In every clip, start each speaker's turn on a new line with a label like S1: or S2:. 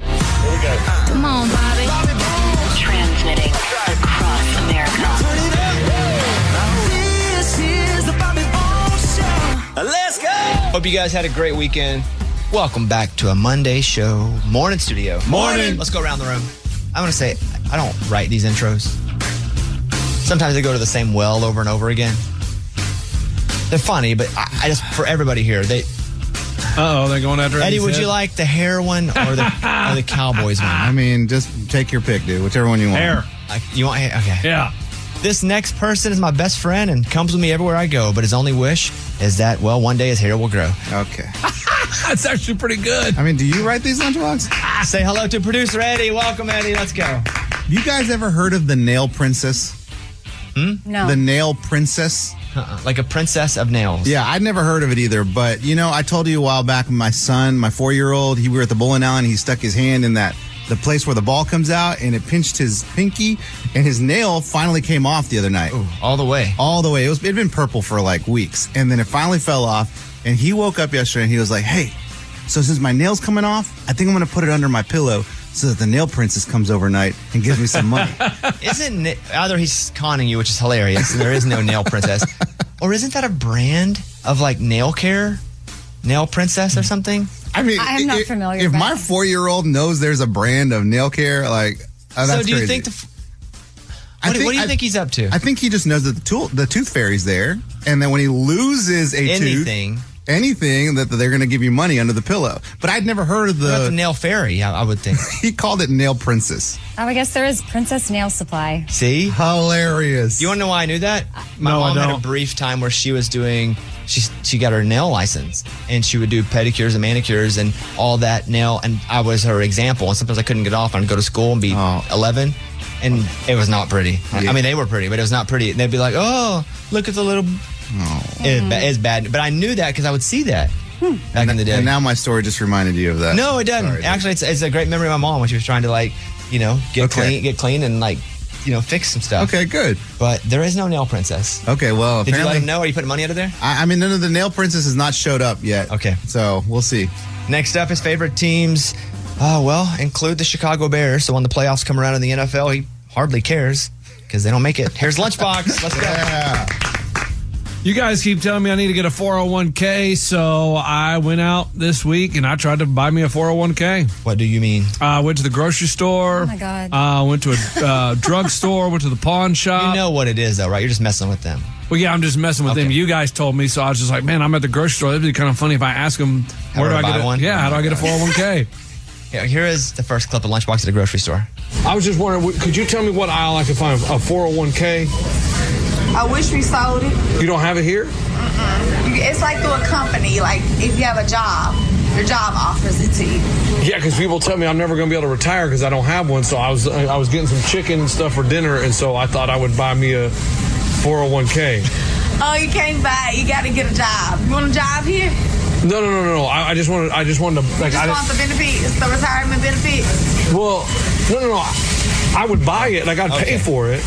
S1: Come on, Bobby.
S2: Transmitting across America.
S1: This is the Bobby Bones Show.
S3: Let's go! Hope you guys had a great weekend. Welcome back to a Monday show, morning studio.
S4: Morning.
S3: Let's go around the room. I'm gonna say I don't write these intros. Sometimes they go to the same well over and over again. They're funny, but I, I just for everybody here, they
S5: Uh oh, they're going after
S3: Eddie.
S5: Eddie's
S3: Would
S5: head.
S3: you like the hair one or the or the Cowboys one?
S6: I mean, just take your pick, dude. Whichever one you want.
S5: hair?
S3: Like, you want? hair? Okay.
S5: Yeah.
S3: This next person is my best friend and comes with me everywhere I go. But his only wish is that well, one day his hair will grow.
S6: Okay.
S5: That's actually pretty good.
S6: I mean, do you write these lunchbox?
S3: Say hello to producer Eddie. Welcome Eddie. Let's go.
S6: You guys ever heard of the Nail Princess?
S2: No.
S3: Hmm?
S6: The Nail Princess?
S3: Uh-uh. Like a princess of nails.
S6: Yeah, I'd never heard of it either. But you know, I told you a while back, my son, my four-year-old, he we were at the bowling alley, and he stuck his hand in that the place where the ball comes out, and it pinched his pinky, and his nail finally came off the other night.
S3: All the way.
S6: all the way. It was it'd been purple for like weeks, and then it finally fell off. And he woke up yesterday and he was like, "Hey, so since my nail's coming off, I think I'm gonna put it under my pillow so that the nail princess comes overnight and gives me some money."
S3: Isn't it, either he's conning you, which is hilarious. There is no nail princess, or isn't that a brand of like nail care, nail princess or something?
S6: Hmm. I mean,
S2: I am not
S6: if-
S2: familiar
S6: If
S2: with
S6: my
S2: that.
S6: four-year-old knows there's a brand of nail care, like, oh, that's
S3: so do you
S6: crazy.
S3: think? The, f-
S6: I
S3: what, do- what do you
S6: I-
S3: think he's up to?
S6: I think he just knows that the tool, the tooth fairy's there, and then when he loses a tooth,
S3: Anything.
S6: anything that that they're gonna give you money under the pillow. But I'd never heard of
S3: What about the
S6: the.
S3: nail fairy, I, I would think.
S6: He called it nail princess.
S2: Oh, I guess there is Princess Nail Supply.
S3: See,
S6: Hilarious.
S3: you want to know why I knew that? My
S5: No, I
S3: mom had a
S5: don't.
S3: brief time where she was doing. She she got her nail license and she would do pedicures and manicures and all that nail. And I was her example. And sometimes I couldn't get off. I'd go to school and be
S6: Oh.
S3: eleven. And it was not pretty.
S6: Yeah.
S3: I mean, they were pretty, but it was not pretty. And they'd be like, "Oh, look at the little It- it's bad. But I knew that because I would see that back in the day.
S6: And now my story just reminded you of that.
S3: no, it doesn't.
S6: Sorry, dude.
S3: Actually, it's, it's a great memory of my mom when she was trying to like, you know, get
S6: Okay.
S3: clean, get clean, and like, you know, fix some stuff.
S6: Okay, good.
S3: But there is no nail princess.
S6: Okay, well,
S3: Did you let
S6: apparently,
S3: him know? Are you putting money under there?
S6: I, I mean, none of the nail princess has not showed up yet.
S3: Okay.
S6: so we'll see.
S3: Next up, his favorite teams. Oh well, include the Chicago Bears. So when the playoffs come around in the NFL, he hardly cares because they don't make it. Here's lunchbox. Let's go.
S6: Yeah.
S5: You guys keep telling me I need to get a 401k, so I went out this week and I tried to buy me a 401k.
S3: What do you mean?
S5: Uh, I went to the grocery store.
S2: Oh, my God.
S5: Uh, went to a uh, drugstore. Went to the pawn shop.
S3: you know what it is, though, right? You're just messing with them.
S5: Well, yeah, I'm just messing with them. You guys told me, so I was just like, man, I'm at the grocery store. That'd be kind of funny if I ask them, where
S3: do
S5: do
S3: I
S5: I,
S3: buy
S5: get a,
S3: one?
S5: Yeah, how do I get a 401k?
S3: Here- Here is the first clip of lunchbox at a grocery store.
S5: I was just wondering, could you tell me what aisle I could find a 401k?
S7: I wish we sold it.
S5: You don't have it here?
S7: It's like through a company. Like if you have a job, your job offers it to you.
S5: Yeah, because people tell me I'm never going to be able to retire because I don't have one. So I was I was getting some chicken and stuff for dinner, and so I thought I would buy me a 401k.
S7: Oh, you can't buy it. You got to get a job. You want a job here?
S5: No, no, no, no, no. I, I just wanted. I just wanted to.
S8: You
S5: Like,
S8: just
S5: I
S8: want the benefits, the retirement benefits.
S5: Well, no, no, no. I, I would buy it. Like I'd pay for it.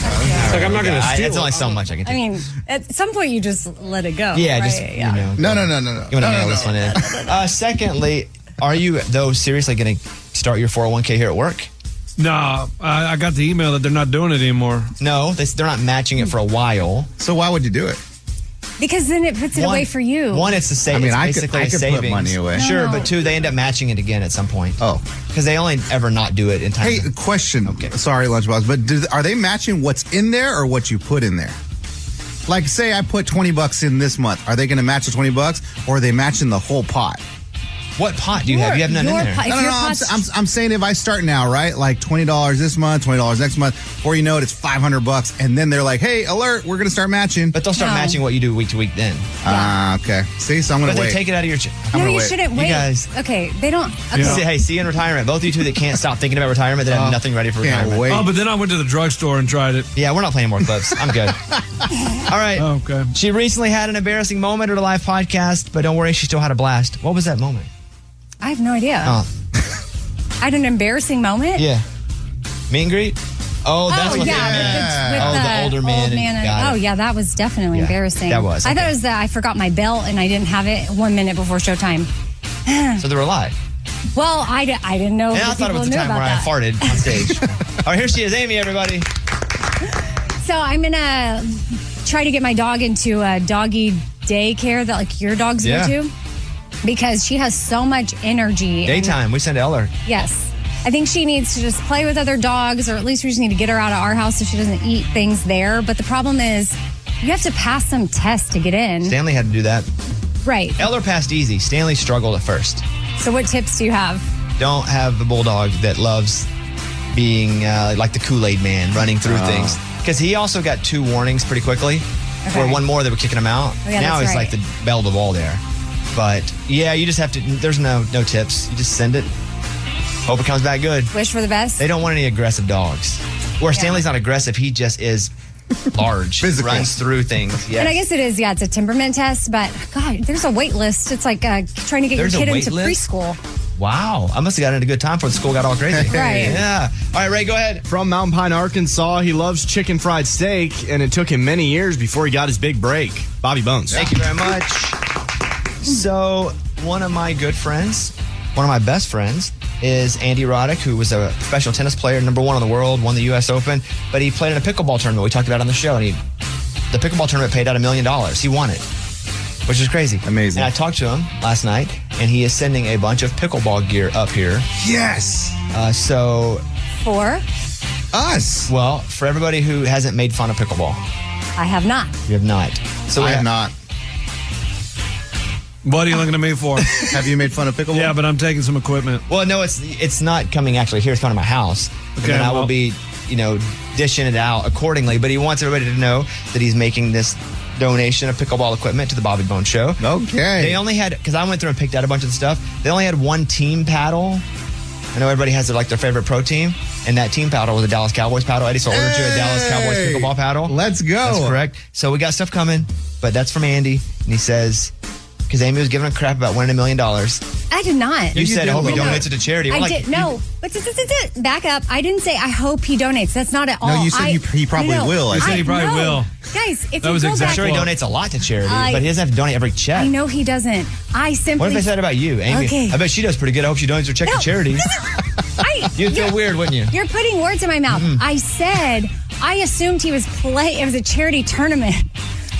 S5: Like I'm not going to
S3: Uh-huh. I-
S5: steal.
S3: it's only
S5: it.
S3: so much I can.
S2: I mean, at some point you just let it go.
S3: Yeah,
S2: Oh, right?
S3: just
S2: yeah.
S3: you know. No, no, no, no, no. You want to nail this one in. Uh, secondly, are you though seriously going to start your 401k here at work?
S5: No, I, I got the email that they're not doing it anymore.
S3: No, they, they're not matching it for a while.
S6: So why would you do it?
S2: Because then it puts it
S3: One-
S2: away for you.
S3: One, it's the same.
S6: I mean,
S3: it's
S6: I could-
S3: basically
S6: I
S3: a
S6: could put
S3: savings.
S6: money away. No,
S3: Sure,
S6: no.
S3: but two, they end up matching it again at some point.
S6: Oh,
S3: because they only ever not do it in time.
S6: Hey, question. Sorry, lunchbox, but do, are they matching what's in there or what you put in there? Like, say I put twenty bucks in this month. Are they going to match the twenty bucks, or are they matching the whole pot?
S3: What pot do you have? You have none in Your there. pot-
S6: no,
S3: if
S6: no,
S3: your
S6: no, I'm,
S3: pot's-
S6: I'm, I'm saying if I start now, right? Like twenty dollars this month, twenty dollars next month. Before you know it, it's five hundred bucks, and then they're like, "Hey, alert! We're going to start matching." But
S3: they'll start No. matching what you do week to week. Then.
S6: Ah, okay. See, so I'm going
S3: But
S6: to
S3: they
S6: wait.
S3: take it out of your. Ch-
S2: no, you shouldn't wait.
S3: You guys.
S2: Okay, they don't. Okay.
S3: Say, hey, see you in retirement. Both of you two that can't stop thinking about retirement that have
S6: uh,
S3: nothing ready for retirement.
S5: Oh, but then I went to the drugstore and tried it.
S3: Yeah, we're not playing more clips. I'm good. All right.
S5: Okay.
S3: She recently had an embarrassing moment at her live podcast, but don't worry, she still had a blast. What was that moment?
S2: I have no idea.
S3: Oh,
S2: I had an embarrassing moment.
S3: yeah. Meet and greet? Oh, that's
S2: oh,
S3: what
S2: yeah,
S3: they
S2: with
S3: meant.
S2: the- with
S3: oh, the, older man.
S2: old
S3: and-
S2: man and-
S3: got it.
S2: oh, yeah, that was definitely
S3: Yeah,
S2: embarrassing.
S3: that was,
S2: I thought
S3: okay.
S2: it was that I forgot my belt and I didn't have it one minute before showtime. oh,
S3: So they were live.
S2: well, I, di- I didn't know.
S3: And
S2: if
S3: I
S2: the
S3: thought it
S2: Oh, people
S3: was the
S2: knew
S3: time
S2: about
S3: where
S2: that.
S3: I farted on stage. All right, here she is, Amy, everybody.
S2: So I'm gonna try to get my dog into a doggy daycare that like your dogs
S3: Yeah.
S2: go to because she has so much energy. and-
S3: Daytime. We sent Eller.
S2: yes. I think she needs to just play with other dogs, or at least we just need to get her out of our house so she doesn't eat things there. But the problem is, you have to pass some test to get in.
S3: Stanley had to do that.
S2: Right.
S3: Eller passed easy. Stanley struggled at first.
S2: So, what tips do you have?
S3: Don't have a bulldog that loves being uh, like the Kool Aid man running through
S4: Oh.
S3: things. Because he also got two warnings pretty quickly.
S4: Okay.
S3: Where one more, they were kicking him out.
S4: Oh, yeah,
S3: now
S4: that's
S3: he's like
S4: right.
S3: the bell to the wall there. But yeah, you just have to, there's no no tips. You just send it. Hope it comes back good.
S2: Wish for the best.
S3: They don't want any aggressive dogs. Where Stanley's not aggressive, he just is large, runs through things. Yeah.
S2: And I guess it is, yeah, it's a temperament test, but God, there's a wait list. It's like uh, trying to get
S3: There's a
S2: your kid
S3: wait
S2: into
S3: list?
S2: preschool.
S3: Wow, I must have gotten a good time before the school got all crazy.
S2: Right.
S3: Yeah. All right, Ray, go ahead.
S9: From Mountain Pine, Arkansas, he loves chicken fried steak, and it took him many years before he got his big break. Bobby Bones.
S3: Thank you very much. So, one of my good friends, one of my best friends, is Andy Roddick, who was a professional tennis player, number one in the world, won the U.S. Open, but he played in a pickleball tournament we talked about on the show, and he, the pickleball tournament paid out a million dollars. He won it, which is crazy, amazing. And I talked to him last night, and he is sending a bunch of pickleball gear up here.
S6: Yes.
S3: Uh, so
S2: For
S6: us,
S3: well, for everybody who hasn't made fun of pickleball.
S2: I have not.
S3: You have not. So
S6: I have not.
S5: What are you looking at me for? have
S6: you made fun of pickleball?
S5: Yeah, but I'm taking some equipment.
S3: Well, no, it's it's not coming actually here. It's coming to my house. and
S5: Okay,
S3: then I will
S5: well-
S3: be, you know, dishing it out accordingly. But he wants everybody to know that he's making this donation of pickleball equipment to the Bobby Bone Show.
S6: Okay.
S3: They only had because I went through and picked out a bunch of the stuff. They only had one team paddle. I know everybody has like their favorite pro team, and that team paddle was a Dallas Cowboys paddle. Eddie, so I ordered you a Dallas Cowboys
S6: Hey!
S3: pickleball paddle.
S6: Let's go.
S3: That's correct. So we got stuff coming, but that's from Andy, and he says because Amy was giving a crap about winning a million dollars.
S2: I did not.
S3: You, said, "Hope he
S2: No.
S3: donates it to charity." We're
S2: I
S3: like,
S2: did. No, but t- t- t- t- back up. I didn't say I hope he donates. That's not at all.
S3: No, you said
S2: I,
S3: you- he probably
S2: no,
S3: will. You said he probably
S2: no.
S3: will.
S2: Guys, if
S3: that
S2: you
S3: was
S2: go
S3: exactly.
S2: back,
S3: Sure, he donates a lot to charity,
S2: I-
S3: but he doesn't have to donate every check.
S2: I know he doesn't. I simply.
S3: What if they said about you, Amy?
S2: Okay.
S3: I bet she does pretty good. I hope she donates her check
S2: No,
S3: to charity.
S2: I,
S3: You'd feel weird, wouldn't you?
S2: You're putting words in my mouth.
S3: Mm-hmm.
S2: I said I assumed he was play. It was a charity tournament.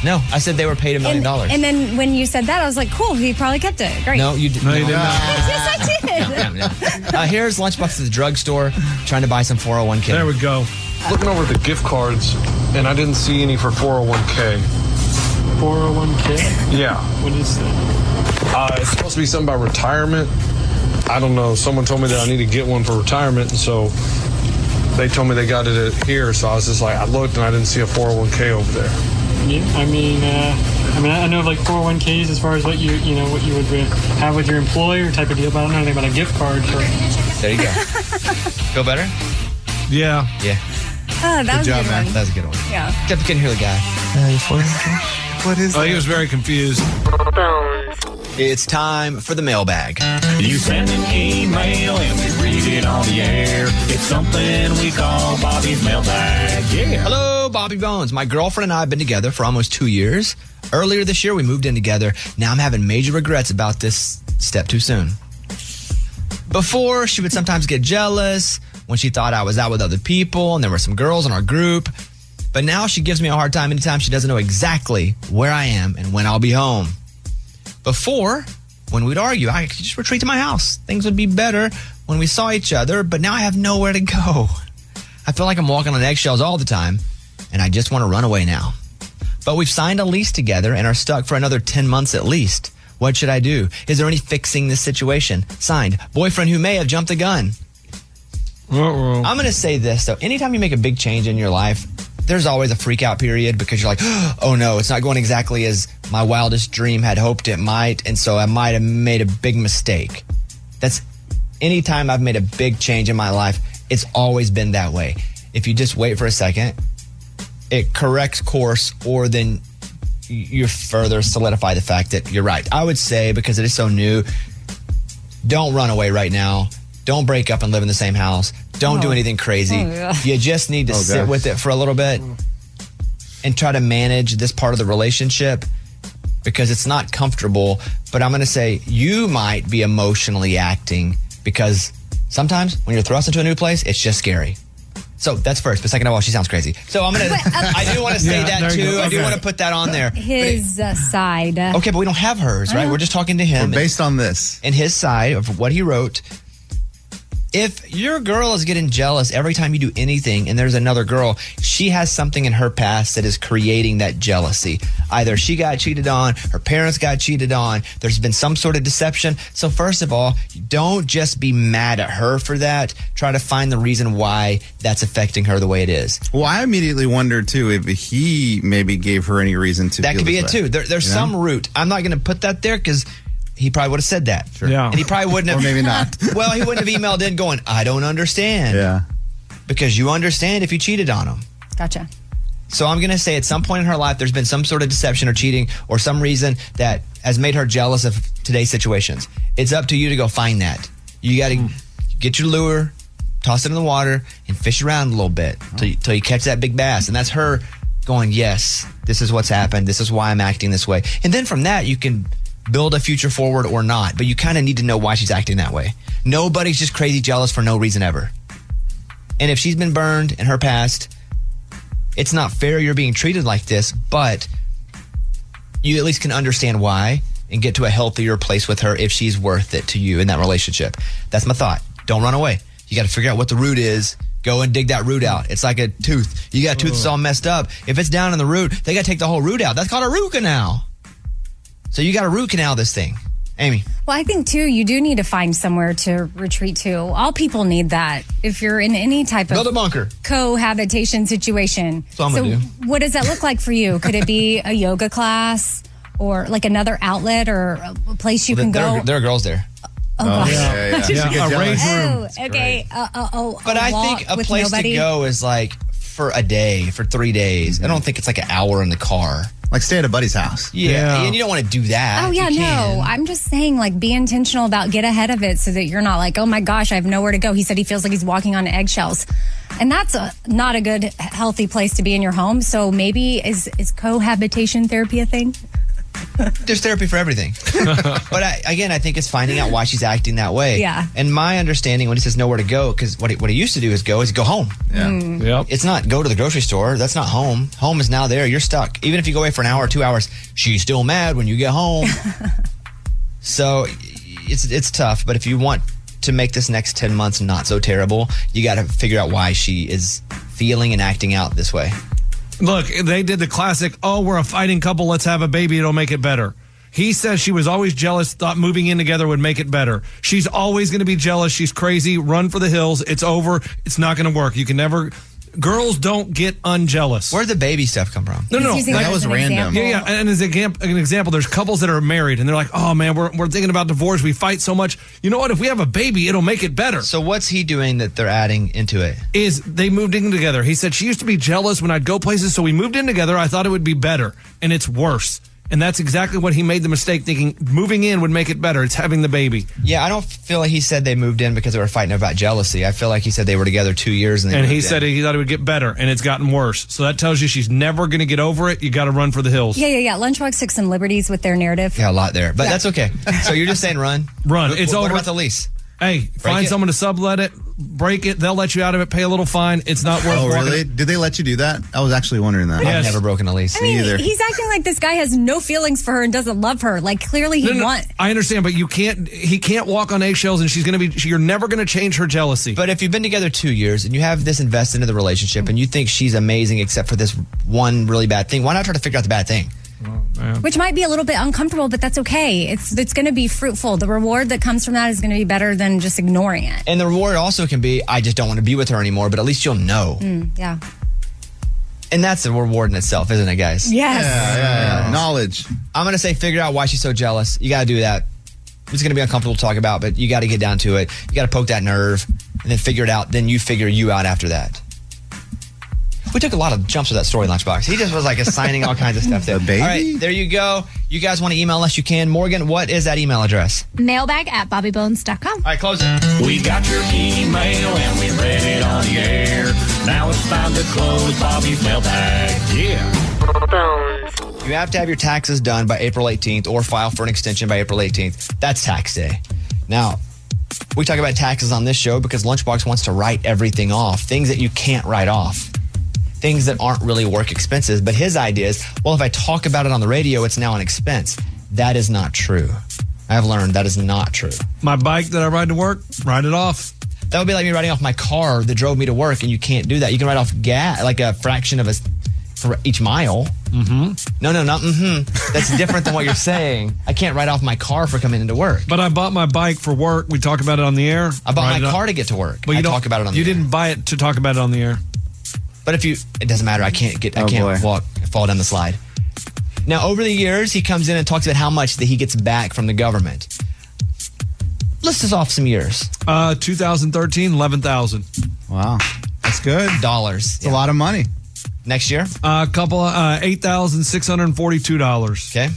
S3: No, I said they were paid a million
S2: And,
S3: dollars.
S2: and then when you said that, I was like, cool. He probably kept it. Great.
S3: No, you did no, you did
S2: yes, I did.
S3: uh, here's Lunchbox at the drugstore trying to buy some 401k. There
S5: we go.
S10: Looking over the gift cards, and I didn't see any for 401k. 401k? Yeah. What is that? Uh, it's supposed to be something about retirement. I don't know. Someone told me that I need to get one for retirement, and so they told me they got it at here. So I was just like, I looked and I didn't see a 401k over there.
S1: Yeah, I mean, uh, I mean, I know of like 401ks as far as what you, you know, what you would have with your employer type of deal, but I don't know anything about a gift card.
S3: There you go. Feel better?
S5: Yeah.
S3: Yeah.
S1: Ah,
S2: Oh, that was a good one.
S3: That was a good one.
S2: Yeah.
S3: Kept can hear the guy.
S5: What is? Oh, he was very confused.
S3: It's time for the mailbag.
S4: You send an email and we read it on the air. It's something we call Bobby's mailbag. Yeah.
S3: Hello, Bobby Bones. My girlfriend and I have been together for almost two years. Earlier this year, we moved in together. Now I'm having major regrets about this step too soon. Before, she would sometimes get jealous when she thought I was out with other people and there were some girls in our group. But now she gives me a hard time anytime she doesn't know exactly where I am and when I'll be home. Before, when we'd argue, I could just retreat to my house. Things would be better when we saw each other, but now I have nowhere to go. I feel like I'm walking on eggshells all the time, and I just want to run away now. But we've signed a lease together and are stuck for another 10 months at least. What should I do? Is there any fixing this situation? Signed, boyfriend who may have jumped the gun. I'm going to say this though. Anytime you make a big change in your life, there's always a freak out period because you're like, oh no, it's not going exactly as my wildest dream had hoped it might. And so I might have made a big mistake. That's anytime I've made a big change in my life, it's always been that way. If you just wait for a second, it corrects course or then you further solidify the fact that you're right. I would say because it is so new, don't run away right now. Don't break up and live in the same house. Don't do
S11: Oh.
S3: anything crazy.
S11: Oh, yeah.
S3: You just need to
S11: Oh,
S3: sit
S11: gosh.
S3: with it for a little bit and try to manage this part of the relationship because it's not comfortable. But I'm going to say you might be emotionally acting because sometimes when you're thrust into a new place, it's just scary. So that's first. But second of all, she sounds crazy. So I'm going to, I do want to say
S11: Yeah,
S3: that
S11: there
S3: too.
S11: you go.
S3: I do
S11: Okay.
S3: want to put that on there.
S2: His uh, side.
S3: Okay, but we don't have hers, right? We're just talking to him. based on this. And his side of what he wrote. If your girl is getting jealous every time you do anything and there's another girl, she has something in her past that is creating that jealousy. Either she got cheated on, her parents got cheated on, there's been some sort of deception. So, first of all, don't just be mad at her for that. Try to find the reason why that's affecting her the way it is.
S6: Well, I immediately wonder too if he maybe gave her any reason to.
S3: That
S6: feel
S3: could be it
S6: this way.
S3: too. There, there's
S6: You know?
S3: some root. I'm not going to put that there because he probably would have said that. Sure.
S6: Yeah.
S3: And he probably wouldn't have.
S6: Or maybe not.
S3: well, he wouldn't have emailed in going, I don't understand. Yeah. Because you understand if you cheated on him.
S2: Gotcha.
S3: So I'm going to say at some point in her life, there's been some sort of deception or cheating or some reason that has made her jealous of today's situations. It's up to you to go find that. You got to get your lure, toss it in the water, and fish around a little bit till you, till you catch that big bass. And that's her going, yes, this is what's happened. This is why I'm acting this way. And then from that, you can build a future forward or not. But you kind of need to know why she's acting that way. Nobody's just crazy jealous for no reason ever. And if she's been burned in her past, it's not fair you're being treated like this, but you at least can understand why and get to a healthier place with her if she's worth it to you in that relationship. That's my thought. Don't run away. You got to figure out what the root is. Go and dig that root out. It's like a tooth. You got a tooth that's all messed up. If it's down in the root, they got to take the whole root out. That's called a root canal. So you got to root canal this thing. Amy.
S2: Well, I think too, you do need to find somewhere to retreat to. All people need that if you're in any type of
S3: Another bunker.
S2: cohabitation situation.
S3: That's what I'm gonna
S2: so
S3: do.
S2: what does that look like for you? Could it be a yoga class or like another outlet or a place you
S3: There-
S2: can
S3: there,
S2: go?
S3: are, there are girls there.
S2: Oh, gosh.
S3: Yeah, a raised room.
S2: Oh, okay. Uh, uh, oh,
S3: But I think a place to go is like for a day, for three days. I don't think it's like an hour in the car. Like stay at a buddy's house. Yeah,
S6: Yeah.
S3: and you don't want to do that.
S2: Oh yeah,
S3: You
S2: no. I'm just saying, like, be intentional about get ahead of it so that you're not like, oh my gosh, I have nowhere to go. He said he feels like he's walking on eggshells, and that's a, not a good, healthy place to be in your home. So maybe is is cohabitation therapy a thing?
S3: can't. There's therapy for everything. but I, again, I think it's finding out why she's acting that way.
S2: Yeah.
S3: And my understanding when he says nowhere to go, because what he, what he used to do is go is go home.
S2: Yeah.
S11: Hmm.
S2: Mm.
S3: It's not go to the grocery store. That's not home. Home is now there. You're stuck. Even if you go away for an hour or two hours, she's still mad when you get home. so it's it's tough. But if you want to make this next ten months not so terrible, you got to figure out why she is feeling and acting out this way.
S5: Look, they did the classic, oh, we're a fighting couple, let's have a baby, it'll make it better. He says she was always jealous, thought moving in together would make it better. She's always going to be jealous. She's crazy. Run for the hills. It's over. It's not going to work. You can never. Girls don't get unjealous. Where'd
S3: the baby stuff come from?
S5: No,
S11: He's
S5: no,
S11: using that That as was an random. example.
S5: Yeah, yeah. And as an exam- an example, there's couples that are married and they're like, oh man, we're, we're thinking about divorce. We fight so much. You know what? If we have a baby, it'll make it better.
S3: So what's he doing that they're adding into it?
S5: Is they moved in together. He said she used to be jealous when I'd go places, so we moved in together. I thought it would be better, and it's worse. And that's exactly what he made the mistake thinking moving in would make it better. It's having the baby.
S3: Yeah, I don't feel like he said they moved in because they were fighting about jealousy. I feel like he said they were together two years and they
S5: And he
S3: moved in.
S5: said he thought it would get better, and it's gotten worse. So that tells you she's never going to get over it. You got to run for the hills.
S2: Yeah, yeah, yeah. Lunchbox took some liberties with their narrative.
S3: Yeah, a lot there, but that's okay. So you're just saying run,
S5: run.
S3: Wh-
S5: It's
S3: wh-
S5: over.
S3: What about the lease?
S5: Hey, find
S3: it.
S5: someone to sublet it, break it. They'll let you out of it, pay a little fine. It's not worth.
S6: Oh,
S5: walking-
S6: really? Did they let you do that? I was actually wondering that.
S5: Yes.
S3: never broken a lease.
S2: I mean,
S6: either.
S2: he's acting like this guy has no feelings for her and doesn't love her. Like clearly he
S5: No, no,
S2: wants.
S5: I understand, but you can't. He can't walk on eggshells, and she's going to be. You're never going to change her jealousy.
S3: But if you've been together two years and you have this invested into the relationship and you think she's amazing except for this one really bad thing, why not try to figure out the bad thing?
S2: Which might be a little bit uncomfortable, but that's okay. It's it's going to be fruitful. The reward that comes from that is going to be better than just ignoring it.
S3: And the reward also can be, I just don't want to be with her anymore, but at least you'll know.
S2: Mm, yeah.
S3: And that's the reward in itself, isn't it, guys?
S2: Yes. Yeah,
S6: yeah, yeah. Knowledge.
S3: I'm going to say figure out why she's so jealous. You got to do that. It's going to be uncomfortable to talk about, but you got to get down to it. You got to poke that nerve and then figure it out. Then you figure you out after that. We took a lot of jumps with that story, Lunchbox. He just was like assigning all kinds of stuff there. All right, there you go. You guys want to email us? You can. Morgan, what is that email address?
S11: Mailbag at bobbybones.com.
S3: All right, close it.
S4: We got your email and we read it on the air. Now it's time to close Bobby's mailbag. Yeah.
S3: You have to have your taxes done by April 18th or file for an extension by April 18th. That's tax day. Now, we talk about taxes on this show because Lunchbox wants to write everything off, things that you can't write off, things that aren't really work expenses. But his idea is well, if I talk about it on the radio, it's now an expense. That is not true. I've learned that is not true.
S5: My bike that I ride to work, ride it off.
S3: That would be like me writing off my car that drove me to work, and you can't do that. You can write off gas, like a fraction of a s- for each mile. Mm-hmm. No, no, not mm-hmm. That's different than what you're saying. I can't write off my car for coming into work.
S5: But I bought my bike for work. We talk about it on the air.
S3: I bought
S5: Ride
S3: my
S5: it
S3: car
S5: up.
S3: to get to work.
S5: But
S3: I
S5: you don't-
S3: talk about it on
S5: you
S3: the air.
S5: didn't buy it to talk about it on the air.
S3: But if you, it doesn't matter. I can't get, I can't walk, fall down the slide. Now, over the years, he comes in and talks about how much that he gets back from the government. List us off some years.
S5: Uh, 2013, 11,000.
S6: Wow. That's good.
S3: Dollars. It's
S6: a lot of money.
S3: Next year?
S5: A couple, uh, $8,642.
S3: Okay.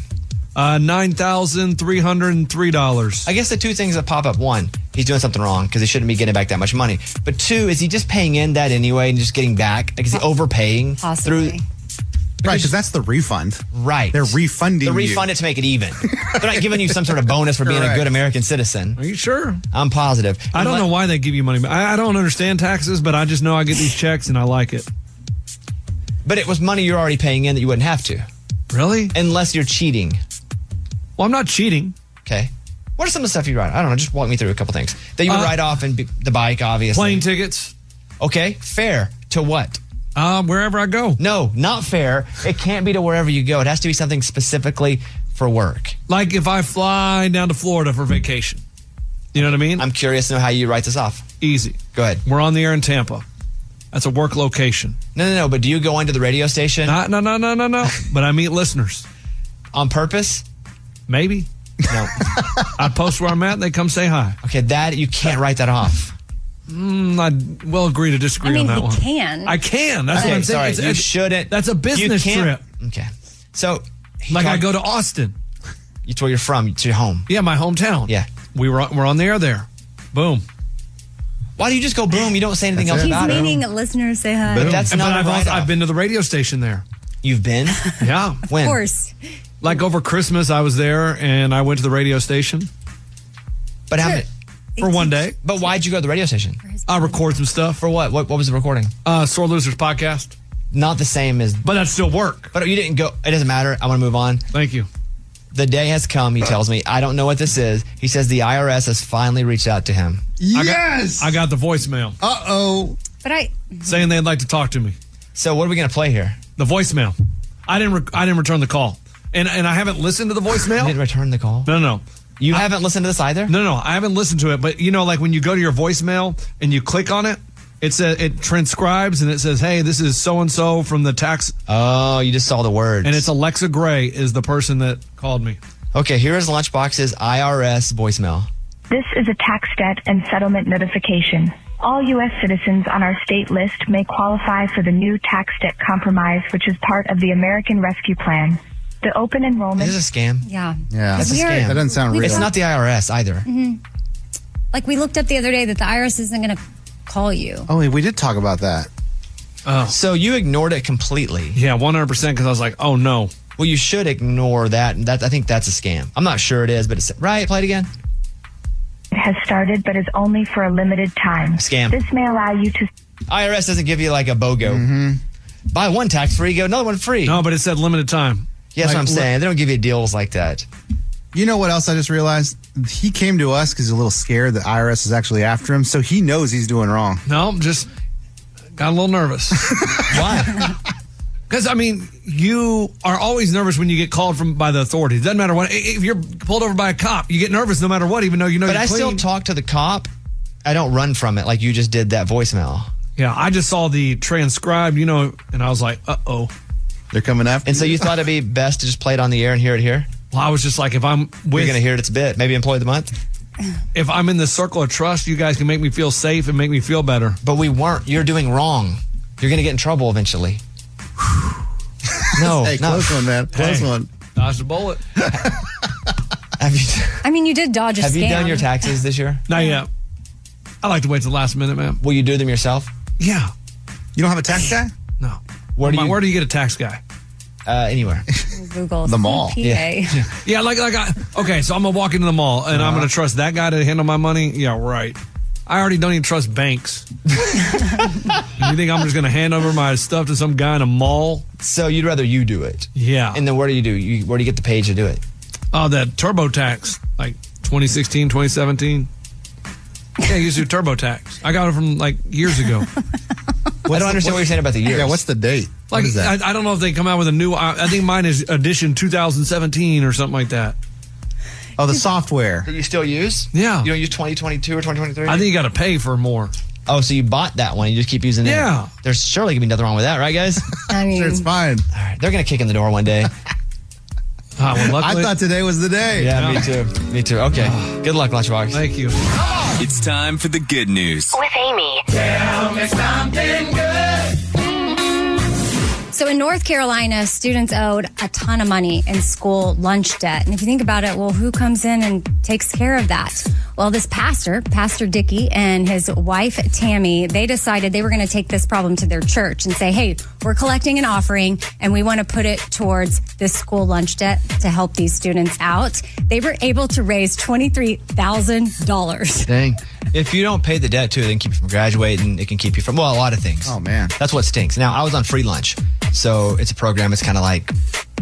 S5: Uh, $9,303.
S3: I guess the two things that pop up one, he's doing something wrong because he shouldn't be getting back that much money. But two, is he just paying in that anyway and just getting back? Like, is he overpaying
S2: Possibly.
S3: through?
S6: Right, because that's the refund.
S3: Right.
S6: They're refunding
S3: They
S6: you.
S3: refund it to make it even. They're not giving you some sort of bonus for being a
S5: Correct.
S3: good American citizen.
S5: Are you sure?
S3: I'm positive.
S5: I don't know why they give you money. I, I don't understand taxes, but I just know I get these checks and I like it.
S3: But it was money you're already paying in that you wouldn't have to.
S5: Really?
S3: Unless you're cheating.
S5: Well, I'm not cheating.
S3: Okay. What are some of the stuff you write? I don't know. Just walk me through a couple things that you would
S5: Uh,
S3: write off and be, the bike, obviously.
S5: Plane tickets.
S3: Okay. Fair to what?
S5: Um, wherever I go.
S3: No, not fair. It can't be to wherever you go. It has to be something specifically for work.
S5: Like if I fly down to Florida for vacation. You know what I mean?
S3: I'm curious to know how you write this off.
S5: Easy.
S3: Go ahead.
S5: We're on the air in Tampa. That's a work location.
S3: No, no, no. But do you go into the radio station
S5: Not, no, no, no, no, no. But I meet listeners.
S3: on purpose?
S5: Maybe.
S3: No.
S5: I post where I'm at. They come say hi.
S3: Okay, that you can't write that off.
S5: Mm, I will agree to disagree
S2: I mean,
S5: on
S2: he
S5: that one.
S2: can.
S5: I can. That's what
S3: Okay,
S5: I'm saying.
S3: Sorry,
S5: It's-
S3: you
S5: it's-
S3: shouldn't.
S5: That's a business
S3: you
S5: trip.
S3: can't- Okay. So, he
S5: Like I
S3: talked-
S5: go to Austin.
S3: It's where you're from. It's your home.
S5: Yeah, my hometown.
S3: Yeah.
S5: We were on, we're on the air there. Boom.
S3: Why do you just go boom? You don't say anything
S6: That's
S3: else
S6: it.
S3: about
S2: He's
S3: it.
S2: meaning listeners say hi.
S3: But that's
S5: And-
S3: not
S5: but
S3: a
S5: I've, also,
S3: write-off.
S5: I've been to the radio station there.
S3: You've been?
S5: Yeah.
S3: When?
S2: Of course.
S5: Like over Christmas, I was there and I went to the radio station
S3: But how many?
S5: for one day.
S3: But why'd you go to the radio station?
S5: I record some stuff for
S3: For what? What, what was the recording?
S5: uh, Sore Losers podcast,
S3: Not the same as.
S5: but that's still work.
S3: But you didn't go. It doesn't matter. I want to move on.
S5: Thank you.
S3: The day has come, he tells me. I don't know what this is. He says the IRS has finally reached out to him.
S6: Yes.
S5: I got the voicemail
S6: Uh oh.
S2: But I
S5: saying they'd like to talk to me.
S3: So what are we going to play here?
S5: The voicemail. I didn't. Re- I didn't return the call, and and I haven't listened to the
S3: You didn't
S5: voicemail.
S3: return the call.
S5: No, no, no.
S3: You haven't listened to this either.
S5: No, no, I haven't listened to it, but you know, like when you go to your voicemail and you click on it, it says it transcribes and it says, "Hey, this is so and so from the tax,"
S3: Oh, you just saw the words.
S5: and it's Alexa Gray is the person that called me.
S3: okay. Here is Lunchbox's IRS voicemail.
S12: This is a tax debt and settlement notification. All U.S. citizens on our state list may qualify for the new tax debt compromise, which is part of the American Rescue Plan. The open enrollment.
S3: This is a scam.
S2: Yeah.
S6: Yeah,
S3: It's a
S2: We are-
S3: scam.
S2: That doesn't sound we-
S3: It's not the IRS either.
S2: hmm Like we looked up the other day that the IRS isn't going to call you.
S6: Oh, we did talk about that.
S3: Oh. So you ignored it completely.
S5: Yeah, 100% because I was like, oh no.
S3: Well, you should ignore that. That I think that's a scam. I'm not sure it is, but it's right. Play it again.
S12: Has started, but is only for a limited time.
S3: Scam.
S12: This may allow you to
S3: IRS doesn't give you like a BOGO. Buy one tax free, get another one free.
S5: No, but it said limited time.
S3: Yeah,
S6: Like,
S3: that's what I'm
S6: look-
S3: saying. They don't give you deals like that.
S6: You know what else I just realized? He came to us because he's a little scared that IRS is actually after him, so he knows he's doing wrong.
S5: No, just got a little nervous. Why? Because I mean, you are always nervous when you get called from by the authorities. Doesn't matter what. i- If you're pulled over by a cop, you get nervous no matter what, even though you know.
S3: but
S5: you're
S3: I still
S5: clean.
S3: talk to the cop. I don't run from it like you just did that voicemail.
S5: Yeah, I just saw the transcribed, you know, and I was like, uh oh.
S6: They're coming after.
S3: And so you thought it'd be best to just play it on the air and hear it here.
S5: Well, I was just like, if I'm
S3: we're gonna hear it, it's a bit. Maybe employee of the month.
S5: If I'm in the circle of trust, you guys can make me feel safe and make me feel better.
S3: But we weren't. You're doing wrong. You're gonna get in trouble eventually. no,
S6: Hey,
S3: no.
S6: close one, man. Close
S3: Hey.
S6: one.
S5: Dodge the bullet.
S2: I mean, you did dodge a
S3: Have
S2: scam.
S3: you done your taxes this year?
S5: Not yet. I like to wait till the last minute, man.
S3: Will you do them yourself?
S5: Yeah.
S6: You don't have a tax guy?
S5: No.
S3: Where do you?
S5: Where do you get a tax guy?
S3: Uh, anywhere.
S2: Google
S6: The mall.
S2: CPA.
S5: Yeah. Yeah, like like I okay, so I'm gonna walk into the mall and
S3: Uh-huh.
S5: I'm gonna trust that guy to handle my money. Yeah, right. I already don't even trust banks. you think I'm just gonna hand over my stuff to some guy in a mall?
S3: So you'd rather you do it?
S5: Yeah.
S3: And then where do you do? You, where do you get the page to do it?
S5: Oh, that TurboTax, like 2016, 2017. Yeah, I used to do TurboTax. I got it from like years ago.
S3: I don't understand what you're saying about the years.
S6: Yeah, what's the date? What
S5: Like
S6: is that?
S5: I, I don't know if they come out with a new. I, I think mine is edition 2017 or something like that.
S6: oh, the software.
S3: That you still use?
S5: Yeah.
S3: You don't use 2022 or 2023?
S5: I think you got to pay for more.
S3: Oh, so you bought that one. You just keep using it.
S5: Yeah.
S3: There's surely going to be nothing wrong with that, right, guys?
S2: I mean,
S6: Sure, it's fine.
S3: All right. They're going to kick in the door one day.
S5: Ah, well, luckily, Ah.
S6: I thought today was the day.
S3: yeah, me too. Me too. Okay. Good luck, Lunchbox.
S5: Thank you.
S1: It's time for the good news.
S12: with Amy.
S2: So in North Carolina, students owed a ton of money in school lunch debt. And if you think about it, well, who comes in and takes care of that? Well, this pastor, Pastor Dickey, and his wife, Tammy, they decided they were going to take this problem to their church and say, hey, we're collecting an offering and we want to put it towards this school lunch debt to help these students out. They were able to raise $23,000.
S3: Dang. If you don't pay the debt too, it can keep you from graduating. It can keep you from well, a lot of things.
S6: Oh man.
S3: That's what stinks. Now I was on free lunch, so it's a program. It's kind of like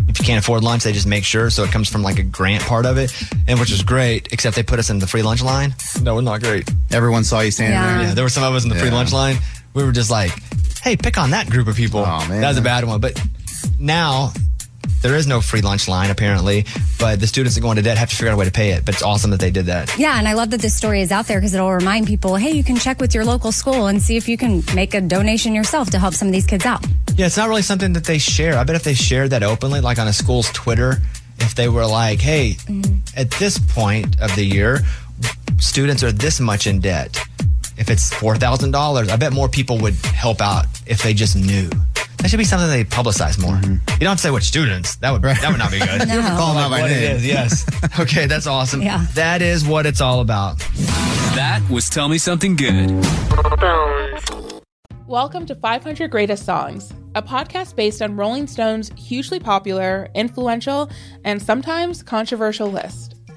S3: if you can't afford lunch, they just make sure. So it comes from like a grant part of it, and which is great. Except they put us in the free lunch line. No, we're not great.
S6: Everyone saw you standing
S2: Yeah.
S6: there.
S3: Yeah, there were some of us in the free
S6: Yeah.
S3: lunch line. We were just like, hey, pick on that group of people.
S6: Aw, Oh, man.
S3: That was a bad one. But now there is no free lunch line apparently. But the students that go into debt have to figure out a way to pay it. But it's awesome that they did that.
S2: Yeah, and I love that this story is out there because it'll remind people hey, you can check with your local school and see if you can make a donation yourself to help some of these kids out.
S3: Yeah, it's not really something that they share. I bet if they shared that openly, like on a school's Twitter, if they were like, hey,
S2: Mm.
S3: at this point of the year, students are this much in debt. If it's $4,000, I bet more people would help out if they just knew. That should be something they publicize more. You don't have to say what students. That would that would not be good.
S2: No. You have to
S6: Mm-hmm. call them out by
S3: what it
S6: name.
S3: is, yes. okay, that's awesome.
S2: Yeah.
S3: That is what it's all about.
S1: That was Tell Me Something Good.
S13: Welcome to 500 Greatest Songs, a podcast based on Rolling Stone's hugely popular, influential, and sometimes controversial list.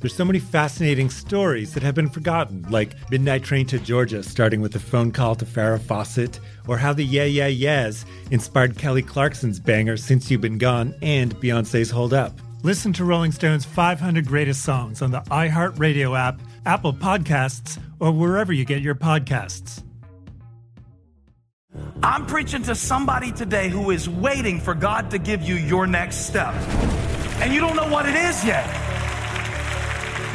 S4: There's so many fascinating stories that have been forgotten, like Midnight Train to Georgia starting with a phone call to Farrah Fawcett, or how the Yeah Yeah Yeahs inspired Kelly Clarkson's banger Since You've Been Gone and Beyonce's Hold Up. Listen to Rolling Stone's 500 Greatest Songs on the iHeartRadio app, Apple Podcasts, or wherever you get your podcasts.
S14: I'm preaching to somebody today who is waiting for God to give you your next step. and you don't know what it is yet.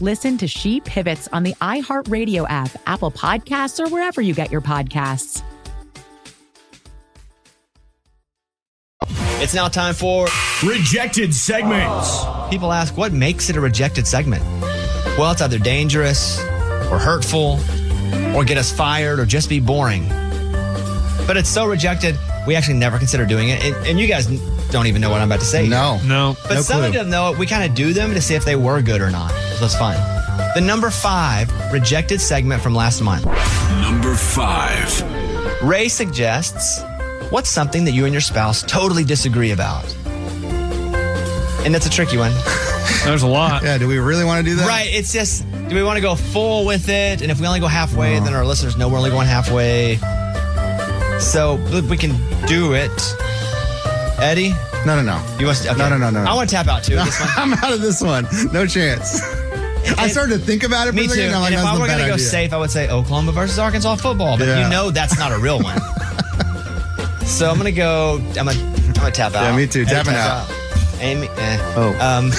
S15: Listen to She Pivots on the iHeartRadio app, Apple Podcasts, or wherever you get your podcasts.
S3: It's now time for rejected segments. People ask, what makes it a rejected segment? Well, it's either dangerous or hurtful or get us fired or just be boring. But it's so rejected, we actually never consider doing it. And, and you guys don't even know what I'm about to say.
S6: No.
S5: No.
S3: But
S6: No
S3: some of
S6: clue.
S3: them, though, we kind of do them to see if they were good or not. So it's fun. The number five rejected segment from last month. Number five. Ray suggests what's something that you and your spouse totally disagree about? And that's a tricky one.
S5: There's a lot.
S6: yeah, do we really want to do that?
S3: Right. It's just, do we want to go full with it? And if we only go halfway,
S6: Oh.
S3: then our listeners know we're only going halfway. So but we can do it. Eddie?
S6: No, no, no.
S3: You must.
S6: No, no, no, no.
S3: I want to tap out too.
S6: No,
S3: This one.
S6: I'm out of this one. No chance. I started to think about it for
S3: Me
S6: a
S3: too.
S6: second. and I'm like,
S3: and if
S6: that's
S3: I
S6: the
S3: were going to
S6: bad
S3: go
S6: idea.
S3: safe, I would say Oklahoma versus Arkansas football, but
S6: Yeah.
S3: you know that's not a real one. so I'm going to go. I'm going to I'm gonna tap out.
S6: Yeah, me too.
S3: Eddie
S6: Tapping
S3: taps
S6: out.
S3: Amy. Eh.
S6: Oh.
S3: Um,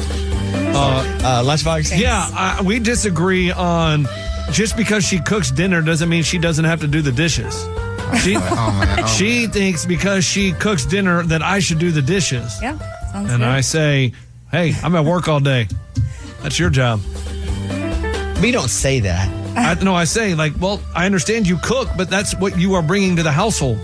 S3: uh, lunchbox.
S5: Yeah, I, we disagree on just because she cooks dinner doesn't mean she doesn't have to do the dishes. She,
S6: man. Oh,
S5: she thinks because she cooks dinner that I should do the dishes.
S2: Yeah. Sounds
S5: And
S2: good.
S5: I say, hey, I'm at work all day. That's your job.
S3: We don't say that.
S5: I, no, I say, like, well, I understand you cook, but that's what you are bringing to the household.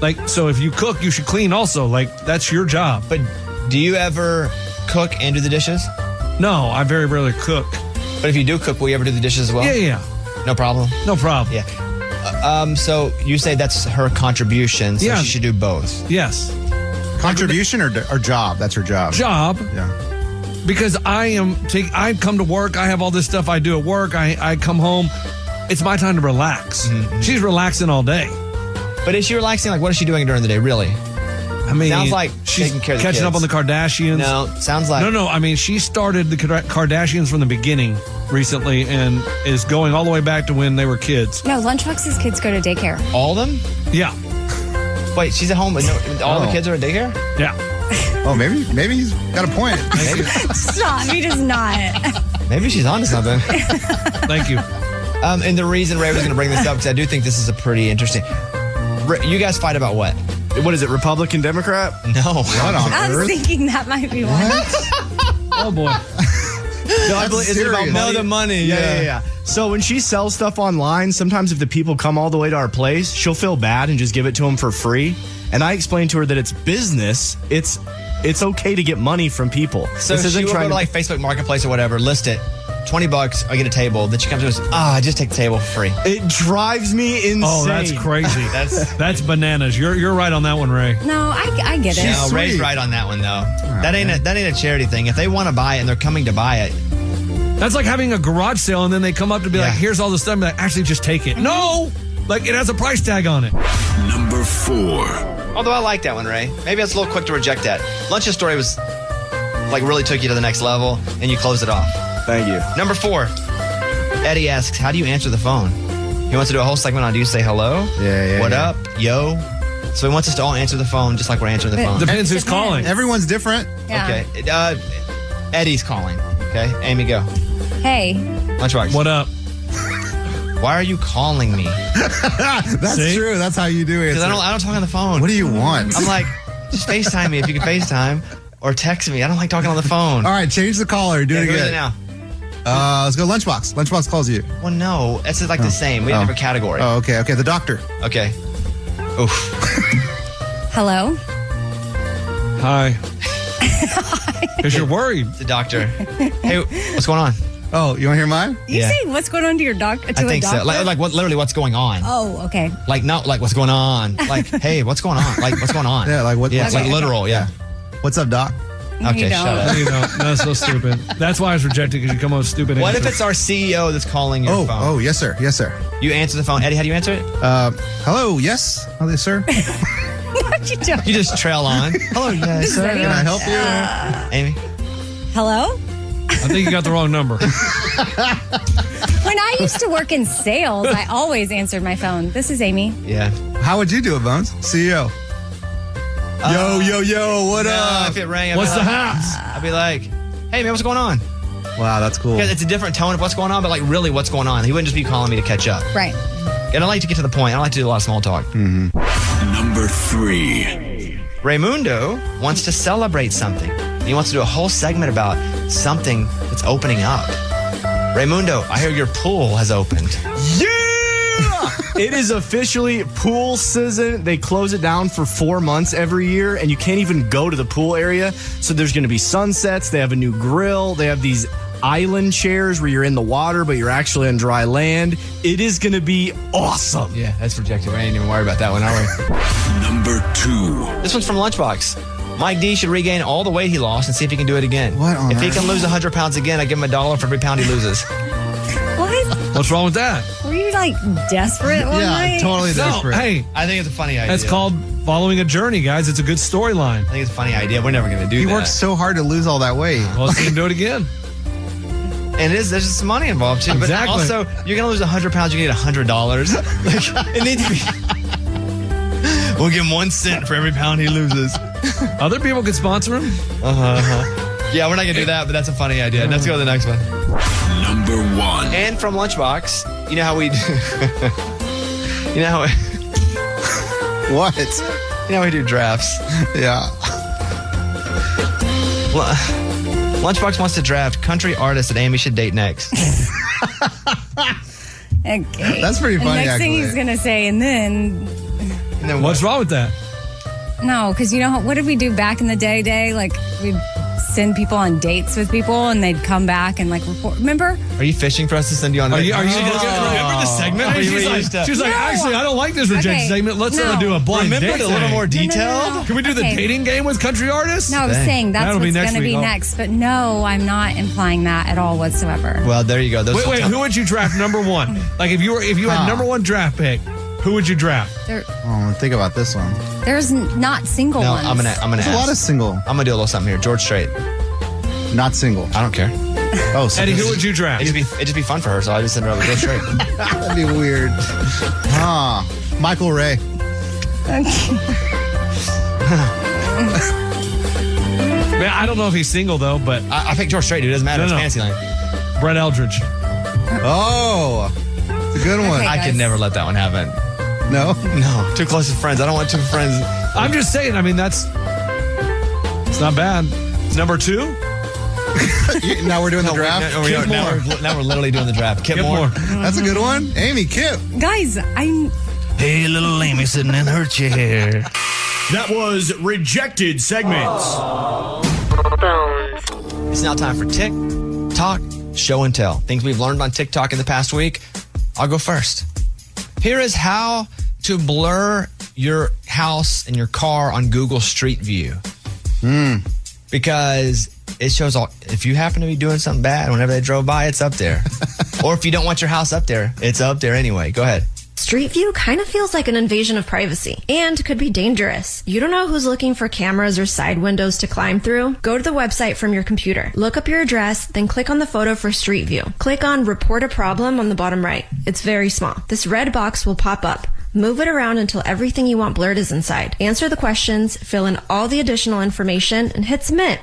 S5: Like, so if you cook, you should clean also. Like, that's your job.
S3: But do you ever cook and do the dishes?
S5: No, I very rarely cook.
S3: But if you do cook, will you ever do the dishes as well?
S5: Yeah, yeah.
S3: No problem.
S5: No problem.
S3: Yeah. Uh, Um, so you say that's her contribution, so
S5: Yeah.
S3: she should do both.
S5: Yes.
S6: Contribution or, or job? That's her job.
S5: Job.
S6: Yeah.
S5: because I am take I come to work, I have all this stuff I do at work, I, I come home. It's my time to relax.
S6: Mm-hmm.
S5: She's relaxing all day.
S3: But is she relaxing? Like, what is she doing during the day, really?
S5: I mean,
S3: Sounds like
S5: she's
S3: taking care of the
S5: catching up on
S3: kids.
S5: the Kardashians.
S3: No, sounds like-
S5: no, no. I mean, she started the Kar- Kardashians from the beginning recently, and is going all the way back to when they were kids.
S2: No, Lunchbox's kids go to daycare.
S3: All of them?
S5: Yeah,
S3: Wait, she's at home. With no, all the
S6: Oh.
S3: kids are at daycare.
S5: yeah.
S6: Oh, maybe maybe he's got a point.
S3: Maybe,
S2: Stop. He does not.
S3: maybe she's onto something.
S5: Thank you.
S3: Um, and the reason Ray was going to bring this up because I do think this is a pretty interesting. Ray, you guys fight about what?
S9: What is it, Republican, Democrat?
S3: No. What
S6: on
S2: I was thinking that might be one.
S5: Oh boy.
S9: No, I believe, is it about
S6: Serious.
S9: money?
S6: No,
S3: the money,
S9: Yeah,
S3: yeah.
S9: yeah, yeah. So when she sells stuff online, sometimes if the people come all the way to our place, she'll feel bad and just give it to them for free. And I explained to her that it's business. It's it's okay to get money from people.
S3: So this she will go to like Facebook Marketplace or whatever, list it, twenty bucks, I get a table. Then she comes to us, ah, I just take the table for free.
S9: It drives me insane.
S5: Oh, that's crazy.
S3: That's-
S5: that's bananas. You're you're right on that one, Ray.
S2: No, Oh, I, I get it.
S3: no, Ray's right on that one though.
S9: Oh,
S3: that ain't a, that ain't a charity thing. If they want to buy it and they're coming to buy it,
S5: That's like having a garage sale, and then they come up to be like, "Here's all this stuff." and be like, actually, just take it. No, like it has a price tag on it.
S16: Number four.
S3: although I like that one, Ray. Maybe it's a little quick to reject that. Lunch's story was like really took you to the next level, and you closed it off.
S9: Thank you.
S3: Number four, Eddie asks, how do you answer the phone? He wants to do a whole segment on Do You Say Hello? Yeah, yeah. What up? Yo. So he wants us to all answer the phone just like we're answering the
S6: But-
S3: phone.
S6: Depends who's calling. Everyone's different.
S2: Yeah.
S3: Okay. Uh, Eddie's calling. Okay. Amy, go.
S2: Hey,
S3: Lunchbox. What up? Why are you calling me?
S6: That's true. That's how you do it.
S3: Because I don't, I don't talk on the phone.
S6: What do you want?
S3: I'm like, just FaceTime me if you can FaceTime or text me. I don't like talking on the phone.
S6: All right, change the caller. Do
S3: Yeah,
S6: it
S3: who is
S6: again.
S3: it now?
S6: Uh, let's go lunchbox. Lunchbox calls you.
S3: Well, no, it's like the same. We have a different category.
S6: Oh, okay, okay. The doctor.
S3: Okay. Oof.
S2: hello.
S5: Hi. Because you're worried.
S3: The doctor. Hey, what's going on?
S6: Oh, you want to hear mine?
S2: You say what's going on to your doc? To
S3: I think
S2: a doctor?
S3: so. Like, like what? Literally, what's going on?
S2: oh, okay.
S3: Like not like what's going on. Like hey, what's going on? Like what's going on?
S6: Yeah, like what-
S3: Yeah,
S6: what's
S3: like
S6: up?
S3: literal. Yeah.
S6: What's up, doc?
S2: No, you
S3: okay, shut
S2: don't.
S3: up.
S5: you know, that's so stupid. That's why I was rejected because you come up with stupid.
S3: What if
S5: answers.
S3: it's our CEO that's calling your
S6: Oh,
S3: phone?
S6: oh, yes, sir. Yes, sir.
S3: You answer the phone, Eddie. How do you answer it?
S6: Uh, hello. Yes. Hello, sir.
S2: what you doing?
S3: You just trail on. Hello, yes,
S2: Does sir. anyone- Can I help
S6: you?
S3: Amy.
S2: Hello.
S5: I think you got the wrong number.
S2: When I used to work in sales, I always answered my phone. This is Amy.
S3: Yeah.
S6: How would you do it, Bones? CEO. yo, yo, yo. What
S3: Uh, no,
S6: up?
S3: If it rang, I'd be like- I'd be like, hey man, what's going on?
S6: Wow, that's cool.
S3: Because it's a different tone of what's going on, but like really, what's going on? He wouldn't just be calling me to catch up.
S2: Right.
S3: And I like to get to the point. I like to do a lot of small talk.
S6: Mm-hmm.
S16: Number three.
S3: Raymundo wants to celebrate something. He wants to do a whole segment about something that's opening up. Raymundo, I hear your pool has opened.
S9: it is officially pool season. They close it down for four months every year, and you can't even go to the pool area. So there's going to be sunsets. They have a new grill. They have these island chairs where you're in the water, but you're actually on dry land. It is going to be awesome.
S3: Yeah, that's rejected. I ain't even worried about that one, are we? Number two. This one's from Lunchbox. Mike D should regain all the weight he lost and see if he can do it again. What
S6: on
S3: if he
S6: earth?
S3: can lose 100 pounds again, I give him a dollar for every pound he loses.
S2: What?
S5: What's wrong with that?
S2: Were you like desperate one night?
S5: No, hey,
S3: I think it's a funny idea.
S5: That's called following a journey, guys. It's a good storyline. I
S3: think it's a funny idea. We're never going to do
S6: He
S3: that.
S6: worked so hard to lose all that weight.
S5: Well, let's see him do it again.
S3: And it is, there's just money involved too.
S5: Exactly.
S3: But also, you're gonna lose 100 pounds. You get 100 dollars. it needs to be. we'll give him one cent for every pound he loses.
S5: Other people could sponsor him.
S3: Uh huh. Yeah, we're not gonna do that. But that's a funny idea. Let's go to the next one.
S16: Number one.
S3: And from Lunchbox, you know how we. do- you know how.
S6: what?
S3: You know how we do drafts.
S6: Yeah.
S3: Lu- Lunchbox wants to draft country artists that Amy should date next.
S2: Okay.
S3: That's pretty
S2: The
S3: funny,
S2: next
S3: actually.
S2: thing he's gonna say, and then
S3: And then What's
S5: wrong with that?
S2: no, because you know how- what did we do back in the day? Day like we'd send people on dates with people, and they'd come back and like report. Remember?
S3: Are you fishing for us to send you on?
S5: Are you- are you gonna remember the segment?
S3: "Ah." Are you
S5: Oh. She's like-
S3: used to-
S5: she's like, No. actually, I don't like this rejected
S2: Okay, segment. Let's no.
S5: uh, do a blind
S3: Remember
S5: date
S3: it a little
S5: thing.
S3: more
S5: No, no, no,
S3: detailed.
S2: no.
S5: Can we do the
S2: Okay.
S5: dating game with country artists?
S2: No, I was saying that's
S5: That'll
S2: what's
S5: next
S2: gonna
S5: week.
S2: be
S5: Oh.
S2: next. But no, I'm not implying that at all whatsoever.
S3: Well, there you go. Those
S5: wait,
S3: are
S5: wait.
S3: tough.
S5: Who would you draft number one? Like if you were if you had
S6: Huh.
S5: number one draft pick, who would you draft?
S2: There,
S6: Oh, think about this one.
S2: there's n- not single
S3: No,
S2: ones.
S3: I'm gonna. I'm gonna.
S6: There's a
S3: ask.
S6: lot of single.
S3: I'm gonna do a little something here. George Strait,
S6: not single.
S3: I don't care.
S6: Oh, so
S5: Eddie, who would you draft?
S3: It'd just be it'd just be fun for her, so I just send her over George Strait.
S6: That'd be weird. Huh. Michael Ray.
S5: Man, I don't know if he's single though, but
S3: I, I picked George Strait. Dude, it doesn't matter.
S5: No,
S3: it's
S5: no.
S3: fantasy line.
S5: Brett Eldridge.
S6: Oh, it's a good one.
S3: I could never let that one happen.
S6: No,
S3: no. Too close to friends. I don't want two friends.
S5: I'm just saying. I mean, that's it's not bad. Number two,
S6: now we're doing the draft.
S3: No, we
S5: Kip
S3: are- now,
S5: Moore.
S3: we're, now we're literally doing the draft. Kip,
S5: Kip
S3: Moore.
S5: Moore.
S6: That's a good one. Amy, Kip.
S2: Guys, I'm
S17: Hey, little Amy sitting in her chair. That was rejected segments.
S3: It's now time for tick, talk, show and tell. Things we've learned on TikTok in the past week. I'll go first. Here is how to blur your house and your car on Google Street View. Because it shows all, if you happen to be doing something bad, whenever they drove by, it's up there. or if you don't want your house up there, it's up there anyway. Go ahead.
S18: Street view kind of feels like an invasion of privacy and could be dangerous. You don't know who's looking for cameras or side windows to climb through. Go to the website from your computer, look up your address, then click on the photo for Street View. Click on Report a Problem on the bottom right. It's very small. This red box will pop up. Move it around until everything you want blurred is inside. Answer the questions, fill in all the additional information, and hit submit.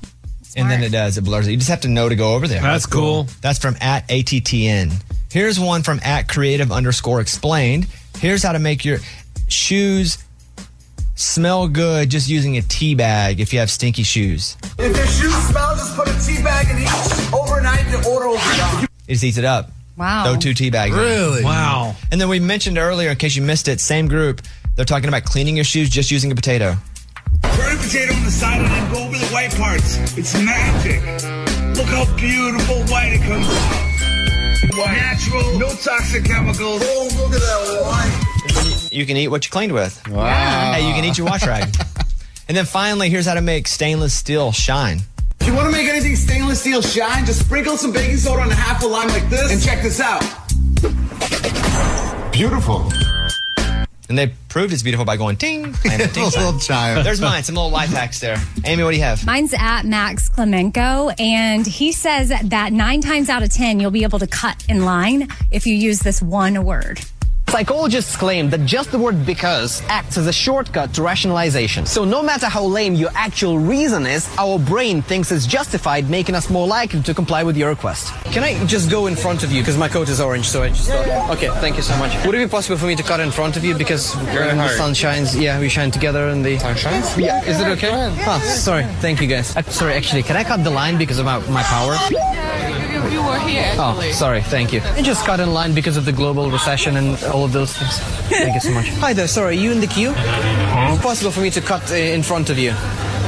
S3: And then it does. It blurs it. You just have to know to go over there. That's, cool. That's from at ATTN. Here's one from at creative underscore explained. Here's how to make your shoes smell good just using a tea bag if you have stinky shoes.
S19: If your shoes smell, just put a tea bag in each overniat and order overnight.
S3: It just eats it up.
S14: Oh.
S19: Wow.
S3: No two tea bags.
S19: Really?
S3: Wow. And then we mentioned earlier, in case you missed it, same group. They're talking about cleaning your shoes just using a potato.
S20: Turn a potato on the side and then go over the white parts. It's magic. Look how beautiful white it comes out. Natural, no toxic chemicals. Oh, look at that white.
S3: You can eat what you cleaned with.
S20: Wow.
S3: Hey, you can eat your wash rag. and then finally, here's how to make stainless steel shine.
S20: If you want to make anything stainless steel shine, just sprinkle some baking soda on a half a lime like this. And check this out.
S3: Beautiful. And they proved it's beautiful by going ting. And a ting
S6: Little
S3: chime. There's mine. Some little life hacks there. Amy, what do you have?
S2: Mine's at Max Clemenko, and he says that nine times out of 10, you'll be able to cut in line if you use this one word.
S21: Psychologists claim that just the word because acts as a shortcut to rationalization. So no matter how lame your actual reason is, our brain thinks it's justified, making us more likely to comply with your request. Can I just go in front of you? Because my coat is orange, so I just thought. Okay, thank you so much. Would it be possible for me to cut in front of you? Because when the
S22: hurry.
S21: sun shines, yeah, we shine together in the. Sun shines? Yeah. Is it okay? Ah, sorry. Thank you guys. Uh, sorry, actually, can I cut the line because of my, my power?
S19: You were here,
S21: Oh, sorry. Thank you. I just got in line because of the global recession and all of those things. Thank you so much. Hi there. Sorry, are you in the queue? It's possible for me to cut uh, in front of you.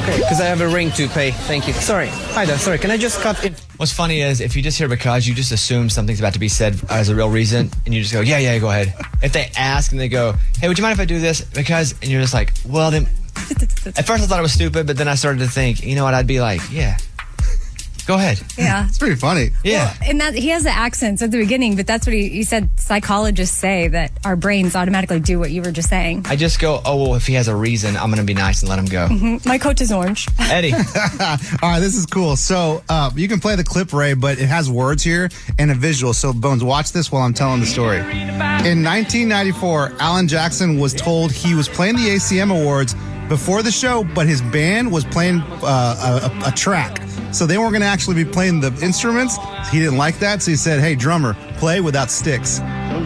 S21: Because I have a ring to pay. Thank you. Sorry. Hi there. Sorry. Can I just cut in?
S3: What's funny is if you just hear because, you just assume something's about to be said as a real reason, and you just go, yeah, yeah, go ahead. If they ask and they go, hey, would you mind if I do this? Because, and you're just like, well, then. At first I thought it was stupid, but then I started to think, you know what? I'd be like, yeah, go ahead.
S2: Yeah.
S3: It's pretty funny. Yeah.
S2: And that he has the accents at the beginning, but that's what he, he said psychologists say that our brains automatically do what you were just saying.
S3: I just go, oh, well, if he has a reason, I'm going to be nice and let him go.
S2: Mhm. My coat is orange.
S3: Eddie.
S6: All right, this is cool. So uh, you can play the clip, Ray, but it has words here and a visual. So, Bones, watch this while I'm telling the story. In 1994, Alan Jackson was told he was playing the ACM Awards before the show, but his band was playing uh, a, a track. So they weren't going to actually be playing the instruments. He didn't like that, so he said, hey, drummer, play without sticks.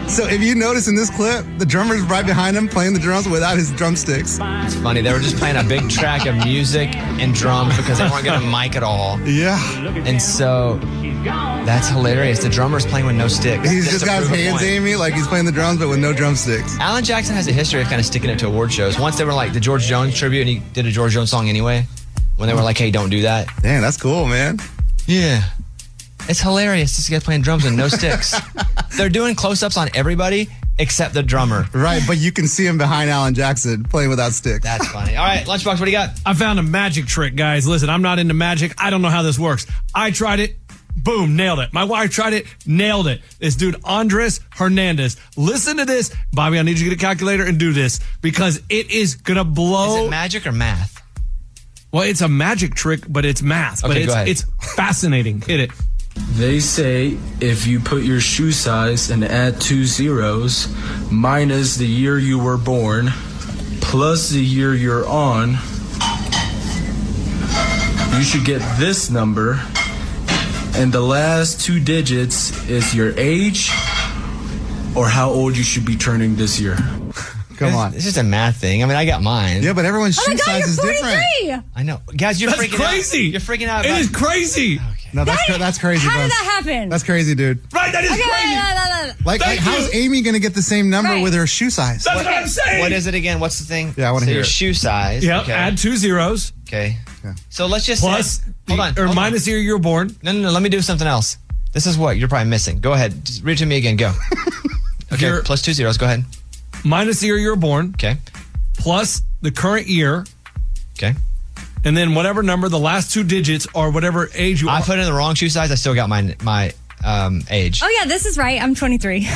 S6: So if you notice in this clip, the drummer's right behind him playing the drums without his drumsticks.
S3: It's funny. They were just playing a big track of music and drums because they weren't going to mic at all.
S6: Yeah.
S3: And so that's hilarious. The drummer's playing with no sticks.
S6: He's just
S3: to
S6: got his
S3: prove a
S6: hands
S3: point.
S6: aiming like he's playing the drums, but with no drumsticks.
S3: Alan Jackson has a history of kind of sticking it to award shows. Once they were like the George Jones tribute, and he did a George Jones song anyway. When they were like, "Hey, don't do that."
S6: Damn, that's cool, man.
S3: Yeah, it's hilarious. This guy playing drums and no sticks. They're doing close-ups on everybody except the drummer.
S6: Right, but you can see him behind Alan Jackson playing without sticks.
S3: That's funny. All right, lunchbox. What do you got?
S5: I found a magic trick, guys. Listen, I'm not into magic. I don't know how this works. I tried it. Boom, nailed it. My wife tried it, nailed it. This dude, Andres Hernandez. Listen to this. Bobby, I need you to get a calculator and do this because it is going to blow. Is it
S3: magic or math?
S5: Well, it's a magic trick, but it's math. but
S23: Okay,
S5: it's,
S23: go ahead.
S5: it's fascinating. Hit it.
S23: They say if you put your shoe size and add two zeros, minus the year you were born, plus the year you're on, you should get this number. And the last two digits is your age or how old you should be turning this year.
S3: Come on. It's just a math thing. I mean, I got mine. Yeah,
S6: but everyone's
S3: shoe
S6: I
S3: know. Guys, you're
S6: That's
S3: freaking
S6: crazy.
S3: out. You're freaking out.
S6: It
S3: about-
S6: is
S5: crazy.
S6: No, that's cra- that's crazy.
S2: How did
S6: Bones.
S2: that happen?
S6: That's crazy, dude.
S5: Right, that
S2: is Okay, crazy. la, la, la, la.
S6: Like, like
S2: Thank
S6: how's Amy going to get the same number with her shoe size?
S3: What is it again? What's the thing?
S6: Yeah, I wanna
S3: so
S6: hear
S3: your
S6: it.
S3: shoe size.
S5: Yep.
S3: Okay.
S5: Add two zeros.
S3: Okay. So let's just
S5: Plus
S3: say, hold on,
S5: or minus the year you were born.
S3: No, no, no. Let me do something else. This is what you're probably missing. Go ahead. Just read it to me again. Go. okay. plus two zeros. Go ahead.
S5: Minus the year you were born.
S3: Okay.
S5: Plus the current year.
S3: Okay.
S5: And then whatever number the last two digits are, whatever age you
S3: I put in the wrong shoe size. I still got my my um, age.
S2: Oh yeah, this is right. I'm 23.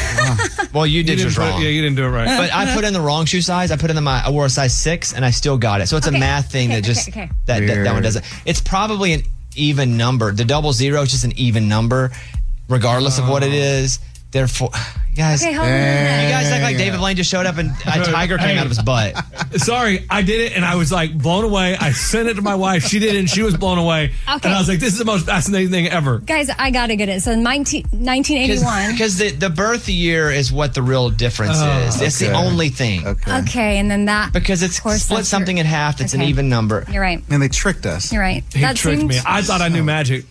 S3: Well, you did
S5: didn't
S3: yours
S5: put it-
S3: wrong.
S5: yeah, you didn't do it right.
S3: But I put in the wrong shoe size. I put in the my I wore a size six, and I still got it. So it's
S2: Okay.
S3: a math thing
S2: Okay,
S3: that just
S2: okay, okay.
S3: That, that that one doesn't. It's probably an even number. The double zero is just an even number, regardless of what it
S5: Oh.
S3: is. Therefore, guys,
S2: Okay,
S3: you
S2: hold on a minute.
S3: guys act like
S2: Yeah.
S3: David Blaine just showed up and a tiger came
S5: Hey.
S3: out of his butt.
S5: Sorry, I did it and I was like blown away. I sent it to my wife. She did it and she was blown away.
S2: Okay.
S5: And I was like, this is the most fascinating thing ever.
S2: Guys, I gotta get it. So 19, 1981.
S3: because the, the birth year is what the real difference
S5: Oh,
S3: is. It's the
S6: okay.
S3: only thing.
S2: Okay, and then that.
S3: Because it's split something in half. It's an
S2: Okay.
S3: even number.
S2: You're right.
S6: And they tricked us.
S2: You're right.
S5: He tricked me. I thought I knew magic.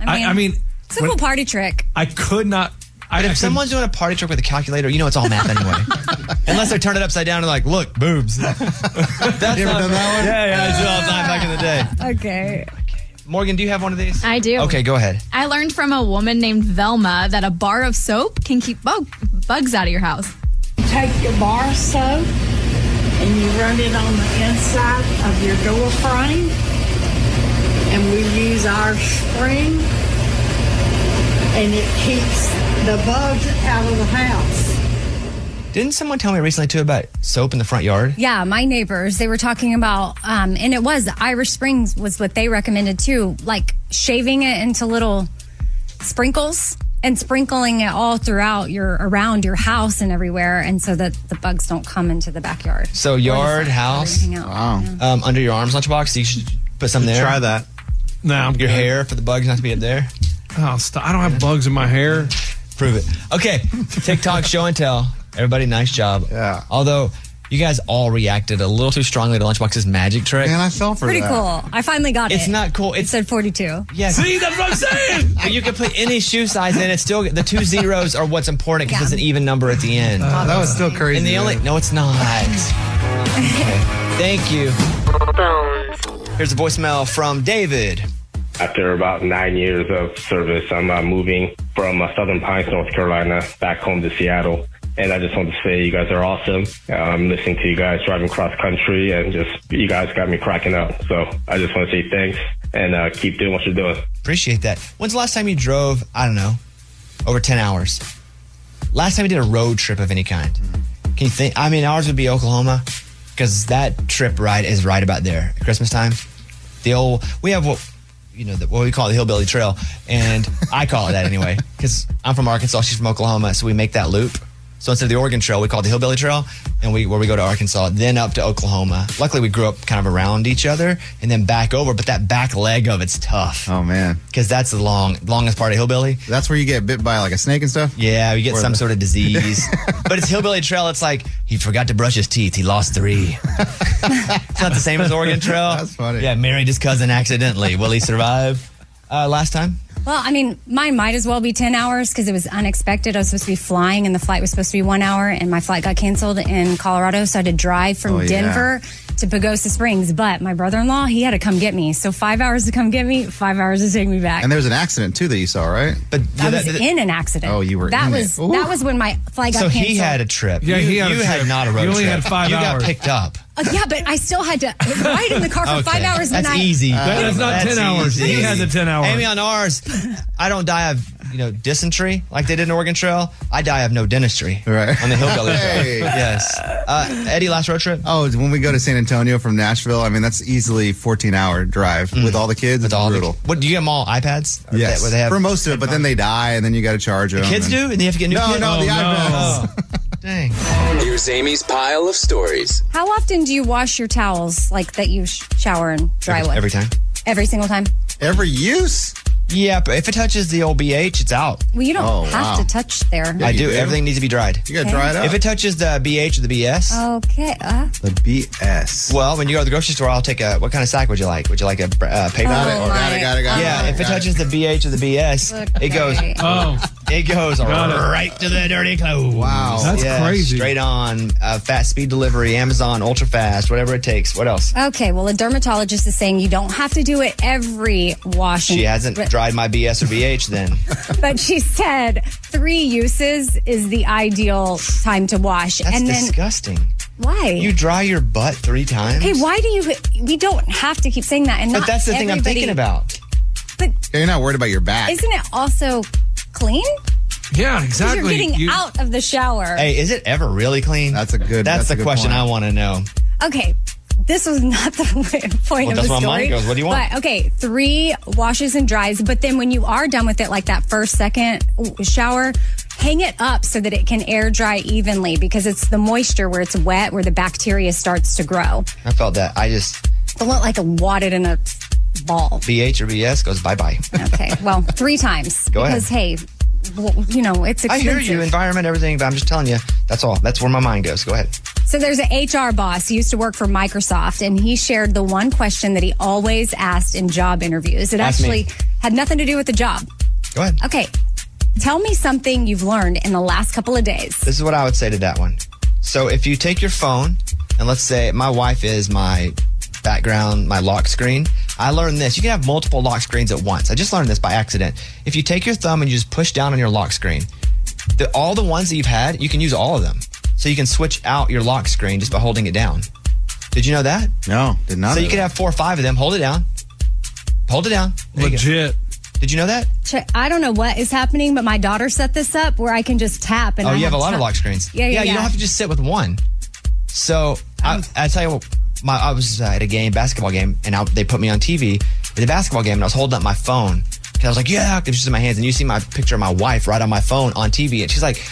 S5: I- I mean,
S2: it's a cool
S5: when-
S2: party trick.
S5: I could not. I,
S3: But
S5: I
S3: if someone's doing a party trick with a calculator, you know it's all math anyway. Unless they turn it upside down and like, look, boobs. That's
S6: you ever done that one?
S3: Yeah, yeah, I did all the time back in the day.
S11: Okay.
S3: Morgan, do you have one of these?
S11: I do.
S3: Okay, go ahead.
S11: I learned from a woman named Velma that a bar of soap can keep bug- bugs out of your house.
S24: Take your bar soap and you run it on the inside of your door frame. And we use our spring and it keeps the bugs out of the house.
S3: Didn't someone tell me recently too about soap in the front yard?
S2: Yeah, my neighbors, they were talking about, um, and it was Irish Springs was what they recommended too, like shaving it into little sprinkles and sprinkling it all throughout your, around your house and everywhere. And so that the bugs don't come into the backyard.
S3: So yard, house, wow. Um, under your arms, lunchbox. You should put some there.
S6: Try that.
S5: No, I'm
S3: your hair for the bugs not to be up there.
S5: Oh, stop. I don't have bugs in my hair.
S3: Prove it. Okay, TikTok show and tell. Everybody, nice job. Yeah. Although you guys all reacted a little too strongly to Lunchbox's magic trick, and I fell for
S2: Pretty cool. I finally got it.
S3: It's not cool.
S2: It said 42.
S3: Yeah.
S5: See, that's what I'm saying.
S3: But you can put any shoe size in. It's still the two zeros are what's important because it's an even number at the end.
S6: Oh, that was still crazy,
S3: And the only
S6: man.
S3: no, it's not. Okay. Thank you. Here's a voicemail from David.
S8: After about nine years of service, I'm uh, moving from uh, Southern Pines, North Carolina, back home to Seattle. And I just want to say you guys are awesome. Uh, I'm listening to you guys driving cross country, and just you guys got me cracking up. So I just want to say thanks and uh, keep doing what you're doing.
S3: Appreciate that. When's the last time you drove? I don't know, over ten hours. Last time you did a road trip of any kind?
S6: Mm-hmm.
S3: Can you think? I mean, ours would be Oklahoma because that trip ride is right about there. at Christmas time, the old we have what you know the, what we call the hillbilly trail, and I call it that anyway because I'm from Arkansas, she's from Oklahoma, so we make that loop. So instead of the Oregon Trail, we call it the Hillbilly Trail, and we where we go to Arkansas, then up to Oklahoma. Luckily, we grew up kind of around each other, and then back over. But that back leg of it's tough. Oh man, because that's the long longest part of Hillbilly. That's where you get bit by like a snake and stuff. Yeah, you get
S6: Or
S3: some
S6: the-
S3: sort of disease. but it's Hillbilly Trail. It's like he forgot to brush his teeth. He lost three. it's not the same as Oregon Trail. That's funny. Yeah, married his cousin accidentally. Will he survive? Uh, last time.
S2: Well, I mean, mine might as well be 10 hours because it was unexpected. I was supposed to be flying and the flight was supposed to be one hour and my flight got canceled in Colorado. So I had to drive from
S10: Oh, yeah.
S2: Denver to Pagosa Springs. But my brother in law, he had to come get me. So five hours to come get me, five hours to take me back.
S6: And there was an accident too that you saw, right?
S3: But
S2: I was in an accident.
S6: Oh, you were
S2: That
S6: in it.
S2: was that was when my flight got
S3: So
S2: canceled.
S3: he had a trip.
S5: Yeah,
S3: you,
S5: he had a
S3: you
S5: trip.
S3: had not a road
S5: You only
S3: trip.
S5: had five
S3: you
S5: hours.
S3: got picked up.
S2: Uh, yeah, but I still had to ride in the car for five
S3: Okay.
S2: hours.
S3: That's
S2: and I-
S3: easy.
S5: That- Uh, that's not 10 hours. He had the 10 hours.
S3: Amy on ours. I don't die of you know dysentery like they did in Oregon Trail. I die of no dentistry. Right on the hillbilly
S6: Hey.
S3: trail. Yes. Uh, Eddie, last road trip?
S6: Oh, when we go to San Antonio from Nashville, I mean that's easily 14 hour drive with all the kids. With all brutal.
S3: What do you get them Mm. all iPads? Or
S6: Yes,
S3: they- they have-
S6: for most of it, but then they die, and then you got to charge them.
S3: kids
S6: and-
S3: do, and they have to get new
S6: No,
S3: kids. Oh,
S6: no, the
S5: Oh,
S6: iPads.
S1: Here's Amy's pile of stories.
S2: How often do you wash your towels like that you sh- shower and dry with?
S3: Oh. Every time.
S2: Every single time.
S3: Every use. Yeah, but if it touches the old BH, it's out.
S2: Well, you don't
S6: Oh,
S2: have to touch there.
S3: Oh, I do. Everything needs to be dried. You
S2: gotta dry it up.
S3: If it touches the BH or the BS,
S2: Okay. Uh,
S3: The BS. Well, when you go to the grocery store, I'll take a. What kind of sack would you like? Would you like a uh, paper?
S6: Got it, Oh got it, got it, got it,
S3: Yeah,
S6: got it,
S3: if it
S6: got
S3: touches the BH or the BS, it goes.
S6: Okay.
S3: Oh, it goes
S6: Got it.
S3: right to the dirty clothes. Wow,
S5: That's crazy.
S3: Straight on, uh, fast speed delivery, Amazon, ultra fast, whatever it takes. What else?
S2: okay. Well, a dermatologist is saying you don't have to do it every wash. and-
S3: She hasn't
S2: but,
S3: dried my BS or BH. Then
S2: but she said three uses is the ideal time to wash.
S3: that's
S2: and then
S3: disgusting.
S2: why?
S3: You dry your butt three times.
S2: okay. Why do you? We don't have to keep saying that. And
S3: But
S2: not
S3: that's the thing I'm
S2: everybody-
S3: thinking about.
S2: But
S6: Yeah, you're not worried about your back.
S2: Isn't it also clean?
S5: Yeah,
S2: 'Cause You're getting out of the shower.
S3: Hey, is it ever really clean? That's a good. That's,
S6: that's a
S3: the
S6: good
S3: question
S6: point.
S3: I want to know.
S2: Okay. This was not the point
S3: Well,
S2: of
S3: that's
S2: the
S3: where
S2: story.
S3: mine goes. What do you want?
S2: But okay, three washes and dries. But then when you are done with it, like that first second shower, hang it up so that it can air dry evenly because it's the moisture where it's wet where the bacteria starts to grow.
S3: I felt that. I just
S2: Don't look like a wadded in a ball.
S3: BH or BS goes bye bye.
S2: Okay, well, three times.
S3: Go ahead.
S2: because hey, well, you know it's
S3: I
S2: expensive.
S3: hear you, environment, everything, but I'm just telling you. That's all. That's where my mind goes. Go ahead.
S2: So there's an HR boss who used to work for Microsoft, and he shared the one question that he always asked in job interviews. It
S3: Ask me.
S2: actually had nothing to do with the job.
S3: Go ahead.
S2: Okay, tell me something you've learned in the last couple of days.
S3: This is what I would say to that one. So if you take your phone and let's say my wife is my background, my lock screen. I learned this. You can have multiple lock screens at once. I just learned this by accident. If you take your thumb and you just push down on your lock screen, the, all the ones that you've had, you can use all of them. So you can switch out your lock screen just by holding it down. Did you know that?
S6: No, did not.
S3: so
S6: know
S3: you could
S6: that.
S3: have four or five of them. Hold it down. Hold it down. Legit. Did you know that?
S2: Check- I don't know what is happening, but my daughter set this up where I can just tap and
S3: oh,
S2: I
S3: you have a lot of
S2: time.
S3: lock screens.
S2: Yeah, yeah,
S3: You
S2: yeah.
S3: don't have to just sit with one. So I, I tell you, what, my I was uh, at a game, basketball game, and I, they put me on TV at the basketball game, and I was holding up my phone because I was like, yeah, it was just in my hands, and you see my picture of my wife right on my phone on TV, and she's like.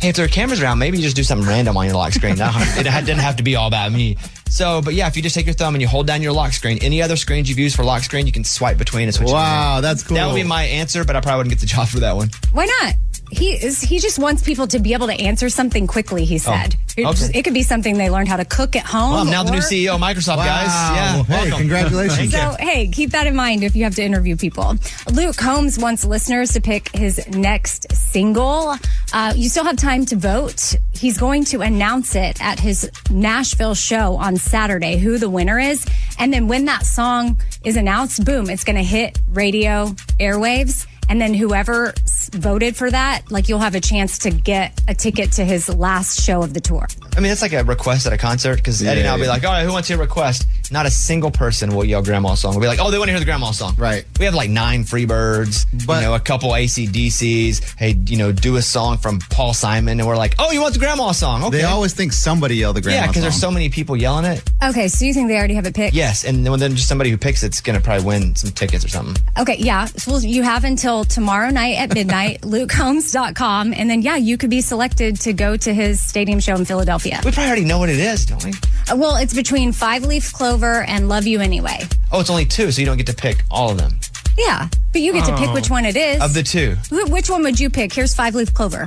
S3: Hey, if there are cameras around, maybe you just do something random on your lock screen. No, it didn't have to be all about me. So, but yeah, if you just take your thumb and you hold down your lock screen, any other screens you've used for lock screen, you can swipe between and switch.
S6: Wow,
S3: that's That would
S6: cool.
S3: be my answer, but I probably wouldn't get the job for that one.
S2: Why not? He is. He just wants people to be able to answer something quickly. He said it,
S3: Oh. okay.
S2: just- it could be something they learned how to cook at home.
S3: Well, I'm now the new
S2: or-
S3: CEO of Microsoft, guys.
S6: Wow. Hey,
S3: Yeah. welcome.
S6: congratulations.
S2: So, hey, keep that in mind if you have to interview people. Luke Combs wants listeners to pick his next single. Uh, you still have time to vote. He's going to announce it at his Nashville show on Saturday, who the winner is. And then when that song is announced, boom, it's going to hit radio airwaves. And then whoever s- voted for that, like you'll have a chance to get a ticket to his last show of the tour.
S3: I mean, it's like a request at a concert because Eddie and I will be
S6: Yeah.
S3: like, all right, who wants to hear a request? Not a single person will yell grandma song. We'll be like, oh, they want to hear the grandma song. Right. We have like nine Freebirds, you know, a couple ACDCs. Hey, you know, do a song from Paul Simon. And we're like, oh, you want the grandma song? Okay.
S6: They always think somebody yelled the grandma
S3: yeah, because there's so
S6: song.
S3: many people yelling it.
S2: Okay, so you think they already have it picked?
S3: Yes. And then, then just somebody who picks it's going to probably win some tickets or something.
S2: Okay, yeah. So well, you have until tomorrow night at midnight, lukeholmes.com. And then, yeah, you could be selected to go to his stadium show in Philadelphia.
S3: We probably already know what it is, don't we?
S2: Uh, Well, it's between Five Leaf Clover and Love You Anyway.
S3: Oh, it's only two, so you don't get to pick all of them.
S2: Yeah, but you get to pick
S3: Oh.
S2: which one it is.
S3: Of the two.
S2: Wh- which one would you pick? Here's Five Leaf Clover.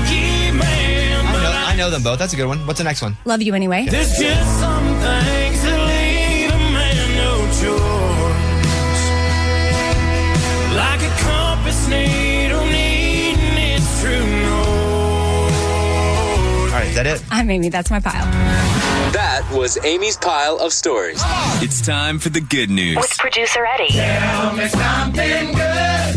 S3: I know, I know them both. That's a good one. What's the next one?
S2: Love You Anyway.
S3: There's
S2: just some things that leave a man no
S16: Like a compass needle needing its true north.
S3: All right, is that it?
S2: I'm Amy. Ah, That's my pile.
S1: That was Amy's pile of stories.
S16: It's time for the good news.
S25: producer Eddie. Tell me something good.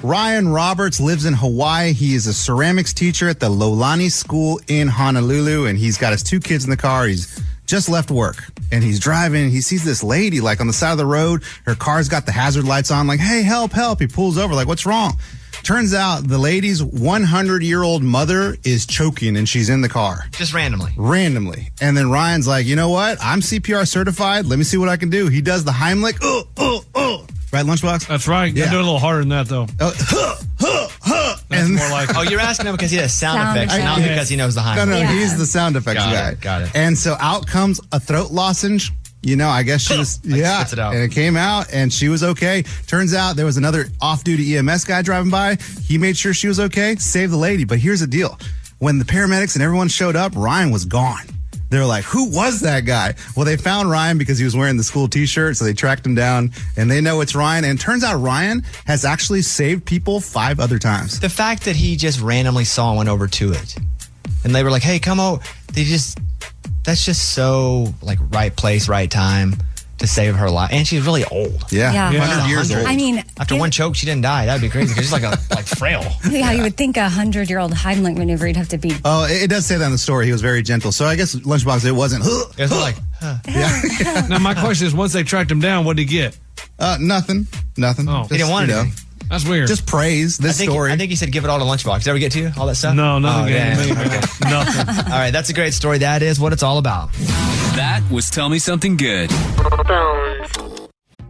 S6: Ryan Roberts lives in Hawaii. He is a ceramics teacher at the Lolani School in Honolulu, and he's got his two kids in the car. He's just left work and he's driving. He sees this lady like on the side of the road. Her car's got the hazard lights on, like, hey, help, help. He pulls over, like, what's wrong? Turns out the lady's 100 year old mother is choking and she's in the car.
S3: Just randomly.
S6: randomly. And then Ryan's like, you know what? I'm CPR certified. Let me see what I can do. He does the Heimlich. Oh, oh, oh. Right, Lunchbox? That's right.
S5: You gotta do it a little harder than that, though.
S6: Oh. Uh,
S5: That's more like.
S3: Oh, you're asking him because he has sound,
S6: Sound
S3: effects,
S6: effects.
S3: not
S6: Yeah.
S3: because he knows the high.
S6: No, no, he's the sound effects
S3: Got
S6: guy.
S3: it, got it.
S6: And so out comes a throat lozenge. You know, I guess she was, yeah.
S3: spits it out.
S6: And it came out and she was okay. Turns out there was another off duty EMS guy driving by. He made sure she was okay, saved the lady. But here's the deal when the paramedics and everyone showed up, Ryan was gone. They were like, who was that guy? Well, they found Ryan because he was wearing the school t shirt. So they tracked him down and they know it's Ryan. And it turns out Ryan has actually saved people five other times.
S3: The fact that he just randomly saw and went over to it, and they were like, "Hey, come over." They just that's just so like right place, right time to save her life, and she's really old.
S6: Yeah,
S2: Yeah.
S3: 100 years old.
S2: I mean,
S3: after one choke, she didn't die. That'd be crazy. 'cause She's like a like frail.
S2: Yeah, you would think a hundred year old Heimlich maneuver you'd have to be.
S6: Oh, it, it does say that in the story. He was very gentle. So I guess Lunchbox, it wasn't. It
S3: was like.
S5: now my question is, once they tracked him down, what would he get?
S6: Uh, nothing. Nothing.
S3: Oh, he didn't want
S6: you know,
S3: anything.
S5: That's weird.
S6: Just praise this
S3: I think,
S6: story.
S3: I think he said, "Give it all to Lunchbox." Did I ever get to you? All that stuff?
S5: No, nothing
S3: Oh,
S5: came to
S3: yeah.
S5: me.
S3: Okay. nothing. All right, that's a great story. That is what it's all about.
S16: That was Tell Me Something Good.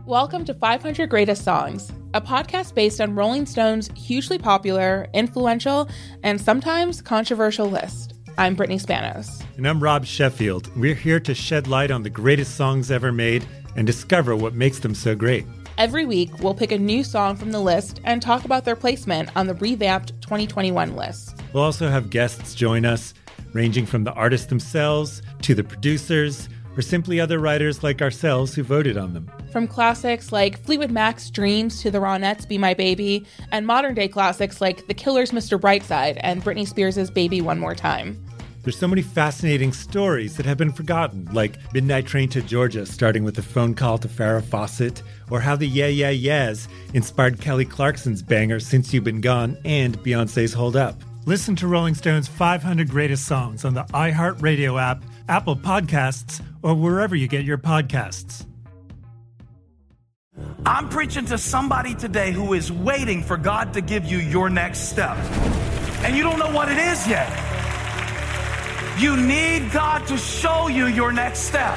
S13: Welcome to 500 Greatest Songs, a podcast based on Rolling Stone's hugely popular, influential, and sometimes controversial list. I'm Brittany Spanos.
S4: And I'm Rob Sheffield. We're here to shed light on the greatest songs ever made and discover what makes them so great.
S13: Every week, we'll pick a new song from the list and talk about their placement on the revamped 2021 list.
S4: We'll also have guests join us, ranging from the artists themselves to the producers or simply other writers like ourselves who voted on them.
S13: From classics like Fleetwood Mac's Dreams to the Ronettes' Be My Baby, and modern day classics like The Killer's Mr. Brightside and Britney Spears' Baby One More Time.
S4: There's so many fascinating stories that have been forgotten, like Midnight Train to Georgia starting with a phone call to Farrah Fawcett, or how the Yeah Yeah Yeahs inspired Kelly Clarkson's banger Since You've Been Gone and Beyonce's Hold Up.
S10: Listen to Rolling Stone's 500 Greatest Songs on the iHeartRadio app, Apple Podcasts, or wherever you get your podcasts.
S14: I'm preaching to somebody today who is waiting for God to give you your next step. And you don't know what it is yet. You need God to show you your next step.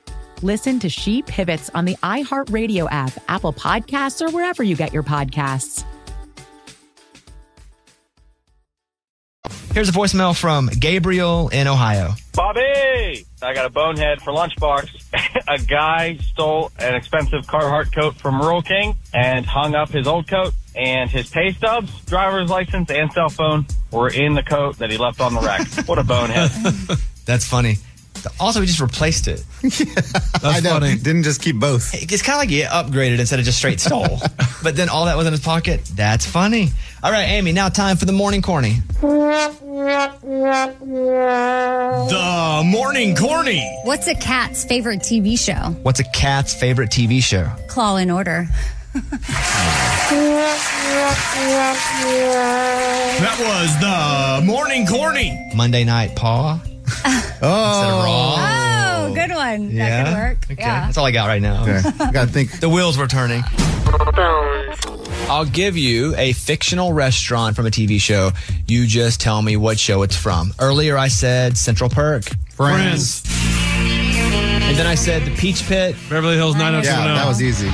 S15: Listen to She Pivots on the iHeartRadio app, Apple Podcasts, or wherever you get your podcasts.
S3: Here's a voicemail from Gabriel in Ohio.
S12: Bobby, I got a bonehead for lunchbox. a guy stole an expensive Carhartt coat from Rural King and hung up his old coat and his pay stubs, driver's license, and cell phone were in the coat that he left on the rack. what a bonehead!
S3: That's funny. Also, he just replaced it.
S6: I know. Didn't just keep both.
S3: It's kind of like he upgraded instead of just straight stole. but then all that was in his pocket. That's funny. All right, Amy. Now time for the morning corny.
S17: The morning corny.
S2: What's a cat's favorite TV show?
S3: What's a cat's favorite TV show?
S2: Claw and Order. Oh,
S17: That was the morning corny.
S3: Monday night paw. oh.
S2: Oh, good one. That could
S3: Yeah?
S2: work.
S3: Okay.
S2: Yeah.
S3: That's all I got right now.
S6: Got to think.
S3: The wheels were turning. I'll give you a fictional restaurant from a TV show. You just tell me what show it's from. Earlier, I said Central Perk.
S6: Friends.
S3: And then I said the Peach Pit.
S5: Beverly Hills
S6: Yeah, that was easy.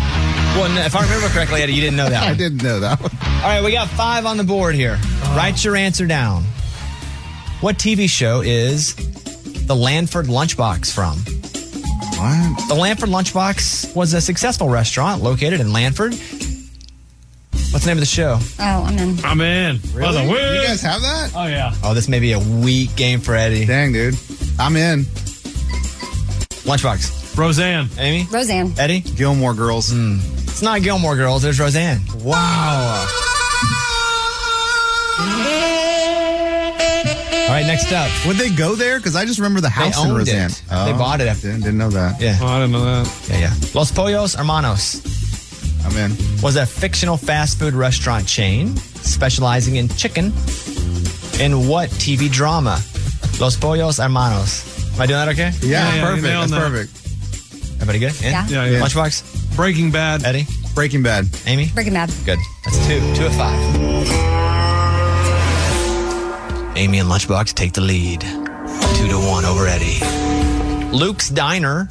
S3: Well, no, if I remember correctly, Eddie, you didn't know that.
S6: I
S3: one.
S6: didn't know that one.
S3: All right, we got five on the board here. Write your answer down. What TV show is the Lanford Lunchbox from? The Lanford Lunchbox was a successful restaurant located in Lanford. What's the name of the show?
S2: Oh, I'm in.
S5: I'm in.
S3: By the way-
S6: that?
S5: Oh yeah.
S3: Oh, this may be a weak game for Eddie.
S6: Dang, dude. I'm in.
S3: Lunchbox.
S5: Roseanne.
S3: Amy.
S2: Roseanne.
S3: Eddie. Hmm.
S6: Gilmore Girls.
S3: It's not Gilmore Girls. There's Roseanne. Wow. All right, next up.
S6: Would they go there? Because I just remember the house in
S3: owned
S6: Roseanne. Oh,
S3: it. They bought it after-
S6: Didn't, Oh, didn't know that.
S3: Yeah.
S5: I didn't know that.
S3: Yeah, yeah. Los Pollos Hermanos.
S6: I'm in.
S3: Was a fictional fast food restaurant chain specializing in chicken. In what TV drama? Los Pollos Hermanos. Am I doing that okay?
S6: Yeah, Yeah, yeah, perfect. you nailed That's that. perfect.
S3: Everybody good? In?
S2: Yeah. Yeah, yeah.
S3: Lunchbox?
S5: Breaking Bad.
S3: Eddie?
S6: Breaking Bad.
S3: Amy?
S2: Breaking Bad.
S3: Good. That's two. Two of five. Amy and Lunchbox take the lead. Two to one over Eddie. Luke's Diner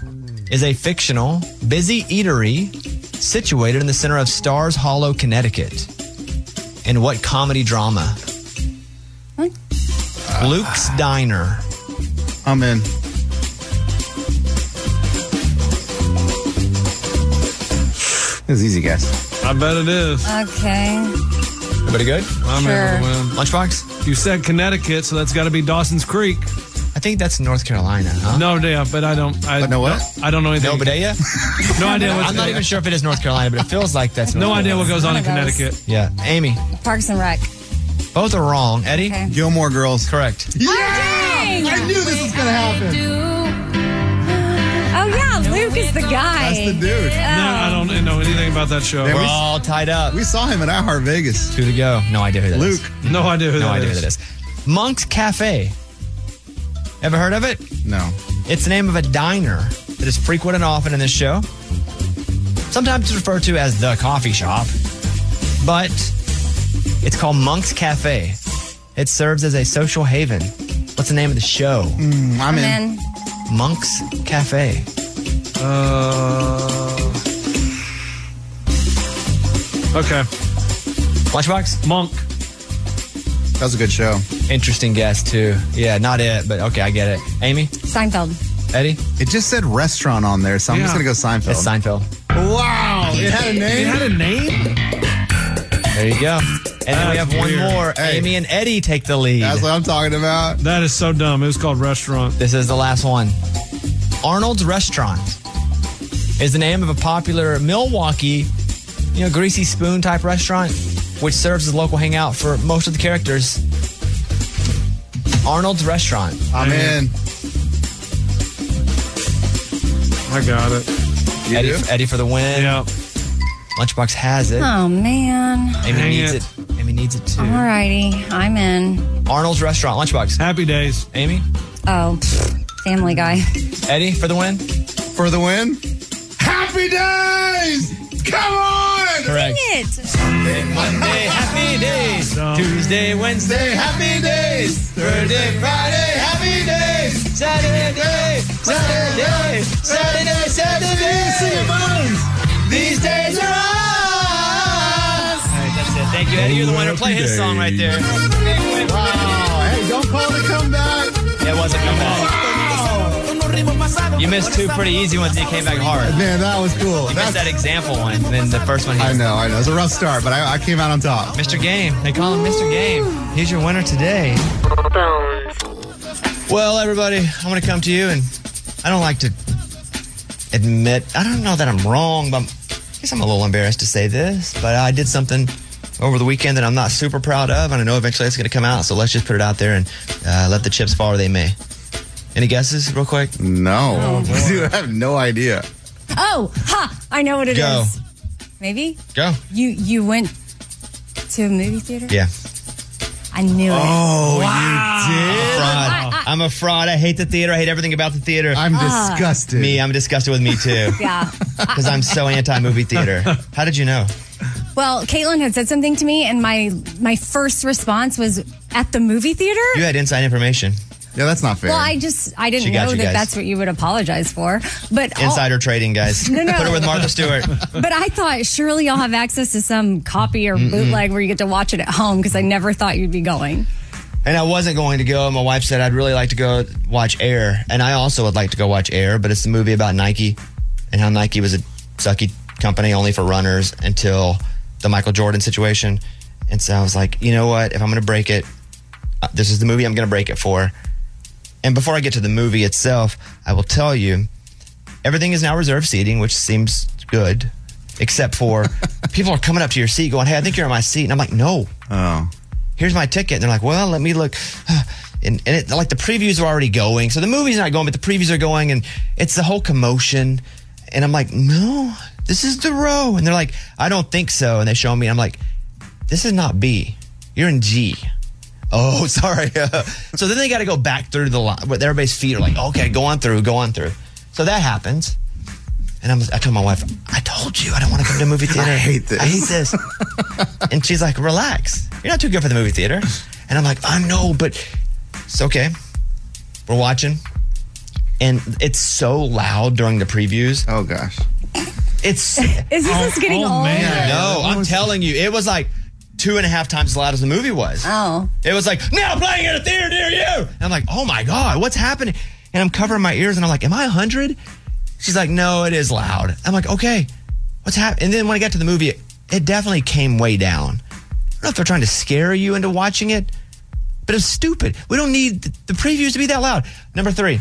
S3: is a fictional, busy eatery situated in the center of Stars Hollow, Connecticut. In what comedy drama? Luke's Diner.
S6: I'm in. It was easy, guys.
S5: I bet it is.
S2: Okay.
S3: Everybody good?
S5: I'm
S2: Sure.
S5: in for the win.
S3: Lunchbox?
S5: You said Connecticut, so that's got to be Dawson's Creek.
S3: I think that's North Carolina, huh?
S5: No, yeah, but I don't. I
S3: But no what?
S5: I don't know anything.
S3: No Badea?
S5: No idea what's
S3: I'm not even sure if it is North Carolina, but it feels like that's
S5: No
S3: North
S5: idea
S3: Carolina.
S5: what goes on in
S2: One of those.
S5: Connecticut.
S3: Yeah. Amy,
S2: Parks and Rec.
S3: both are wrong. Eddie?
S2: Okay.
S6: Gilmore Girls.
S3: Correct.
S2: Oh, Dang!
S6: I knew this was gonna happen.
S2: Oh yeah, Luke is the guy. Oh,
S6: That's the dude.
S5: No, uh, I don't know anything about that show.
S6: Yeah,
S3: We're
S6: we-
S3: all tied up.
S6: We saw him at iHeart Vegas.
S3: Two to go. No idea who that is.
S6: Luke.
S5: No idea who
S3: no
S5: that
S3: idea
S5: is.
S3: who that is. Monk's Cafe. Ever heard of it?
S6: No.
S3: It's the name of a diner that is frequent and often in this show. Sometimes it's referred to as the coffee shop, but it's called Monk's Cafe. It serves as a social haven. What's the name of the show?
S6: Mm, I'm, in.
S2: Man,
S3: Monk's Cafe.
S5: Uh, okay.
S3: Lunchbox?
S5: Monk.
S6: That was a good show.
S3: Interesting guess, too. Yeah, not it, but okay, I get it. Amy?
S2: Seinfeld.
S3: Eddie?
S6: It just said restaurant on there, so I'm just
S5: Yeah.
S6: gonna go Seinfeld.
S3: It's Seinfeld. Oh,
S6: wow, it had a
S5: It
S6: name.
S5: had a name?
S3: There you go. And then we
S5: That's
S3: have one
S5: weird.
S3: more.
S6: Hey.
S3: Amy and Eddie take the lead.
S6: That's what I'm talking about.
S5: That is so dumb. It was called Restaurant.
S3: This is the last one. Arnold's Restaurant is the name of a popular Milwaukee, you know, greasy spoon type restaurant, which serves as a local hangout for most of the characters. Arnold's Restaurant.
S6: I'm in.
S5: I got it.
S6: You
S3: Eddie,
S6: do?
S3: Eddie for the win.
S5: Yeah.
S3: Lunchbox has it.
S2: Oh man.
S3: Amy
S5: Dang
S3: needs
S5: it.
S3: it. Amy needs it too.
S2: Alrighty, I'm in.
S3: Arnold's Restaurant. Lunchbox.
S5: Happy Days.
S3: Amy.
S2: Oh, Family Guy.
S3: Eddie for the win.
S6: For the win. Happy days! Come on!
S2: Dang
S3: Correct.
S2: it!
S3: Monday, happy days. Tuesday, Wednesday, happy days. Thursday, Friday, happy days. Saturday, Saturday, Saturday, Saturday. These days are us. All right, that's it. Thank you, Eddie. You're the winner. Play his song right there.
S6: Wow, hey, don't call to come back.
S3: It wasn't no bad. You missed two pretty easy ones. And you came back hard. You
S6: Man, that was cool.
S3: missed
S6: That's,
S3: that example one, and then the first one. he
S6: I know, I know. It's a rough start, but I, I came out on top.
S3: Mr. Game. They call him Mr. Game. He's your winner today. Well, everybody, I'm going to come to you, and I don't like to admit, I don't know that I'm wrong, but I'm- I guess I'm a little embarrassed to say this, but I did something over the weekend that I'm not super proud of, and I know eventually it's going to come out, so let's just put it out there and uh, let the chips fall where they may. Any guesses, real quick? Oh,
S6: No, dude, I have no idea.
S2: Oh, ha! I know what it is.
S3: Go.
S2: Maybe
S3: Go.
S2: you you went to a movie theater.
S3: Yeah.
S2: I knew it.
S6: Oh, you did?
S3: Fraud. I'm a fraud. I hate the theater. I hate everything about the theater.
S6: I'm disgusted.
S3: me. I'm disgusted with me too.
S2: Yeah.
S3: because I'm so anti movie theater. How did you know?
S2: Well, Caitlin had said something to me, and my my first response was at the movie theater.
S3: You had inside information,
S6: yeah, that's not fair.
S2: Well, I just I didn't
S3: She got
S2: know
S3: you
S2: that
S3: guys.
S2: that's what you would apologize for. But all-
S3: insider trading, guys.
S2: No, no.
S3: Put her with Martha Stewart.
S2: but I thought surely you'll have access to some copy or bootleg where you get to watch it at home because I never thought you'd be going.
S3: And I wasn't going to go. My wife said I'd really like to go watch Air, and I also would like to go watch Air, but it's the movie about Nike and how Nike was a sucky company only for runners until the Michael Jordan situation. And so I was like, you know what? If I'm going to break it, uh, this is the movie I'm going to break it for. And before I get to the movie itself, I will tell you everything is now reserved seating, which seems good, except for people are coming up to your seat going, hey, I think you're in my seat. And I'm like, no,
S6: oh.
S3: here's my ticket. And they're like, well, let me look. And, and it, like the previews are already going. So the movie's not going, but the previews are going. And it's the whole commotion. And I'm like, no, this is the row. And they're like, I don't think so. And they show me. And I'm like, this is not B. You're in G. Oh, sorry. so then they got to go back through the line. But everybody's feet are like, okay, go on through, go on through. So that happens. And I'm, I told my wife, I told you I don't want to go to the movie theater.
S6: I hate this.
S3: I hate this. and she's like, relax. You're not too good for the movie theater. And I'm like, I know, but it's okay. We're watching. And it's so loud during the previews. Oh, gosh. It's. Oh,
S2: Is this us getting old?
S3: No, I'm telling you, it was like two and a half times as loud as the movie was.
S2: Oh.
S3: It was like, now playing at a theater near you. And I'm like, oh my God, what's happening? And I'm covering my ears and I'm like, am I 100? She's like, no, it is loud. I'm like, okay, what's happening? And then when I got to the movie, it, it definitely came way down. I don't know if they're trying to scare you into watching it, but it's stupid. We don't need th- the previews to be that loud. Number three,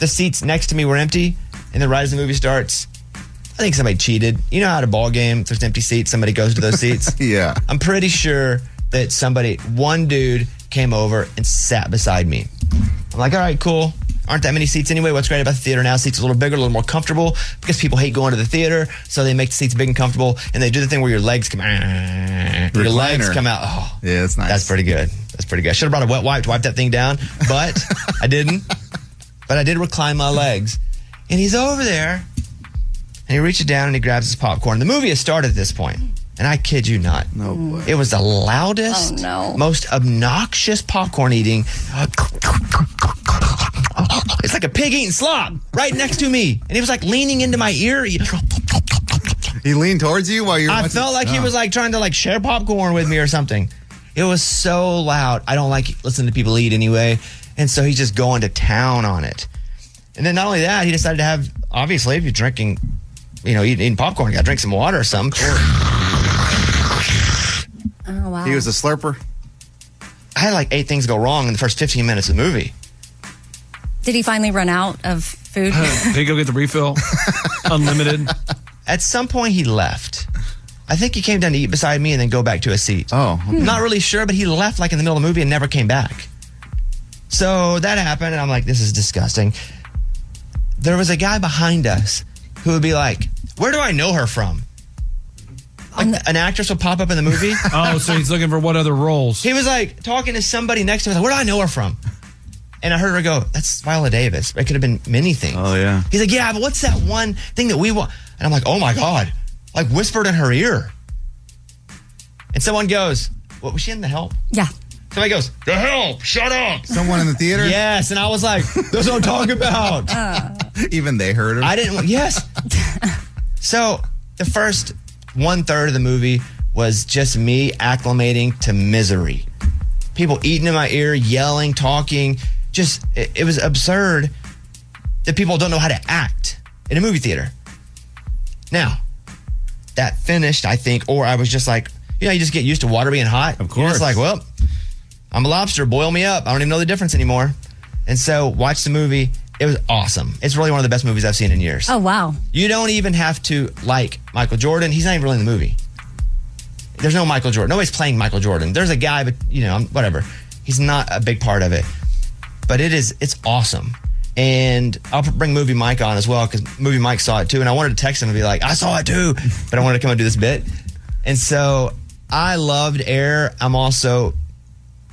S3: the seats next to me were empty, and the ride as the movie starts, I think somebody cheated. You know how at a ball game, if there's empty seats, somebody goes to those seats. yeah. I'm pretty sure that somebody, one dude, came over and sat beside me. I'm like, all right, cool. Aren't that many seats anyway? What's great about the theater now? Seats are a little bigger, a little more comfortable because people hate going to the theater, so they make the seats big and comfortable, and they do the thing where your legs come, your legs
S6: Recliner.
S3: come out. Oh,
S6: Yeah, that's nice.
S3: that's pretty good. That's pretty good. I should have brought a wet wipe to wipe that thing down, but I didn't. But I did recline my legs. And he's over there, and he reaches down and he grabs his popcorn. The movie has started at this point, and I kid you not. No way. It was the loudest, most obnoxious popcorn eating. It's like a pig eating slop right next to me. And he was like leaning into my ear.
S6: He leaned towards you while you were
S3: I
S6: watching-
S3: felt like he
S6: Oh.
S3: was like trying to like share popcorn with me or something. It was so loud. I don't like listening to people eat anyway. And so he's just going to town on it. And then not only that, he decided to have obviously if you're drinking, you know, eating, eating popcorn, you gotta drink some water or something.
S2: Oh, wow.
S3: a slurper. I had like eight things go wrong in the first 15 minutes of the movie.
S2: Did he finally run out of food?
S3: Can you go get the refill? Unlimited. At some point, he left. I think he came down to eat beside me and then go back to his seat. Oh,
S2: okay.
S3: not really sure, but he left like in the middle of the movie and never came back. So that happened, and I'm like, this is disgusting. There was a guy behind us who would be like, "Where do I know her from?" Like, an actress will pop up in the movie.
S5: Oh, so he's looking for what other roles?
S3: He was like talking to somebody next to me. Like, Where do I know her from? And I heard her go, "That's Viola Davis." It could have been many things. Oh yeah. He's like, "Yeah, but what's that one thing that we want?" And I'm like, "Oh my god!" Like whispered in her ear. And someone goes, "What was she in the help?"
S2: Yeah.
S3: Somebody goes, "The help! Shut up!"
S6: Someone in the theater?
S3: Yes. And I was like, "That's what I'm talking about."
S6: Even they heard her.
S3: I didn't. Yes. so the first one third of the movie was just me acclimating to misery. People eating in my ear, yelling, talking. Just it, it was absurd that people don't know how to act in a movie theater. Now that finished, I think, or I was just like, you know, you just get used to water being hot. Of course. It's like, well, I'm a lobster. Boil me up. I don't even know the difference anymore. And so, watch the movie. It was awesome. It's really one of the best movies I've seen in years.
S2: Oh, wow.
S3: You don't even have to like Michael Jordan. He's not even really in the movie. There's no Michael Jordan. Nobody's playing Michael Jordan. There's a guy, but you know, whatever. He's not a big part of it. But it is, it's awesome. And I'll bring Movie Mike on as well because Movie Mike saw it too. And I wanted to text him and be like, I saw it too. But I wanted to come and do this bit. And so I loved Air. I'm also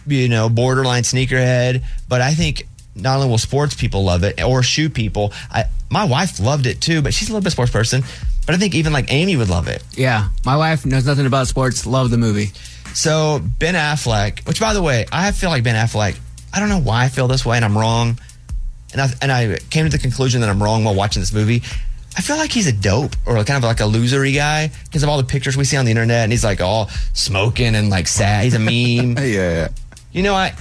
S3: you know, borderline sneakerhead. But I think not only will sports people love it or shoe people, I, my wife loved it too, but she's a little bit sports person. But I think even like Amy would love it.
S18: Yeah, my wife knows nothing about sports. Love the movie.
S3: So Ben Affleck, which by the way, I feel like Ben Affleck. I don't know why I feel this way, and I'm wrong. And I and I came to the conclusion that I'm wrong while watching this movie. I feel like he's a dope or kind of like a losery guy because of all the pictures we see on the internet, and he's like all smoking and like sad. He's a meme. yeah, yeah. You know, I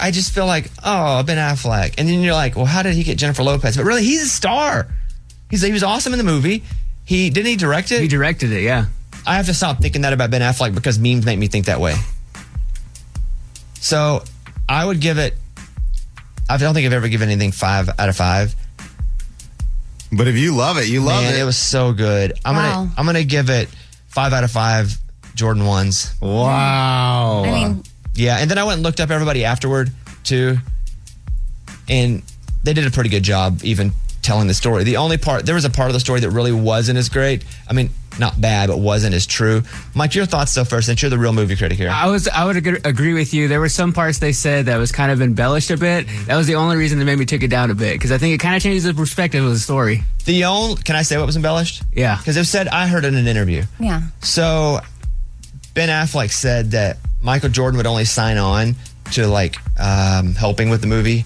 S3: I just feel like oh Ben Affleck, and then you're like, well, how did he get Jennifer Lopez? But really, he's a star. He's he was awesome in the movie. He didn't he direct it? He
S18: directed it. Yeah.
S3: I have to stop thinking that about Ben Affleck because memes make me think that way. So I would give it. I don't think I've ever given anything five out of five.
S6: But if you love it, you love
S3: Man,
S6: it.
S3: It was so good. I'm
S2: Wow.
S3: gonna I'm gonna give it five out of five Jordan ones.
S6: Wow.
S2: I mean-
S3: yeah, and then I went and looked up everybody afterward too, and they did a pretty good job even telling the story. The only part there was a part of the story that really wasn't as great. I mean, not bad, but wasn't as true. Mike, your thoughts though first, since you're the real movie critic here.
S18: I was I would ag- agree with you. There were some parts they said that was kind of embellished a bit. That was the only reason that made me took it down a bit because I think it kind of changes the perspective of the story.
S3: The only can I say what was embellished?
S18: Yeah,
S3: because it was said I heard in an interview.
S2: Yeah.
S3: So Ben Affleck said that Michael Jordan would only sign on to like um, helping with the movie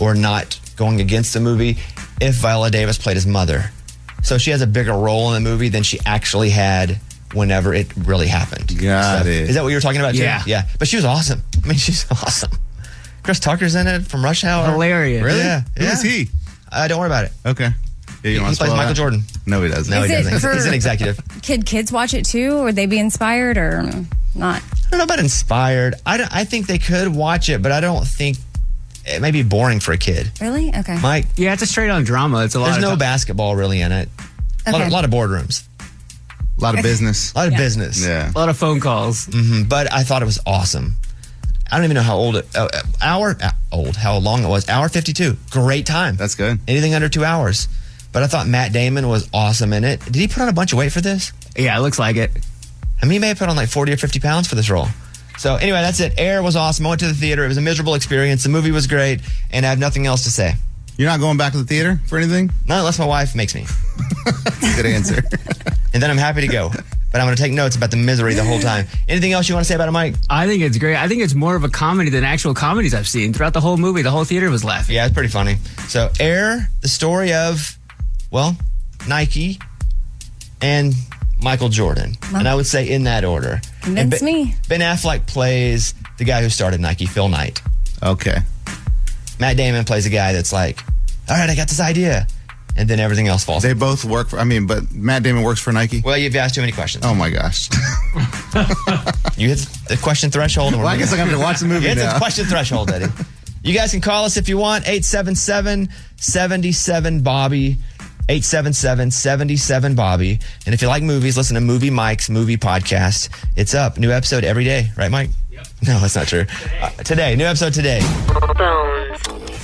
S3: or not going against the movie if Viola Davis played his mother. So she has a bigger role in the movie than she actually had whenever it really happened.
S6: Got
S3: So-
S6: it.
S3: Is that what you were talking about? too?
S6: Yeah.
S3: Yeah. But she was awesome. I mean, she's awesome. Chris Tucker's in it from Rush Hour. Hilarious. Really? Yeah.
S6: Who is he?
S3: Uh, don't worry about it.
S6: Okay. Yeah,
S3: He-
S6: wanna
S3: he plays
S6: spoil
S3: Michael
S6: that?
S3: Jordan.
S6: No, he doesn't.
S3: No, he
S2: Is it
S3: doesn't. He's-
S2: for-
S3: He's an executive.
S2: Could kids watch it too? Would they be inspired or not?
S3: I don't know about inspired. I, don't- I think they could watch it, but I don't think it may be boring for a kid.
S2: Really? Okay.
S3: Mike? Yeah, it's a straight on drama. It's a
S2: lot
S3: There's
S2: of
S3: no
S2: ti-
S3: basketball really in it. A, lot
S2: Okay.
S3: of, lot of boardrooms.
S6: A lot of business.
S3: A lot of business.
S6: Yeah.
S3: A lot of phone calls. hmm But I thought it was awesome. I don't even know how old it. Uh, uh, hour uh, old. How long it was? Hour fifty-two. Great time. That's good. Anything under two hours. But I thought Matt Damon was awesome in it. Did he put on a bunch of weight for this? Yeah, it looks like it. I mean, he may have put on like forty or fifty pounds for this role. So anyway, that's it. Air was awesome. I went to the theater. It was a miserable experience. The movie was great, and I have nothing else to say. You're not going back to the theater for anything? Not unless my wife makes me. Good answer. and then I'm happy to go. But I'm going to take notes about the misery the whole time. Anything else you want to say about it, Mike?
S18: I think it's great. I think it's more of a comedy than actual comedies I've seen throughout the whole movie. The whole theater was laughing.
S3: Yeah, it's pretty funny. So, Air, the story of, well, Nike and Michael Jordan. And I would say in that order. And
S2: Convince
S3: ben,
S2: me.
S3: Ben Affleck plays the guy who started Nike, Phil Knight. Okay. Matt Damon plays a guy that's like, all right, I got this idea. And then everything else falls.
S6: They both work for, I mean, but Matt Damon works for Nike.
S3: Well, you've asked too many questions.
S6: Oh my gosh.
S3: you hit the question threshold.
S6: Well, I guess I'm going to watch the movie
S3: It's
S6: now.
S3: a question threshold, Eddie. You guys can call us if you want, 877-77-BOBBY, 877-77-BOBBY. And if you like movies, listen to Movie Mike's Movie Podcast. It's up. New episode every day. Right, Mike? Yep. No, that's not true. Uh, today. New episode today.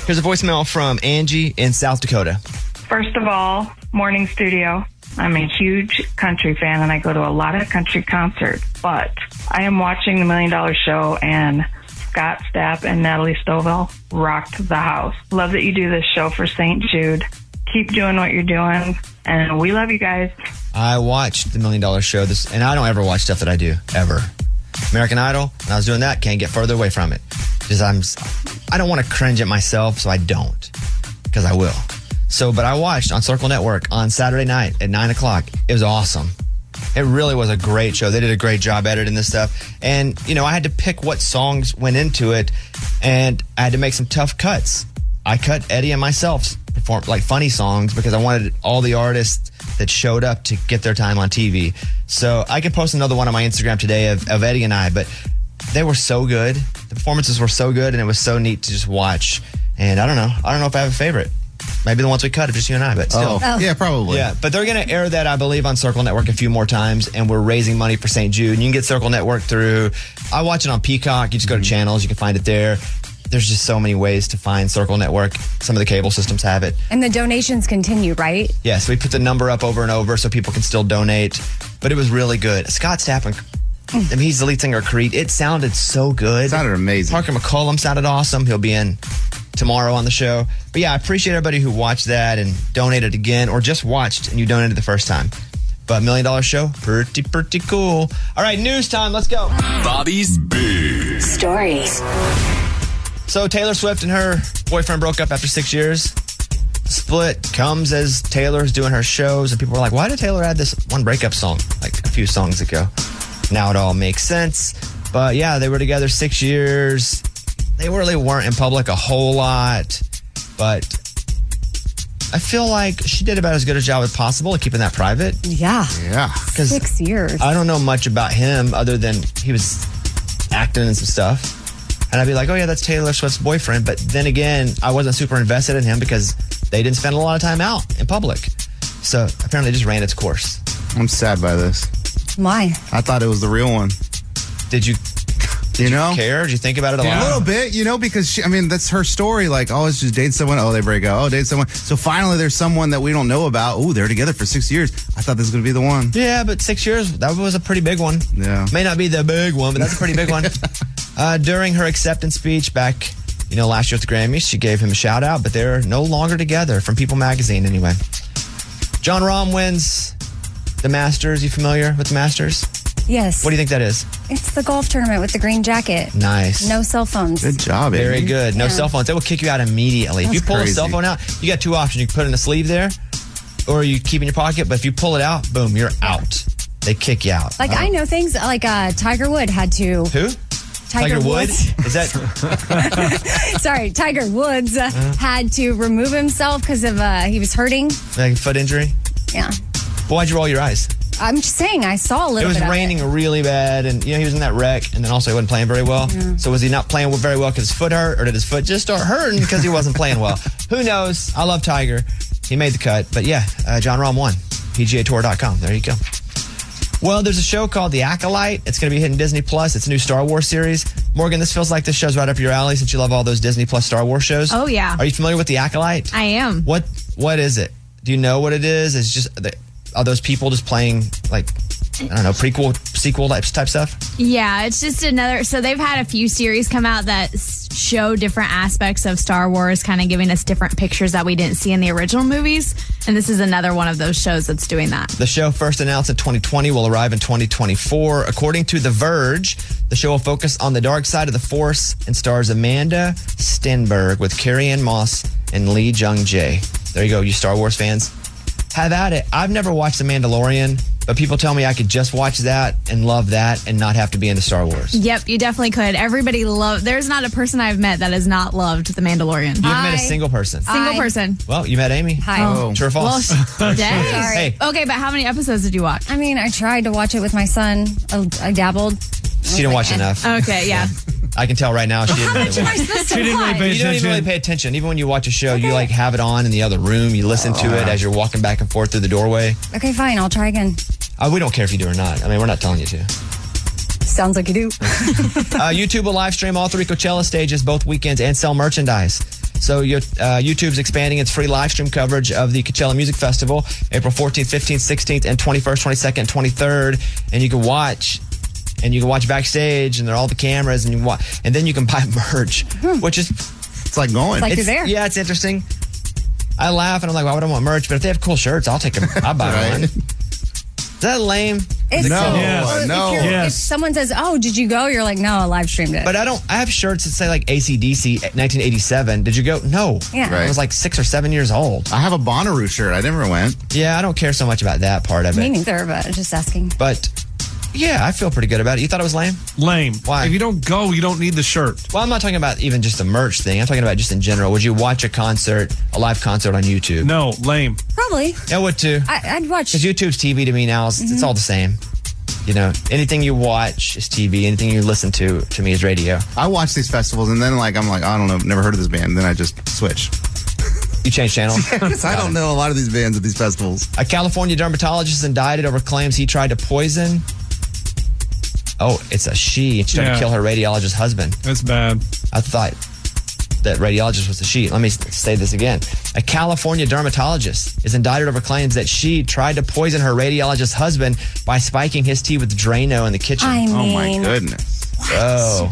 S3: Here's a voicemail from Angie in South Dakota.
S19: First of all, morning studio. I'm a huge country fan and I go to a lot of country concerts, but I am watching The Million Dollar Show and Scott Stapp and Natalie Stovall rocked the house. Love that you do this show for St. Jude. Keep doing what you're doing and we love you guys.
S3: I watched the Million Dollar Show this, and I don't ever watch stuff that I do ever. American Idol, when I was doing that, can't get further away from it. Just I'm, s- I don't want to cringe at myself, so I don't, because I will. So, but I watched on Circle Network on Saturday night at nine o'clock. It was awesome. It really was a great show. They did a great job editing this stuff, and you know I had to pick what songs went into it, and I had to make some tough cuts. I cut Eddie and myself perform like funny songs because I wanted all the artists that showed up to get their time on TV. So I could post another one on my Instagram today of, of Eddie and I, but they were so good. The performances were so good, and it was so neat to just watch. And I don't know. I don't know if I have a favorite. Maybe the ones we cut are just you and I, but still.
S6: Oh. Oh. Yeah, probably.
S3: Yeah, but they're going to air that, I believe, on Circle Network a few more times, and we're raising money for St. Jude. And you can get Circle Network through, I watch it on Peacock. You just go to channels, you can find it there. There's just so many ways to find Circle Network. Some of the cable systems have it.
S2: And the donations continue, right?
S3: Yes, we put the number up over and over so people can still donate. But it was really good. Scott Stapp, and- I mean, he's the lead singer of Creed. It sounded so good. sounded amazing. Parker McCollum sounded awesome. He'll be in tomorrow on the show. But yeah, I appreciate everybody who watched that and donated again or just watched and you donated the first time. But Million Dollar Show, pretty, pretty cool. All right, news time. Let's go.
S16: Bobby's Big
S3: Stories. So Taylor Swift and her boyfriend broke up after six years. The split comes as Taylor's doing her shows, and people were like, "Why did Taylor add this one breakup song like a few songs ago?" Now it all makes sense. But yeah, they were together six years. They really weren't in public a whole lot, but I feel like she did about as good a job as possible at keeping that private.
S2: Yeah.
S3: Yeah.
S2: Six years.
S3: I don't know much about him other than he was acting and some stuff. And I'd be like, oh, yeah, that's Taylor Swift's boyfriend. But then again, I wasn't super invested in him because they didn't spend a lot of time out in public. So apparently it just ran its course.
S6: I'm sad by this.
S2: Why?
S6: I thought it was the real one.
S3: Did you? Did you, care? Did you think about it a
S6: A
S3: lot?
S6: little bit, you know, because she, I mean, that's her story. Like, oh, it's just date someone. Oh, they break up. Oh, date someone. So finally, there's someone that we don't know about. Oh, they're together for six years. I thought this was going to be the one.
S3: Yeah, but six years, that was a pretty big one.
S6: Yeah.
S3: May not be the big one, but that's a pretty big one. Uh, during her acceptance speech back, you know, last year at the Grammys, she gave him a shout out, but they're no longer together from People Magazine anyway. John Rahm wins the Masters. You familiar with the Masters?
S2: Yes.
S3: What do you think that is?
S2: It's the golf tournament with the green jacket.
S3: Nice.
S2: No cell phones.
S6: job,
S3: Very
S2: Amy.
S3: good. No
S2: Yeah.
S3: cell phones. They will kick you out immediately. if
S2: That's
S3: you pull
S2: crazy.
S3: a cell phone out, you got two options. You can put it in a sleeve there, or you keep it in your pocket. But if you pull it out, boom, you're out. They kick you out.
S2: Like I know things like uh, Tiger Wood had to.
S3: Who?
S2: Tiger
S3: Woods? Is that?
S2: Sorry, Tiger Woods uh,
S3: Uh-huh.
S2: had to remove himself because of uh, he was hurting.
S3: Like a foot injury?
S2: Yeah,
S3: Well, why'd you roll your eyes?
S2: I'm just saying I saw a
S3: It
S2: little.
S3: was
S2: bit of
S3: raining really bad, and you know he was in that wreck, and then also he wasn't playing very well.
S2: Yeah.
S3: So was he not playing very well because his foot hurt, or did his foot just start hurting because he wasn't playing well? Who knows? I love Tiger. He made the cut, but yeah, uh, John Rahm won. PGAtour.com. There you go. Well, there's a show called The Acolyte. It's going to be hitting Disney Plus. It's a new Star Wars series. Morgan, this feels like this show's right up your alley since you love all those Disney Plus Star Wars shows.
S11: Oh, yeah.
S3: Are you familiar with The Acolyte?
S11: I am.
S3: What what is it? Do you know what it is? It's just the, are those people just playing like I don't know prequel sequel type type stuff?
S11: Yeah, it's just another. So they've had a few series come out that s- show different aspects of Star Wars, kind of giving us different pictures that we didn't see in the original movies. And this is another one of those shows that's doing that.
S3: The show, first announced in 2020, will arrive in 2024. According to The Verge, the show will focus on the dark side of the Force and stars Amanda Stenberg with Carrie Ann Moss and Lee Jung Jae. There you go, you Star Wars fans. Have at it. I've never watched The Mandalorian, but people tell me I could just watch that and love that and not have to be into Star Wars.
S11: Yep, you definitely could. Everybody love. There's not a person I've met that has not loved The Mandalorian.
S3: You haven't met a single person.
S11: single person.
S3: Well, you met Amy.
S11: Hi. Oh.
S3: True or false?
S11: Well, sh- dang.
S3: Hey,
S11: Okay, but how many episodes did you watch?
S2: I mean, I tried to watch it with my son. I, I dabbled.
S3: she didn't watch enough.
S11: Okay, yeah.
S3: I can tell right now she didn't.
S11: How
S3: really
S11: much am I
S3: watch.
S11: supposed to She didn't really watch? pay
S3: You don't even really
S11: attention.
S3: pay attention. Even when you watch a show, you like have it on in the other room. You listen to it as you're walking back and forth through the doorway.
S2: Okay, fine. I'll try again.
S3: Uh, we don't care if you do or not. I mean, we're not telling you to.
S2: Sounds like you do.
S3: uh, YouTube will live stream all three Coachella stages both weekends and sell merchandise. So your, uh, YouTube's expanding its free live stream coverage of the Coachella Music Festival, April 14th, 15th, 16th, and 21st, 22nd, and 23rd, and you can watch. And you can watch backstage, and there are all the cameras, and you watch, and then you can buy merch, which is it's
S6: Hmm. like going.
S2: It's like you're there.
S3: Yeah, it's interesting. I laugh and I'm like, why would I want merch? But if they have cool shirts, I'll take them. I'll buy one. Is that lame?
S2: It's
S3: no,
S2: so- Well, If, you're- if someone says, "Oh, did you go?" You're like, "No, I live streamed it."
S3: But I don't. I have shirts that say like ACDC 1987. Did you go? No.
S2: Yeah. Right.
S3: I was like six or seven years old.
S6: I have a Bonnaroo shirt. I never went.
S3: Yeah, I don't care so much about that part of
S2: Me
S3: it.
S2: neither, but just asking.
S3: But yeah, I feel pretty good about it. You thought it was lame?
S5: Lame.
S3: Why?
S5: If you don't go, you don't need the shirt.
S3: Well, I'm not talking about even just the merch thing. I'm talking about just in general. Would you watch a concert, a live concert on YouTube?
S5: No, lame.
S2: Probably.
S3: I would too.
S2: I, I'd watch.
S3: Because YouTube's TV to me now, it's, it's
S2: Mhm.
S3: all the same. You know, anything you watch is TV. Anything you listen to to me is radio.
S6: I watch these festivals and then like I'm like I don't know, never heard of this band. And then I just switch.
S3: You change channel.
S6: Because I don't know a lot of these bands at these festivals.
S3: A California dermatologist indicted over claims he tried to poison. Oh, it's a she. She tried
S5: Yeah.
S3: to kill her radiologist husband.
S5: That's bad.
S3: I thought that radiologist was a she. Let me s- say this again. A California dermatologist is indicted over claims that she tried to poison her radiologist husband by spiking his tea with Drano in the kitchen.
S2: I Oh, my mean-
S6: goodness.
S3: Oh,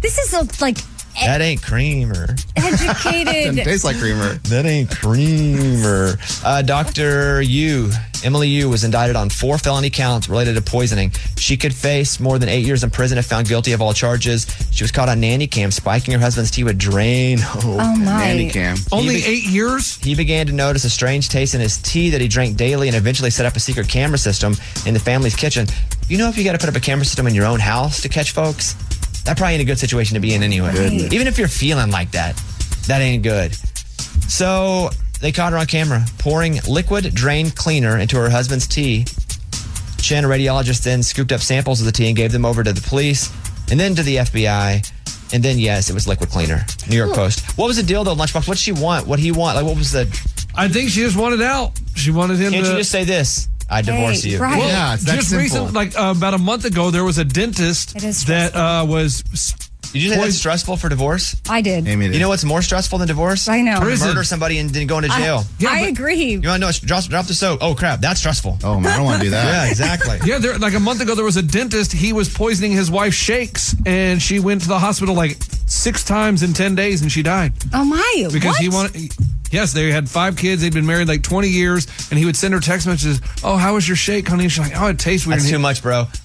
S2: This is a, like
S3: that ain't creamer.
S2: educated.
S6: creamer.
S3: That ain't creamer. Uh, Dr. Yu, Emily Yu, was indicted on four felony counts related to poisoning. She could face more than eight years in prison if found guilty of all charges. She was caught on nanny cam spiking her husband's tea with Drano.
S6: Oh, my. Nanny cam. Only
S3: eight
S5: years?
S3: He began to notice a strange taste in his tea that he drank daily and eventually set up a secret camera system in the family's kitchen. You know, if you got to put up a camera system in your own house to catch folks, that probably ain't a good situation to be in anyway.
S6: Goodness.
S3: Even if you're feeling like that, that ain't good. So they caught her on camera pouring liquid drain cleaner into her husband's tea. Chen, a radiologist, then scooped up samples of the tea and gave them over to the police and then to the FBI. And then, yes, it was liquid cleaner. New York
S5: Oh.
S3: Post. What was the deal, though, Lunchbox? What'd she want? What'd he want? Like, what was the.
S5: I think she just wanted out. She wanted him
S3: Can't
S5: to.
S3: you just say this? I divorce you.
S5: Well, just recent, like uh, about a month ago, there was a dentist that uh, was.
S3: Did you say that's stressful for divorce?
S2: I did.
S3: You know what's more stressful than divorce?
S2: I know.
S3: To
S2: Prison.
S3: murder somebody and then going to jail.
S2: I, I agree.
S3: You want to know? Drop, drop the soap. Oh crap, that's stressful. Oh man, I don't want to do yeah, exactly.
S5: yeah, there, like a month ago, there was a dentist. He was poisoning his wife shakes, and she went to the hospital like six times in ten days, and she died.
S2: Oh my!
S5: because
S2: what?
S5: he wanted. Yes, they had five kids. They'd been married like twenty years, and he would send her text messages. Oh, how was your shake, honey? And she's like, Oh, it tastes weird.
S3: That's
S5: And he-
S3: too much, bro.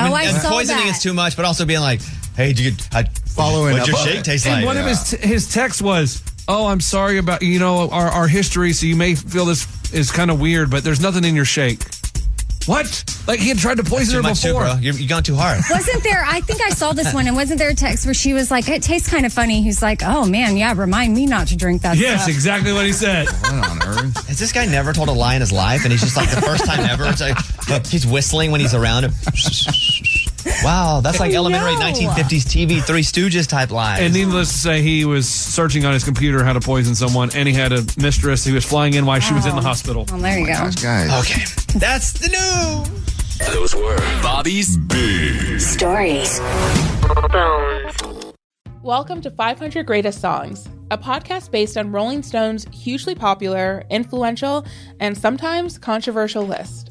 S2: Oh, I
S3: and
S2: saw
S3: poisoning
S2: that.
S3: is too much, but also being like, hey, dude, Oh, I,
S5: following
S3: what'd your
S5: up.
S3: shake taste
S5: and
S3: like?
S5: one of his his text was, "Oh, I'm sorry about you know our our history, so you may feel this is kind of weird, but there's nothing in your shake." What? Like he had tried to poison her
S3: too much too,
S5: before.
S3: bro. You've, gone too hard.
S2: Wasn't there? I think I saw this one, and wasn't there a text where she was like, "It tastes kind of funny." He's like, "Oh man, yeah, remind me not to drink that."
S3: Yes,
S2: stuff.
S5: exactly what he said.
S3: what on earth? uh, Has this guy never told a lie in his life? And he's just like the first time ever. It's like, look, he's whistling when he's around. wow, that's like elementary
S5: No.
S3: 1950s TV Three Stooges type lies.
S5: And needless to say, he was searching on his computer how to poison someone, and he had a mistress. He was flying in while she was in the hospital.
S2: Well, there you go.
S3: guys. Oh. Okay. That's the news.
S1: Those were Bobby's Big
S13: Stories. Welcome to 500 Greatest Songs, a podcast based on Rolling Stone's hugely popular, influential, and sometimes controversial list.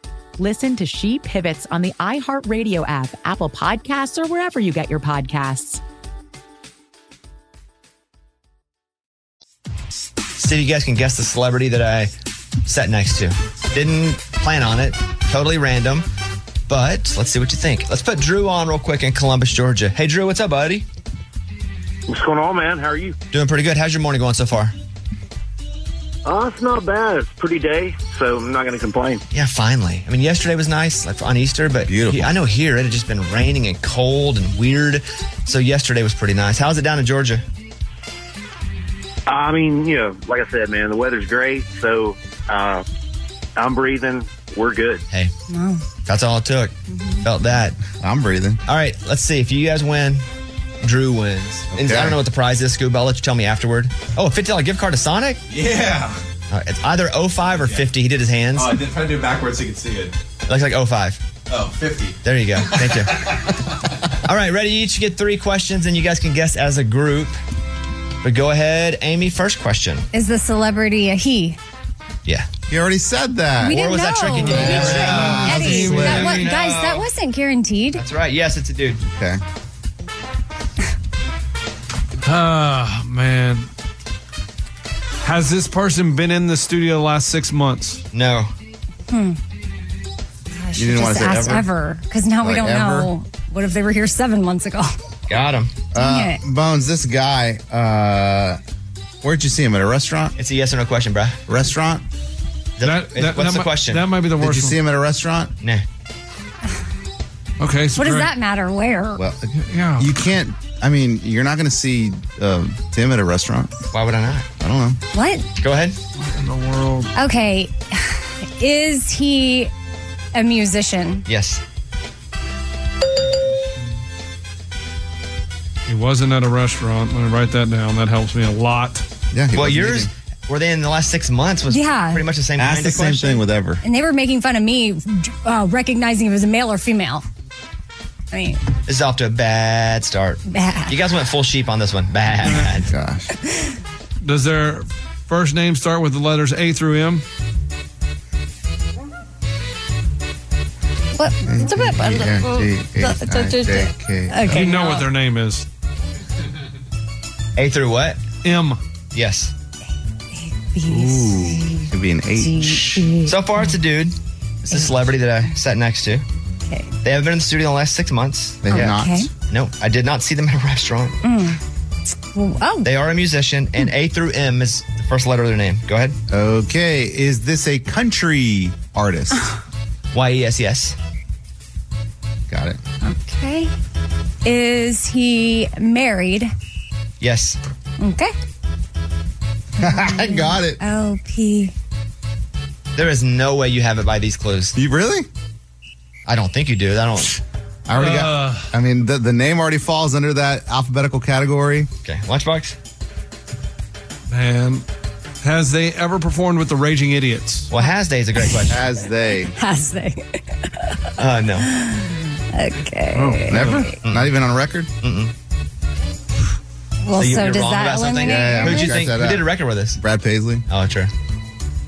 S15: Listen to She Pivots on the iHeartRadio app, Apple Podcasts, or wherever you get your podcasts.
S3: See if you guys can guess the celebrity that I sat next to. Didn't plan on it. Totally random. But let's see what you think. Let's put Drew on real quick in Columbus, Georgia. Hey, Drew, what's up, buddy?
S9: What's going on, man? How are you?
S3: Doing pretty good. How's your morning going so far?
S9: Uh, it's not bad. It's a pretty day, so I'm not going to complain.
S3: Yeah, finally. I mean, yesterday was nice like on Easter, but beautiful. I know here it had just been raining and cold and weird. So yesterday was pretty nice. How's it down in Georgia?
S9: I mean, you know, like I said, man, the weather's great, so uh, I'm breathing. We're good.
S3: Hey, That's all it took. Felt that. I'm breathing. All right, let's see. If you guys win, Drew wins. And I don't know what the prize is, Scoob. I'll let you tell me afterward. Oh, a $50 gift card to Sonic?
S20: Yeah.
S3: All right, it's either 05 or 50. He did his hands.
S20: Oh, I did try to do
S3: oh
S20: it backwards so you could see it.
S3: Looks like 05.
S20: Oh, 50.
S3: There you go. Thank you. All right, ready? You each get three questions, and you guys can guess as a group. But go ahead, Amy. First question.
S2: Is the celebrity a he?
S3: Yeah.
S6: You already said that.
S2: We didn't
S3: was
S2: know.
S3: that tricking you?
S2: We
S3: Yeah.
S2: tricked
S3: Yeah.
S2: Eddie.
S3: Yeah.
S2: That wa-
S3: Yeah.
S2: guys, that wasn't guaranteed.
S3: That's right. Yes, it's a dude.
S6: Okay.
S5: Ah, man. Has this person been in the studio the last six months?
S3: No.
S2: Hmm. I should
S5: didn't wanna say
S2: just ask
S5: ever?
S2: ever, because now we
S6: Like
S2: don't
S6: ever?
S2: know. What if they were here seven months ago?
S3: Got him.
S6: Uh, Bones, this guy, uh, where'd you see him? At a restaurant?
S3: It's a yes or no question, bruh.
S6: Restaurant?
S5: That-
S6: what's
S5: that- that
S6: the
S5: mi-
S6: question?
S5: That might be the
S6: Did
S5: worst.
S6: you see him at a restaurant?
S3: Nah.
S5: Okay.
S2: What does that matter? Where?
S6: Well, you can't. I mean, you're not going to see uh, Tim at a restaurant.
S3: Why would I not?
S6: I don't know.
S2: What?
S3: Go ahead.
S5: in the world?
S2: Okay. Is he a musician?
S3: Yes.
S5: He wasn't at a restaurant. Let me write that down. That helps me a lot.
S6: Yeah.
S3: Well, yours were they in the last six months? Was
S2: Yeah.
S3: pretty much the same.
S6: Ask
S3: kind
S6: the
S3: of
S6: same
S3: question.
S6: thing with ever.
S2: And they were making fun of me uh, recognizing if it was a male or female. I mean,
S3: This is off to a bad start.
S2: Bad.
S3: You guys went full sheep on this one. Bad.
S6: Gosh.
S5: Does their first name start with the letters A through M?
S2: what? It's a bit.
S5: You know what their name is.
S3: A through what?
S5: M.
S3: Yes.
S6: Ooh. Could be an H.
S3: So far, it's a dude. It's a celebrity that I sat next to.
S2: Okay.
S3: They haven't been in the studio in the last six months.
S6: They have not. Okay.
S3: No, I did not see them at a restaurant.
S2: Mm. Oh.
S3: They are a musician, and A through M is the first letter of their name. Go ahead.
S6: Okay. Is this a country artist?
S3: Y E S yes.
S6: Got it.
S2: Okay. Is he married?
S3: Yes.
S2: Okay.
S6: I got it.
S2: LP.
S3: There is no way you have it by these clues.
S6: You really?
S3: I don't think you do. I don't. Uh.
S6: I already got. I mean, the, the name already falls under that alphabetical category.
S3: Okay. Lunchbox.
S5: Man. Has they ever performed with the Raging Idiots?
S3: Well, has they is a great question.
S6: has they?
S2: Has they?
S3: Uh, no.
S2: Okay.
S6: Oh, Never? Not even on record?
S3: Mm-mm.
S2: Well, so,
S3: you- you're
S2: does
S3: wrong
S2: that
S3: about something?
S2: eliminate?
S6: Yeah, yeah,
S3: Who did you
S6: scratch
S3: think?
S6: that
S3: Who
S6: out.
S3: did a record with us?
S6: Brad Paisley?
S3: Oh, sure.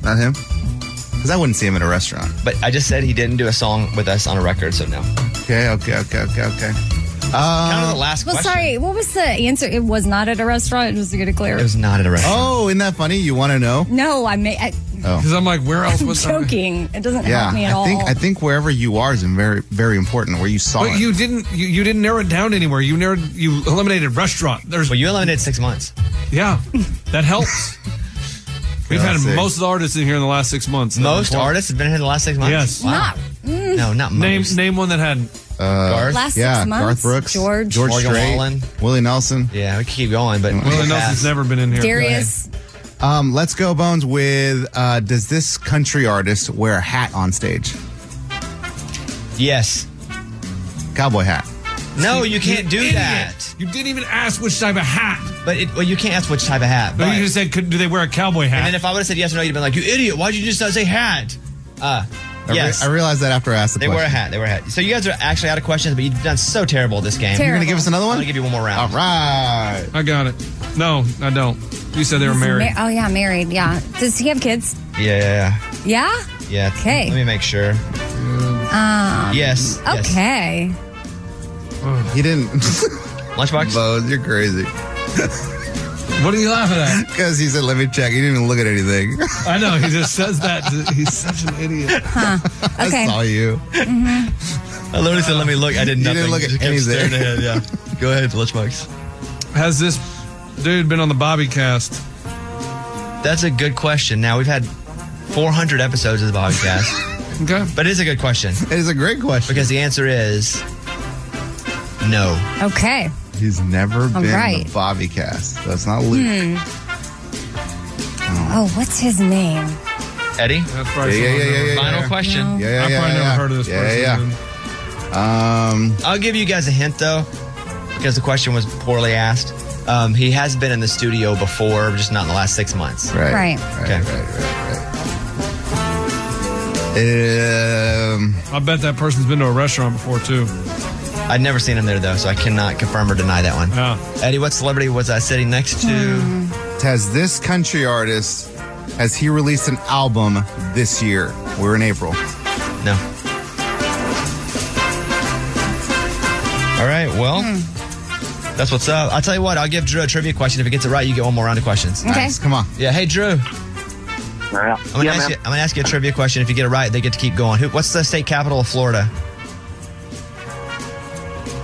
S6: Not him? Because I wouldn't see him at a restaurant.
S3: But I just said he didn't do a song with us on a record, so no.
S6: Okay, okay, okay, okay, okay. Um,
S3: kind of the last
S2: Well,
S3: question.
S2: sorry. What was the answer? It was not at a restaurant. Just to get it clear.
S3: It was not at a restaurant.
S6: Oh, isn't that funny? You want to know?
S2: no, I may. I,
S6: Oh.
S5: Because I'm like, where else
S2: I'm
S5: was that?
S2: joking. It doesn't
S6: Yeah,
S2: help me at
S6: I think
S2: all.
S6: I think wherever you are is very very important. Where you saw
S5: But
S6: it.
S5: you didn't. You, you didn't narrow it down anywhere. You narrowed. You eliminated restaurant. There's.
S3: Well, you eliminated six months.
S5: Yeah, that helps. We've
S3: Yeah, I
S5: had
S3: see.
S5: most of the artists in here in the last six months.
S3: Most artists have been here in the last six
S5: Yes.
S3: months. Wow. No, not
S5: Name
S3: most.
S5: name one that hadn't.
S6: uh,
S3: Garth?
S2: Last six
S6: yeah, Garth
S2: months,
S6: Brooks,
S2: George.
S6: George
S3: Morgan
S6: Strait,
S3: Wallen.
S6: Willie Nelson.
S3: Yeah, we could keep going, but
S5: Willie Nelson's never been in here.
S2: Darius.
S6: Um, let's go Bones with uh, does this country artist wear a hat on stage?
S3: Yes.
S6: Cowboy hat.
S3: No, you can't do
S5: idiot.
S3: that.
S5: You didn't even ask which type of hat.
S3: But it, well, you can't ask which type of hat.
S5: But you
S3: But,
S5: just said, could, do they wear a cowboy
S3: and
S5: hat?
S3: then if I would have said yes or no, you'd have been like, you idiot, why'd you just not say hat? Uh,
S6: I, re-
S3: yes.
S6: I realized that after I asked the
S3: they
S6: question.
S3: wear a hat. They wear a hat. So you guys are actually out of questions, but you've done so terrible this game.
S6: You're gonna give us another
S3: I'm
S6: one?
S3: gonna give you one more
S6: All
S3: round.
S6: right.
S5: I got it. No, I don't. You said they were
S2: Is he
S5: married.
S2: ma- oh yeah, married. Yeah. Does he have kids?
S3: Yeah,
S2: Yeah.
S3: yeah, yeah.
S2: Okay.
S3: Let me make sure.
S5: Mm,
S2: Um.
S3: Yes. yes.
S2: Okay.
S6: He didn't.
S3: Lunchbox.
S6: Bones, you're crazy.
S5: What are you laughing at?
S6: Because he said, "Let me check." He didn't even look at anything.
S5: I know. He just says that. to- He's such an idiot.
S6: I
S2: Okay.
S6: saw you.
S9: Mm-hmm.
S3: I literally Uh, said, "Let me look." I did
S6: You
S3: nothing.
S6: didn't look at
S3: Just kept
S6: anything.
S3: staring ahead, Yeah. Go ahead, Lunchbox.
S5: Has this dude been on the Bobby cast?
S3: That's a good question. Now we've had 400 episodes of the podcast,
S5: Okay.
S3: but it is a good question
S6: It is a great question.
S3: because the answer is no.
S2: Okay.
S6: He's never
S2: All
S6: been
S2: right.
S6: the Bobby cast. That's not Luke.
S2: Hmm. Oh, what's his name?
S3: Eddie,
S5: That's
S6: Yeah,
S5: probably
S6: yeah, yeah, yeah,
S5: someone I've
S6: yeah.
S5: never-
S3: final
S6: yeah.
S3: question.
S2: No.
S6: Yeah, yeah,
S5: I've
S6: yeah,
S5: probably
S6: yeah,
S5: never
S6: yeah.
S5: heard of this
S6: Yeah,
S5: person.
S6: yeah,
S5: dude.
S6: yeah. Um,
S3: I'll give you guys a hint though, because the question was poorly asked. Um, he has been in the studio before, just not in the last six months.
S6: right,
S2: Right.
S3: Okay.
S6: Um, Um,
S5: I bet that person's been to a restaurant before too.
S3: I'd never seen him there though, so I cannot confirm or deny that one. Eddie, what celebrity was I sitting next to?
S6: Has this country artist has he released an album this year? We're in April.
S3: No. All right, well,
S2: Hmm.
S3: that's what's up. I'll tell you what, I'll give Drew a trivia question. If he gets it right, you get one more round of questions.
S6: Okay. Nice, come on.
S3: Yeah, hey, Drew. I'm gonna, ask you, I'm gonna ask you a trivia question. If you get it right, they get to keep going. Who, what's the state capital of Florida?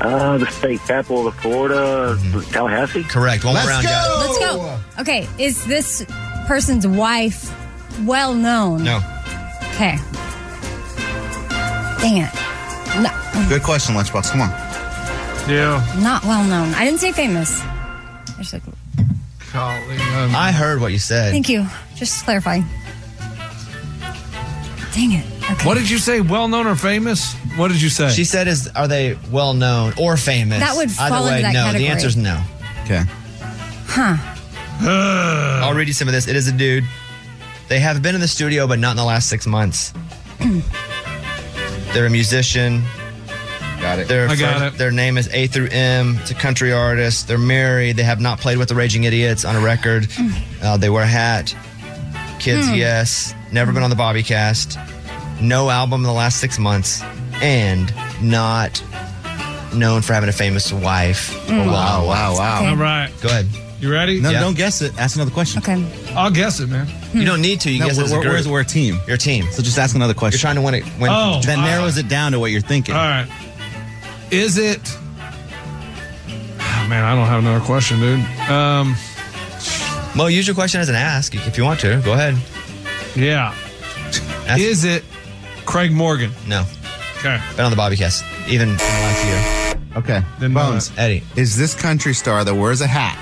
S9: Uh, the state capital of Florida, Tallahassee.
S3: Mm-hmm. Correct. One more round, guys.
S2: Let's go.
S6: Oh.
S2: Okay, is this person's wife well known?
S3: No.
S2: Okay. Dang it. No,
S6: Good question, Lunchbox. Come on.
S5: Yeah.
S2: not well known. I didn't say famous. I said-
S5: um,
S3: I heard what you said.
S2: Thank you. Just clarifying. Dang it.
S5: What did you say? Well known or famous? What did you say?
S3: She said, "Is are they well known or famous?"
S2: That would fall
S3: Either
S2: into
S3: way,
S2: that
S3: no.
S2: category.
S3: The answer is no. Okay.
S2: Huh.
S3: I'll read you some of this. It is a dude. They have been in the studio, but not in the last six months. They're a musician. Got it. Their
S5: I got
S3: it. Their name is A through M. It's a country artist. They're married. They have not played with the Raging Idiots on a record.
S6: Mm.
S3: Uh, they wear a hat. Kids,
S24: Hmm.
S3: yes. Never been on the Bobbycast. No album in the last six months. And not known for having a famous wife. Oh,
S6: Mm. Wow, wow, wow. Okay. All
S5: right.
S3: Go ahead.
S5: You ready?
S6: No, don't guess it. Ask another question.
S2: Okay.
S5: I'll guess it, man.
S2: Hmm.
S3: You don't need to. You
S6: No,
S3: guess
S6: we're,
S3: it as a
S6: we're,
S3: group.
S6: we're- we're a team.
S3: Your team.
S6: So just ask another question. You're
S3: trying to win it. Win.
S5: Oh,
S6: that
S5: all
S6: narrows it down to what you're thinking.
S5: All right. Is it? Oh, man, I don't have another question, dude. Um,
S3: Mo, use your question as an ask if you want to. Go ahead.
S5: Yeah. Is it Craig Morgan?
S3: No.
S5: Okay.
S3: Been on the Bobbycast, even in the last year.
S6: Okay.
S5: uh,
S6: Bones.
S3: Eddie.
S6: Is this country star that wears a hat?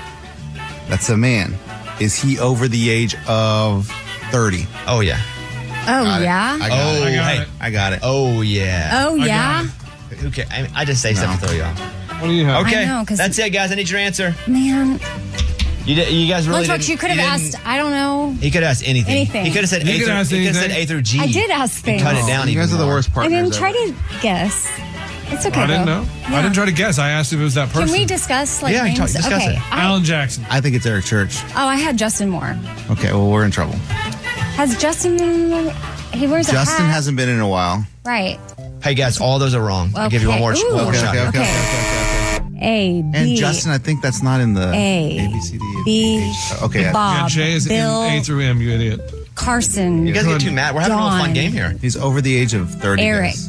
S6: That's a man. Is he over the age of 30?
S3: Oh, yeah.
S2: Oh,
S6: it.
S2: yeah?
S6: I got it.
S3: oh,
S6: I got
S3: hey,
S6: it.
S3: I got it. Oh yeah.
S2: Oh, yeah?
S3: Okay, I, I just say something to throw you off.
S5: What do you have?
S3: Okay,
S2: I know, 'cause-
S3: that's it, guys. I need your answer.
S2: Man.
S3: You, di- you guys really.
S2: Lunchbox,
S3: didn't-
S2: you could have
S3: didn't-
S2: asked, I don't know.
S3: He could have asked anything.
S2: Anything.
S3: He could have said,
S2: You
S3: a
S2: could
S3: through,
S2: ask
S3: he could have said
S2: anything.
S3: A through G.
S2: I did ask
S3: And cut it
S2: things.
S3: down.
S6: You guys
S3: even
S6: are the
S3: more.
S6: worst
S2: I
S6: partners.
S2: mean,
S6: ever.
S2: try to guess. It's okay.
S5: I didn't
S2: though.
S5: know. I didn't try to guess. I asked if it was that person.
S2: Can we discuss like names? okay. I-
S5: Alan Jackson.
S6: I think it's Eric Church.
S2: oh, I had Justin Moore.
S6: Okay, well, we're in trouble.
S2: Has Justin? He wears a
S6: Justin
S2: hat.
S6: hasn't been in a while.
S2: right.
S3: Hey guys, all those are wrong. I'll give you one more,
S2: Okay.
S3: one more
S6: Okay,
S3: shot.
S6: okay, okay,
S2: A B.
S6: And Justin, I think that's not in the
S2: A,
S6: A, B, C, D. E, F,
S2: B,
S6: H. Okay. I-
S2: Bob,
S5: Jay is
S2: Bill,
S5: in A through M. You idiot.
S2: Carson.
S6: You guys get too mad. We're having a real fun
S2: Mm, Dawn,
S6: game here. He's over the age of 30.
S2: Eric.
S6: guys.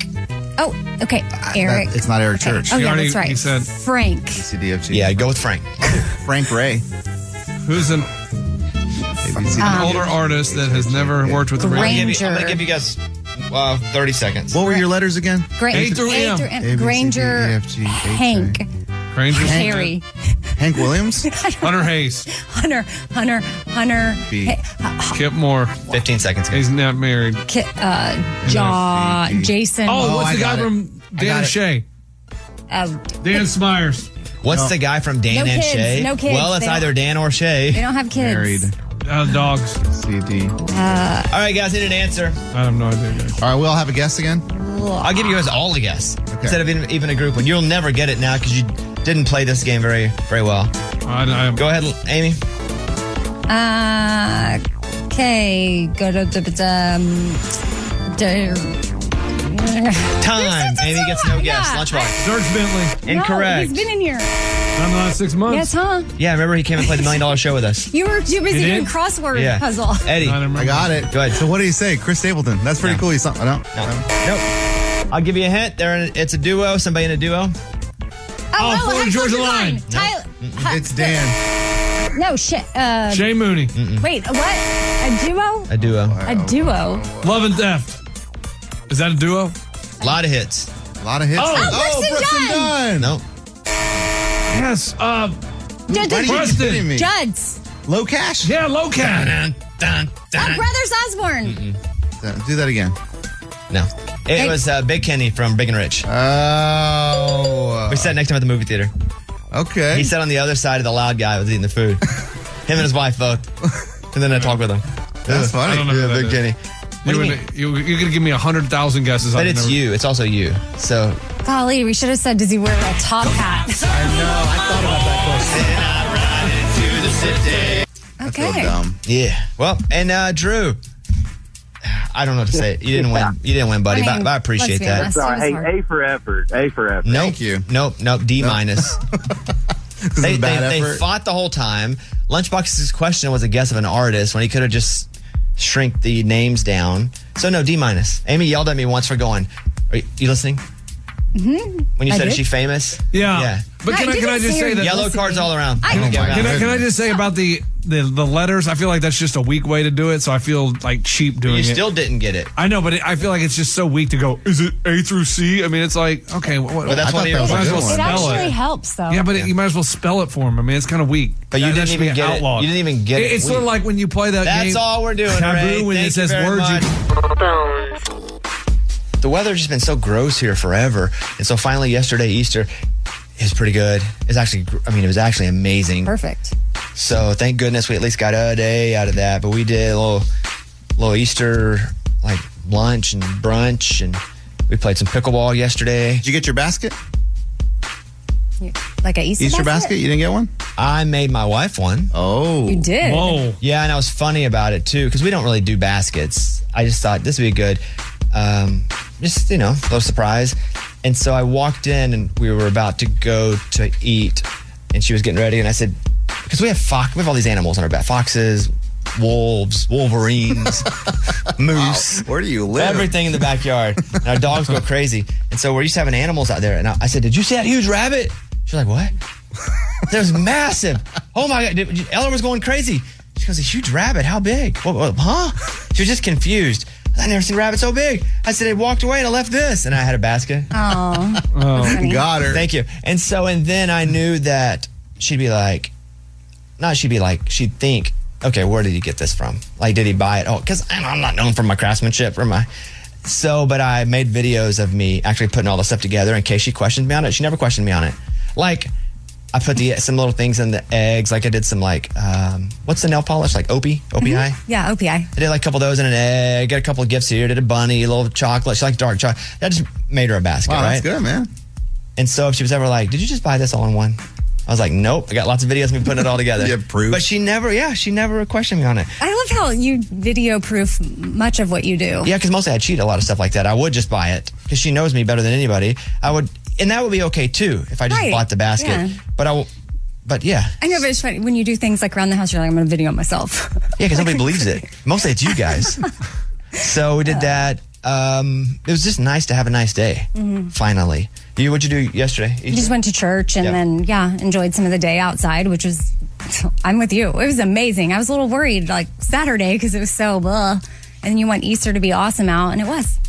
S2: Oh, okay. Eric.
S6: That- it's not Eric
S2: Okay.
S6: Church.
S2: Oh, yeah, that's right. Frank.
S6: C, D, F, G.
S3: Yeah, go with Frank.
S6: Frank Ray.
S5: Who's an,
S2: Um,
S5: an older artist that has never worked with the
S3: I'm
S5: radio?
S3: gonna give you- I'm going to give you guys uh, 30 seconds.
S6: What were your letters again?
S2: Gra-
S5: A through M.
S6: A, B, C, D,
S2: Granger.
S6: E, F, G, H, I.
S2: Hank.
S5: Granger.
S2: Harry.
S6: Hank Williams?
S5: Hunter Hayes.
S2: Hunter. Hunter. Hunter. Hey, uh,
S5: Kip Moore.
S3: 15 seconds.
S5: He's not married.
S2: Ki- uh, Jaw. Jason.
S5: Oh, what's the guy from Dan and Shay?
S2: Uh,
S5: Dan Smyers.
S3: What's the guy from Dan
S2: No
S3: and
S2: kids,
S3: Shay?
S2: no kids.
S3: Well, it's
S2: They don't-
S3: either Dan or Shay.
S2: they don't have kids.
S5: Uh, dogs.
S6: CD.
S2: Uh,
S3: All right, guys, need an answer.
S5: I have no idea.
S6: All right, we all have a guess again.
S3: I'll give you guys all a guess instead of even, even a group one. You'll never get it now because you didn't play this game very very well. Go ahead, Amy.
S2: Uh, okay. Go to the. Um, d-
S3: Time. Amy gets no guess. Lunchbox.
S5: George Bentley.
S2: No,
S3: Incorrect.
S2: he's been in here.
S5: Not in the last six months.
S2: Yes, huh?
S3: yeah, remember he came and played the million dollar show with us.
S2: You were too busy
S3: You did?
S2: doing crossword
S3: Yeah.
S2: puzzle.
S3: Eddie.
S6: I got it.
S3: Good.
S6: So what do you say? Chris Stapleton. That's pretty cool. He's something. No.
S3: Nope. I'll give you a hint. They're in, it's a duo. Somebody in a duo.
S2: Oh, oh, Florida Georgia Line. Tyler.
S6: It's Dan.
S2: No shit. Uh,
S5: Shay Mooney.
S2: wait, what? A duo?
S3: A duo.
S2: A duo?
S5: Love and Death. Is that a duo?
S3: A lot of hits.
S6: A lot of hits.
S2: Oh, Preston Dunn.
S3: No.
S5: Yes. Uh,
S2: Jud- Jud-
S5: Preston.
S2: Judds.
S6: Low cash.
S5: Yeah, low cash.
S2: Oh, Brothers Osborne.
S6: Do that again.
S3: No. It was uh, Big Kenny from Big and Rich.
S6: Oh.
S3: We sat next to him at the movie theater.
S6: Okay.
S3: He sat on the other side of the loud guy who was eating the food. him and his wife both. And then I talked with him.
S6: That's funny.
S5: I don't know who
S6: Yeah,
S5: that
S6: Big
S5: is.
S6: Kenny.
S5: You would- you- You're going to give me 100,000 guesses.
S3: But
S5: I've
S3: it's
S5: never-
S3: you. It's also you. So oh
S2: Golly, we should have said, does he wear a top
S6: I
S2: hat?
S6: know. I thought about that question.
S2: Okay.
S3: Yeah. Well, and uh, Drew, I don't know what to say. You didn't win. You didn't win, buddy. but, but I appreciate that.
S9: That's all right. Hey, A for effort. A for effort.
S3: Nope. Thank you. Nope. Nope. D minus. they,
S9: a bad
S3: they, they
S9: effort.
S3: fought the whole time. Lunchbox's question was a guess of an artist when he could have just shrink the names down. So no D minus. Amy yelled at me once for going. Are you, you listening?
S2: Mm-hmm.
S3: When you said is she famous?
S5: Yeah.
S3: Yeah.
S5: But can I, can I just say that
S3: yellow cards all around? Oh
S5: Can I, can I just say about the, the the letters? I feel like that's just a weak way to do it. So I feel like cheap doing
S3: You
S5: it.
S3: still didn't get it.
S5: I know, but it, I feel like it's just so weak to go. Is it A through C? I mean, it's like okay, what,
S3: But
S5: I
S3: that's one of
S5: thought
S3: your-
S5: might as well
S2: It
S5: spell
S2: actually
S5: it.
S2: helps, though.
S5: Yeah, but it, you might as well spell it for him. I mean, it's kind of weak.
S3: But you
S5: That- that
S3: didn't
S5: should
S3: even
S5: be
S3: get it.
S5: outlawed.
S3: You didn't even get it.
S5: It's sort of like when you play that
S3: That's
S5: game.
S3: all we're doing,
S5: Taboo
S3: Ray.
S5: when
S3: Thank
S5: it says
S3: you very
S5: words.
S3: much.
S5: You,
S3: The weather's just been so gross here forever, and so finally yesterday Easter is pretty good. It's actually, gr- I mean, it was actually amazing.
S2: Perfect.
S3: So thank goodness we at least got a day out of that. But we did a little, little Easter like lunch and brunch, and we played some pickleball yesterday. Did
S6: you get your basket?
S2: Like an Easter,
S3: didn't get one? I made my wife one. Oh.
S2: You did? Whoa.
S3: Yeah, and I was funny about it too, because we don't really do baskets. I just thought this would be good. Um, just, you know, a little surprise. And so I walked in and we were about to go to eat, and she was getting ready, and I said, because we have fox, we have all these animals on our back foxes, wolves, wolverines, moose.
S6: Where do you live?
S3: Everything in the backyard. and our dogs go crazy. And so we're used to having animals out there. And I, I said, Did you see that huge rabbit? She's like, What? There's massive. Oh my God. Did, Ella was going crazy. She goes, A huge rabbit. How big? What, what, huh? She was just confused. I never seen a rabbit so big. I said, I walked away and I left this. And I had a basket.
S2: Oh.
S3: Got her. Thank you. And so, and then I knew that she'd be like, not she'd be like, she'd think, okay, where did he get this from? Like, did he buy it? Oh, because I'm not known for my craftsmanship or my. So, but I made videos of me actually putting all the stuff together in case she questioned me on it. She never questioned me on it. Like, I put the some little things in the eggs. Like, I did some like, um, what's the nail polish? Like Opie, OPI.
S2: Yeah, OPI.
S3: I did like a couple of those in an egg. Got a couple of gifts here. Did a bunny, a little chocolate. She liked dark chocolate. That just made her a basket,
S6: Wow,
S3: right?
S6: that's good, man.
S3: And so if she was ever like, "Did you just buy this all in one?" I was like, "Nope. I got lots of videos of me putting it all together."
S6: Yeah, proof.
S3: But she never, yeah, she never questioned me on it.
S2: I love how you video proof much of what you do.
S3: Yeah, because mostly I cheat a lot of stuff like that. I would just buy it because she knows me better than anybody. I would, and that would be okay too if I just
S2: Right.
S3: bought the basket.
S2: Yeah.
S3: But I, will- but yeah,
S2: I know, but it's funny when you do things like around the house. You're like, I'm going to video it myself.
S3: yeah, because nobody believes it. Mostly it's you guys. so we did that. Um, it was just nice to have a nice day.
S2: Mhm.
S3: Finally, you what'd you do yesterday?
S2: You just went to church and
S3: Mm-hmm. Yeah.
S2: then yeah, enjoyed some of the day outside, which was. I'm with you. It was amazing. I was a little worried like Saturday because it was so blah, and you want Easter to be awesome out, and it was.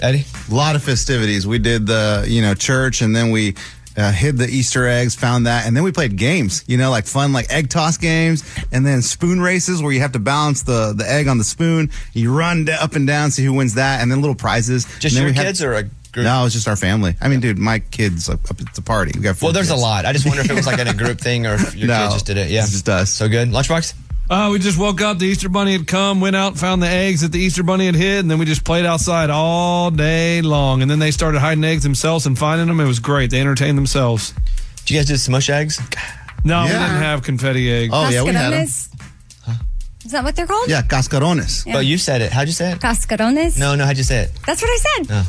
S3: Eddie?
S6: A lot of festivities. We did the, you know, church and then we uh, hid the Easter eggs, found that, and then we played games, you know, like fun, like egg toss games and then spoon races where you have to balance the, the egg on the spoon. You run d- up and down, see who wins that, and then little prizes. And
S3: Just
S6: then
S3: your
S6: we had-
S3: kids or a group?
S6: No, it was just our family. I mean, dude, my kids, like, up at the party. We got four
S3: Well, there's
S6: kids.
S3: a lot. I just wonder if it was like in a group thing or if your
S6: No,
S3: kid just did it. Yeah,
S6: it's
S3: just us. So good. Lunchbox.
S5: Uh, we just woke up. The Easter Bunny had come, went out, found the eggs that the Easter Bunny had hid, and then we just played outside all day long. And then they started hiding eggs themselves and finding them. It was great. They entertained themselves.
S3: Did you guys do smush eggs? Oh,
S5: No, we
S6: Yeah.
S5: didn't have confetti eggs.
S2: Cascarones? Is that what they're called?
S3: cascarones.
S2: Yeah.
S3: But you said it. How'd you say it?
S2: Cascarones?
S3: No, no, how'd you say it?
S2: That's what I said.
S3: No.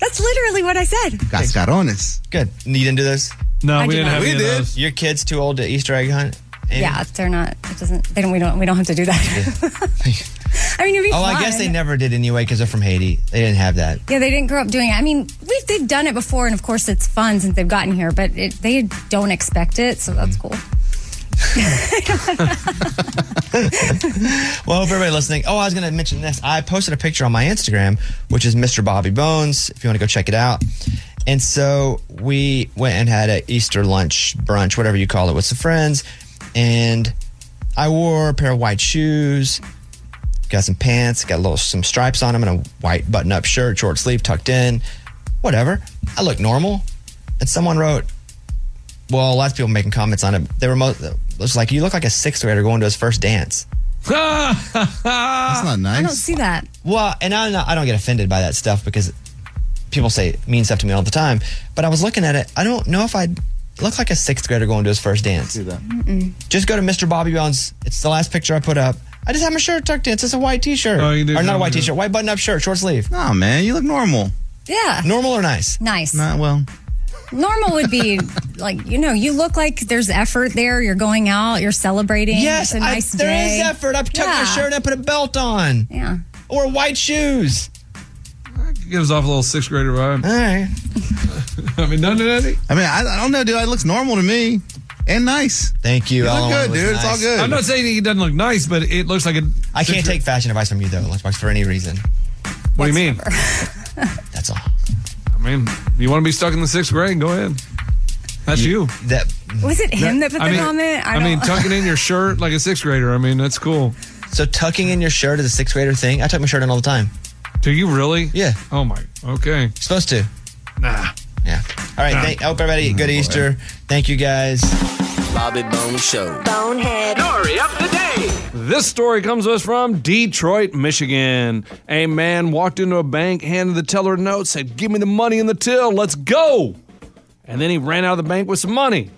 S2: That's literally what I said.
S3: Cascarones. Good. You didn't do those?
S5: No,
S2: I we did didn't not. have
S3: We
S2: any of
S3: did.
S2: those.
S3: Your kids too old to Easter egg hunt? Amy?
S2: Yeah, they're not. It doesn't. They don't. We don't. We don't have to do that. I mean, it'd be
S3: Oh,
S2: fun.
S3: I guess they never did anyway because they're from Haiti. They didn't have that.
S2: Yeah, they didn't grow up doing it. I mean, we, they've done it before, and of course, it's fun since they've gotten here. But it, they don't expect it, so that's
S3: Mm-hmm.
S2: cool.
S3: Well, I hope everybody listening. Oh, I was going to mention this. I posted a picture on my Instagram, which is Mr. Bobby Bones, if you want to go check it out. And so we went and had an Easter lunch, brunch, whatever you call it, with some friends. And I wore a pair of white shoes, got some pants, got a little some stripes on them, and a white button-up shirt, short sleeve tucked in, whatever. I look normal. And someone wrote, well, lots of people making comments on it. They were most, it was like, you look like a sixth grader going to his first dance. That's
S6: not
S2: I don't see that.
S3: Well, and I'm not, I don't get offended by that stuff because people say mean stuff to me all the time. But I was looking at it. I don't know if I'd look like a sixth grader going to his first dance. Just go to Mr. Bobby Bones. It's the last picture I put up. I just have my shirt tucked in. It's just a white t-shirt.
S6: Oh, you did
S3: or not a
S6: that
S3: white
S6: one,
S3: t-shirt, white button-up shirt, short sleeve.
S6: Oh man, you look normal.
S2: Yeah.
S3: Normal or nice?
S2: Nice.
S6: Not well.
S2: Normal would be like, you know, you look like there's effort there. You're going out, you're celebrating.
S3: Yes,
S2: it's a
S3: I-
S2: nice
S3: there
S2: day.
S3: is effort. I've tucked my shirt, I put a belt on.
S2: Yeah.
S3: Or white shoes.
S5: Gives off a little sixth grader vibe.
S3: All right.
S5: I mean, none of that.
S6: I mean, I, I don't know, dude. It looks normal to me and nice.
S3: Thank you.
S6: You
S3: All I
S6: look good,
S3: wanted was
S6: dude. It's all
S3: nice.
S6: good.
S5: I'm not saying he doesn't look nice, but it looks like a.
S3: I can't take fashion advice from you though, Lunchbox, for any reason.
S5: What do you mean?
S3: That's all.
S5: I mean, you want to be stuck in the sixth grade? Go ahead. That's you.
S3: That
S2: Was it him that, put the
S5: I mean,
S2: comment?
S5: I, mean, tucking in your shirt like a sixth grader. I mean, that's cool.
S3: So tucking in your shirt is a sixth grader thing. I tuck my shirt in all the time.
S5: Do you really?
S3: Yeah.
S5: Oh my. Okay.
S3: supposed to.
S5: Nah.
S3: Yeah. All right. Thank, I hope everybody had a good
S6: Mm-hmm.
S3: Easter. Thank you guys.
S1: Bobby Bones Show.
S25: Bonehead. Story of the day.
S5: This story comes to us from Detroit, Michigan. A man walked into a bank, handed the teller a note, said, Give me the money in the till, let's go. And then he ran out of the bank with some money.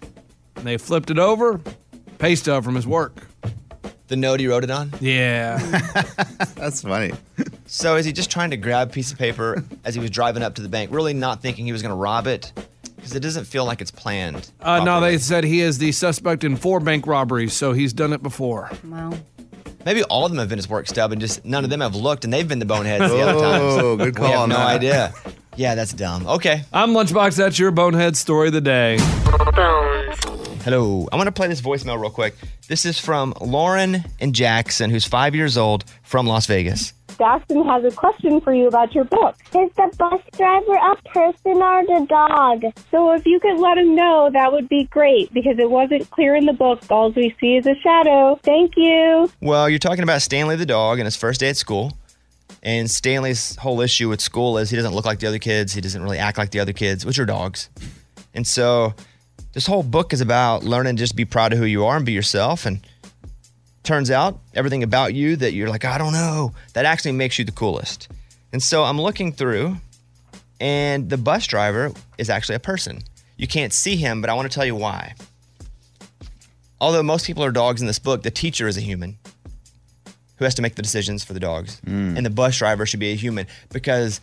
S5: And they flipped it over, pay stub from his work.
S3: The note he wrote it on?
S5: Yeah.
S3: That's funny. so is he just trying to grab a piece of paper as he was driving up to the bank, really not thinking he was going to rob it? Because it doesn't feel like it's planned.
S5: Uh, no, they said he is the suspect in four bank robberies, so he's done it before.
S2: Wow.
S3: Maybe all of them have been his work stub, and just none of them have looked, and they've been the boneheads the other times.
S6: Oh, good
S3: We
S6: call
S3: have
S6: on
S3: no
S6: that.
S3: idea. Yeah, that's dumb. Okay.
S5: I'm Lunchbox. That's your Bonehead story of the day.
S3: Hello. I want to play this voicemail real quick. This is from Lauren and Jackson, who's five years old from Las Vegas.
S24: Dawson has a question for you about your book. Is the bus driver a person or the dog? So if you could let him know, that would be great because it wasn't clear in the book. All we see is a shadow. Thank you.
S3: Well, you're talking about Stanley the dog and his first day at school. And Stanley's whole issue with school is he doesn't look like the other kids. He doesn't really act like the other kids, which are dogs. And so this whole book is about learning to just be proud of who you are and be yourself. And turns out everything about you that you're like, I don't know, that actually makes you the coolest. And so I'm looking through, and the bus driver is actually a person. You can't see him, but I want to tell you why. Although most people are dogs in this book, the teacher is a human who has to make the decisions for the dogs.
S1: Mm.
S3: And the bus driver should be a human because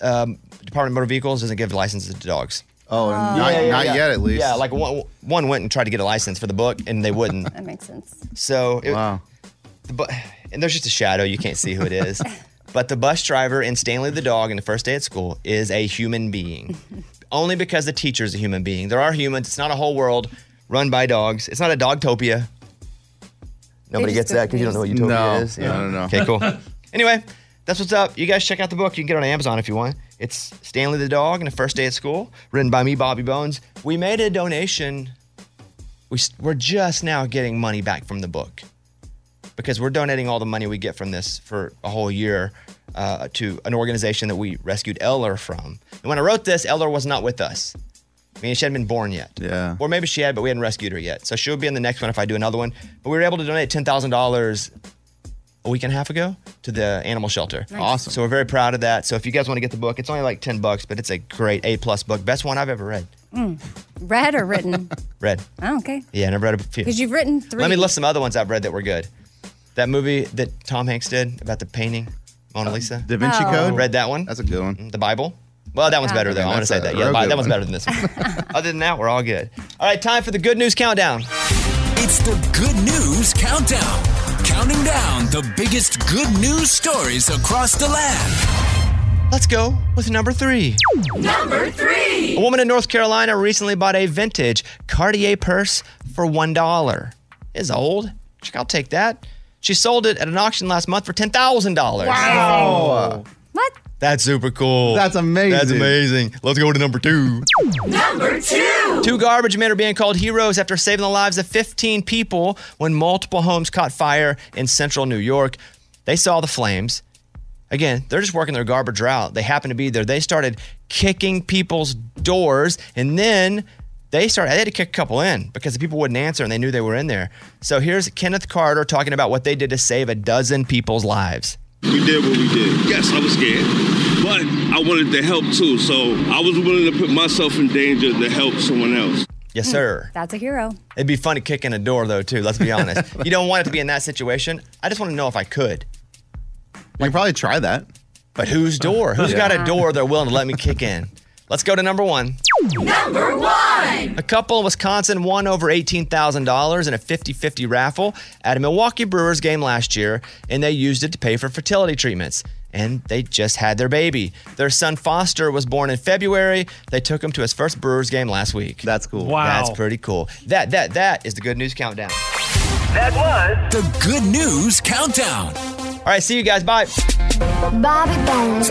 S3: um, Department of Motor Vehicles doesn't give licenses to dogs.
S6: Oh, not, not yet, at least.
S3: Yeah, like one, one went and tried to get a license for the book, and they wouldn't.
S2: That makes sense.
S3: So it, the bu- and there's just a shadow. You can't see who it is. but the bus driver and Stanley the dog in the first day at school is a human being. Only because the teacher is a human being. There are humans. It's not a whole world run by dogs. It's not a dogtopia. Nobody
S6: just
S3: gets
S6: go
S3: that because you don't know what
S6: crazy.
S3: utopia
S6: No,
S3: is.
S6: no, no, no.
S3: Okay, cool. anyway, that's what's up. You guys check out the book. You can get it on Amazon if you want. It's Stanley the Dog and the First Day at School, written by me, Bobby Bones. We made a donation. We, s- we're just now getting money back from the book because we're donating all the money we get from this for a whole year uh, to an organization that we rescued Eller from. And when I wrote this, Eller was not with us. I mean, she hadn't been born yet. Yeah. Or maybe she had, but we hadn't rescued her yet. So she'll be in the next one if I do another one. But we were able to donate $10,000 a week and a half ago to the animal shelter.
S6: Nice. Awesome.
S3: So we're very proud of that. So if you guys want to get the book, it's only like 10 bucks, but it's a great A plus book. Best one I've ever read.
S2: Mm. Read or written?
S3: Read.
S2: oh, okay.
S3: Yeah, never read a few.
S2: Because you've written three.
S3: Let me list some other ones I've read that were good. That movie that Tom Hanks did about the painting, Mona Lisa.
S6: Da Vinci Oh. Code?
S3: Read that one. That's a good one. The Bible. Well, that one's
S6: Yeah.
S3: better though.
S6: I
S3: I,
S6: mean,
S3: want to
S6: that's
S3: say
S6: a
S3: that.
S6: real
S3: Yeah, the Bi-
S6: good
S3: that one's
S6: one.
S3: better than this one. Other than that, we're all good. All right, time for the good news countdown.
S1: It's the Good News Countdown. Counting down the biggest good news stories across the land.
S3: Let's go with number three.
S1: Number
S3: A woman in North Carolina recently bought a vintage Cartier purse for one dollar. It's old. She's like, I'll take that. She sold it at an auction last month for ten thousand dollars.
S6: Wow.
S2: What?
S3: That's super cool.
S6: That's amazing.
S3: That's amazing. Let's go to number two.
S25: Number two.
S3: Two garbage men are being called heroes after saving the lives of 15 people when multiple homes caught fire in central New York. They saw the flames. Again, they're just working their garbage route. They happened to be there. They started kicking people's doors and then they started, they had to kick a couple in because the people wouldn't answer and they knew they were in there. So here's Kenneth Carter talking about what they did to save a dozen people's lives.
S20: We did what we did. Yes, I was scared, but
S14: but I wanted to help too. So I was willing to put myself in danger to help someone else.
S3: Yes, sir.
S2: That's a hero.
S3: It'd be fun to kick in a door though, too. Let's be honest. you don't want it to be in that situation. I just want to know if I could.
S5: You could probably try that.
S3: But whose door? Who's
S5: Yeah.
S3: got a door they're willing to let me kick in? Let's go to number one.
S1: Number one.
S3: A couple in Wisconsin won over $18,000 in a 50 50 raffle at a Milwaukee Brewers game last year, and they used it to pay for fertility treatments. And they just had their baby. Their son Foster was born in February. They took him to his first Brewers game last week. That's cool.
S6: Wow.
S3: That's pretty cool. That that that is the good news countdown.
S14: That was the good news countdown.
S3: All right, see you guys. Bye.
S26: Bobby Bones.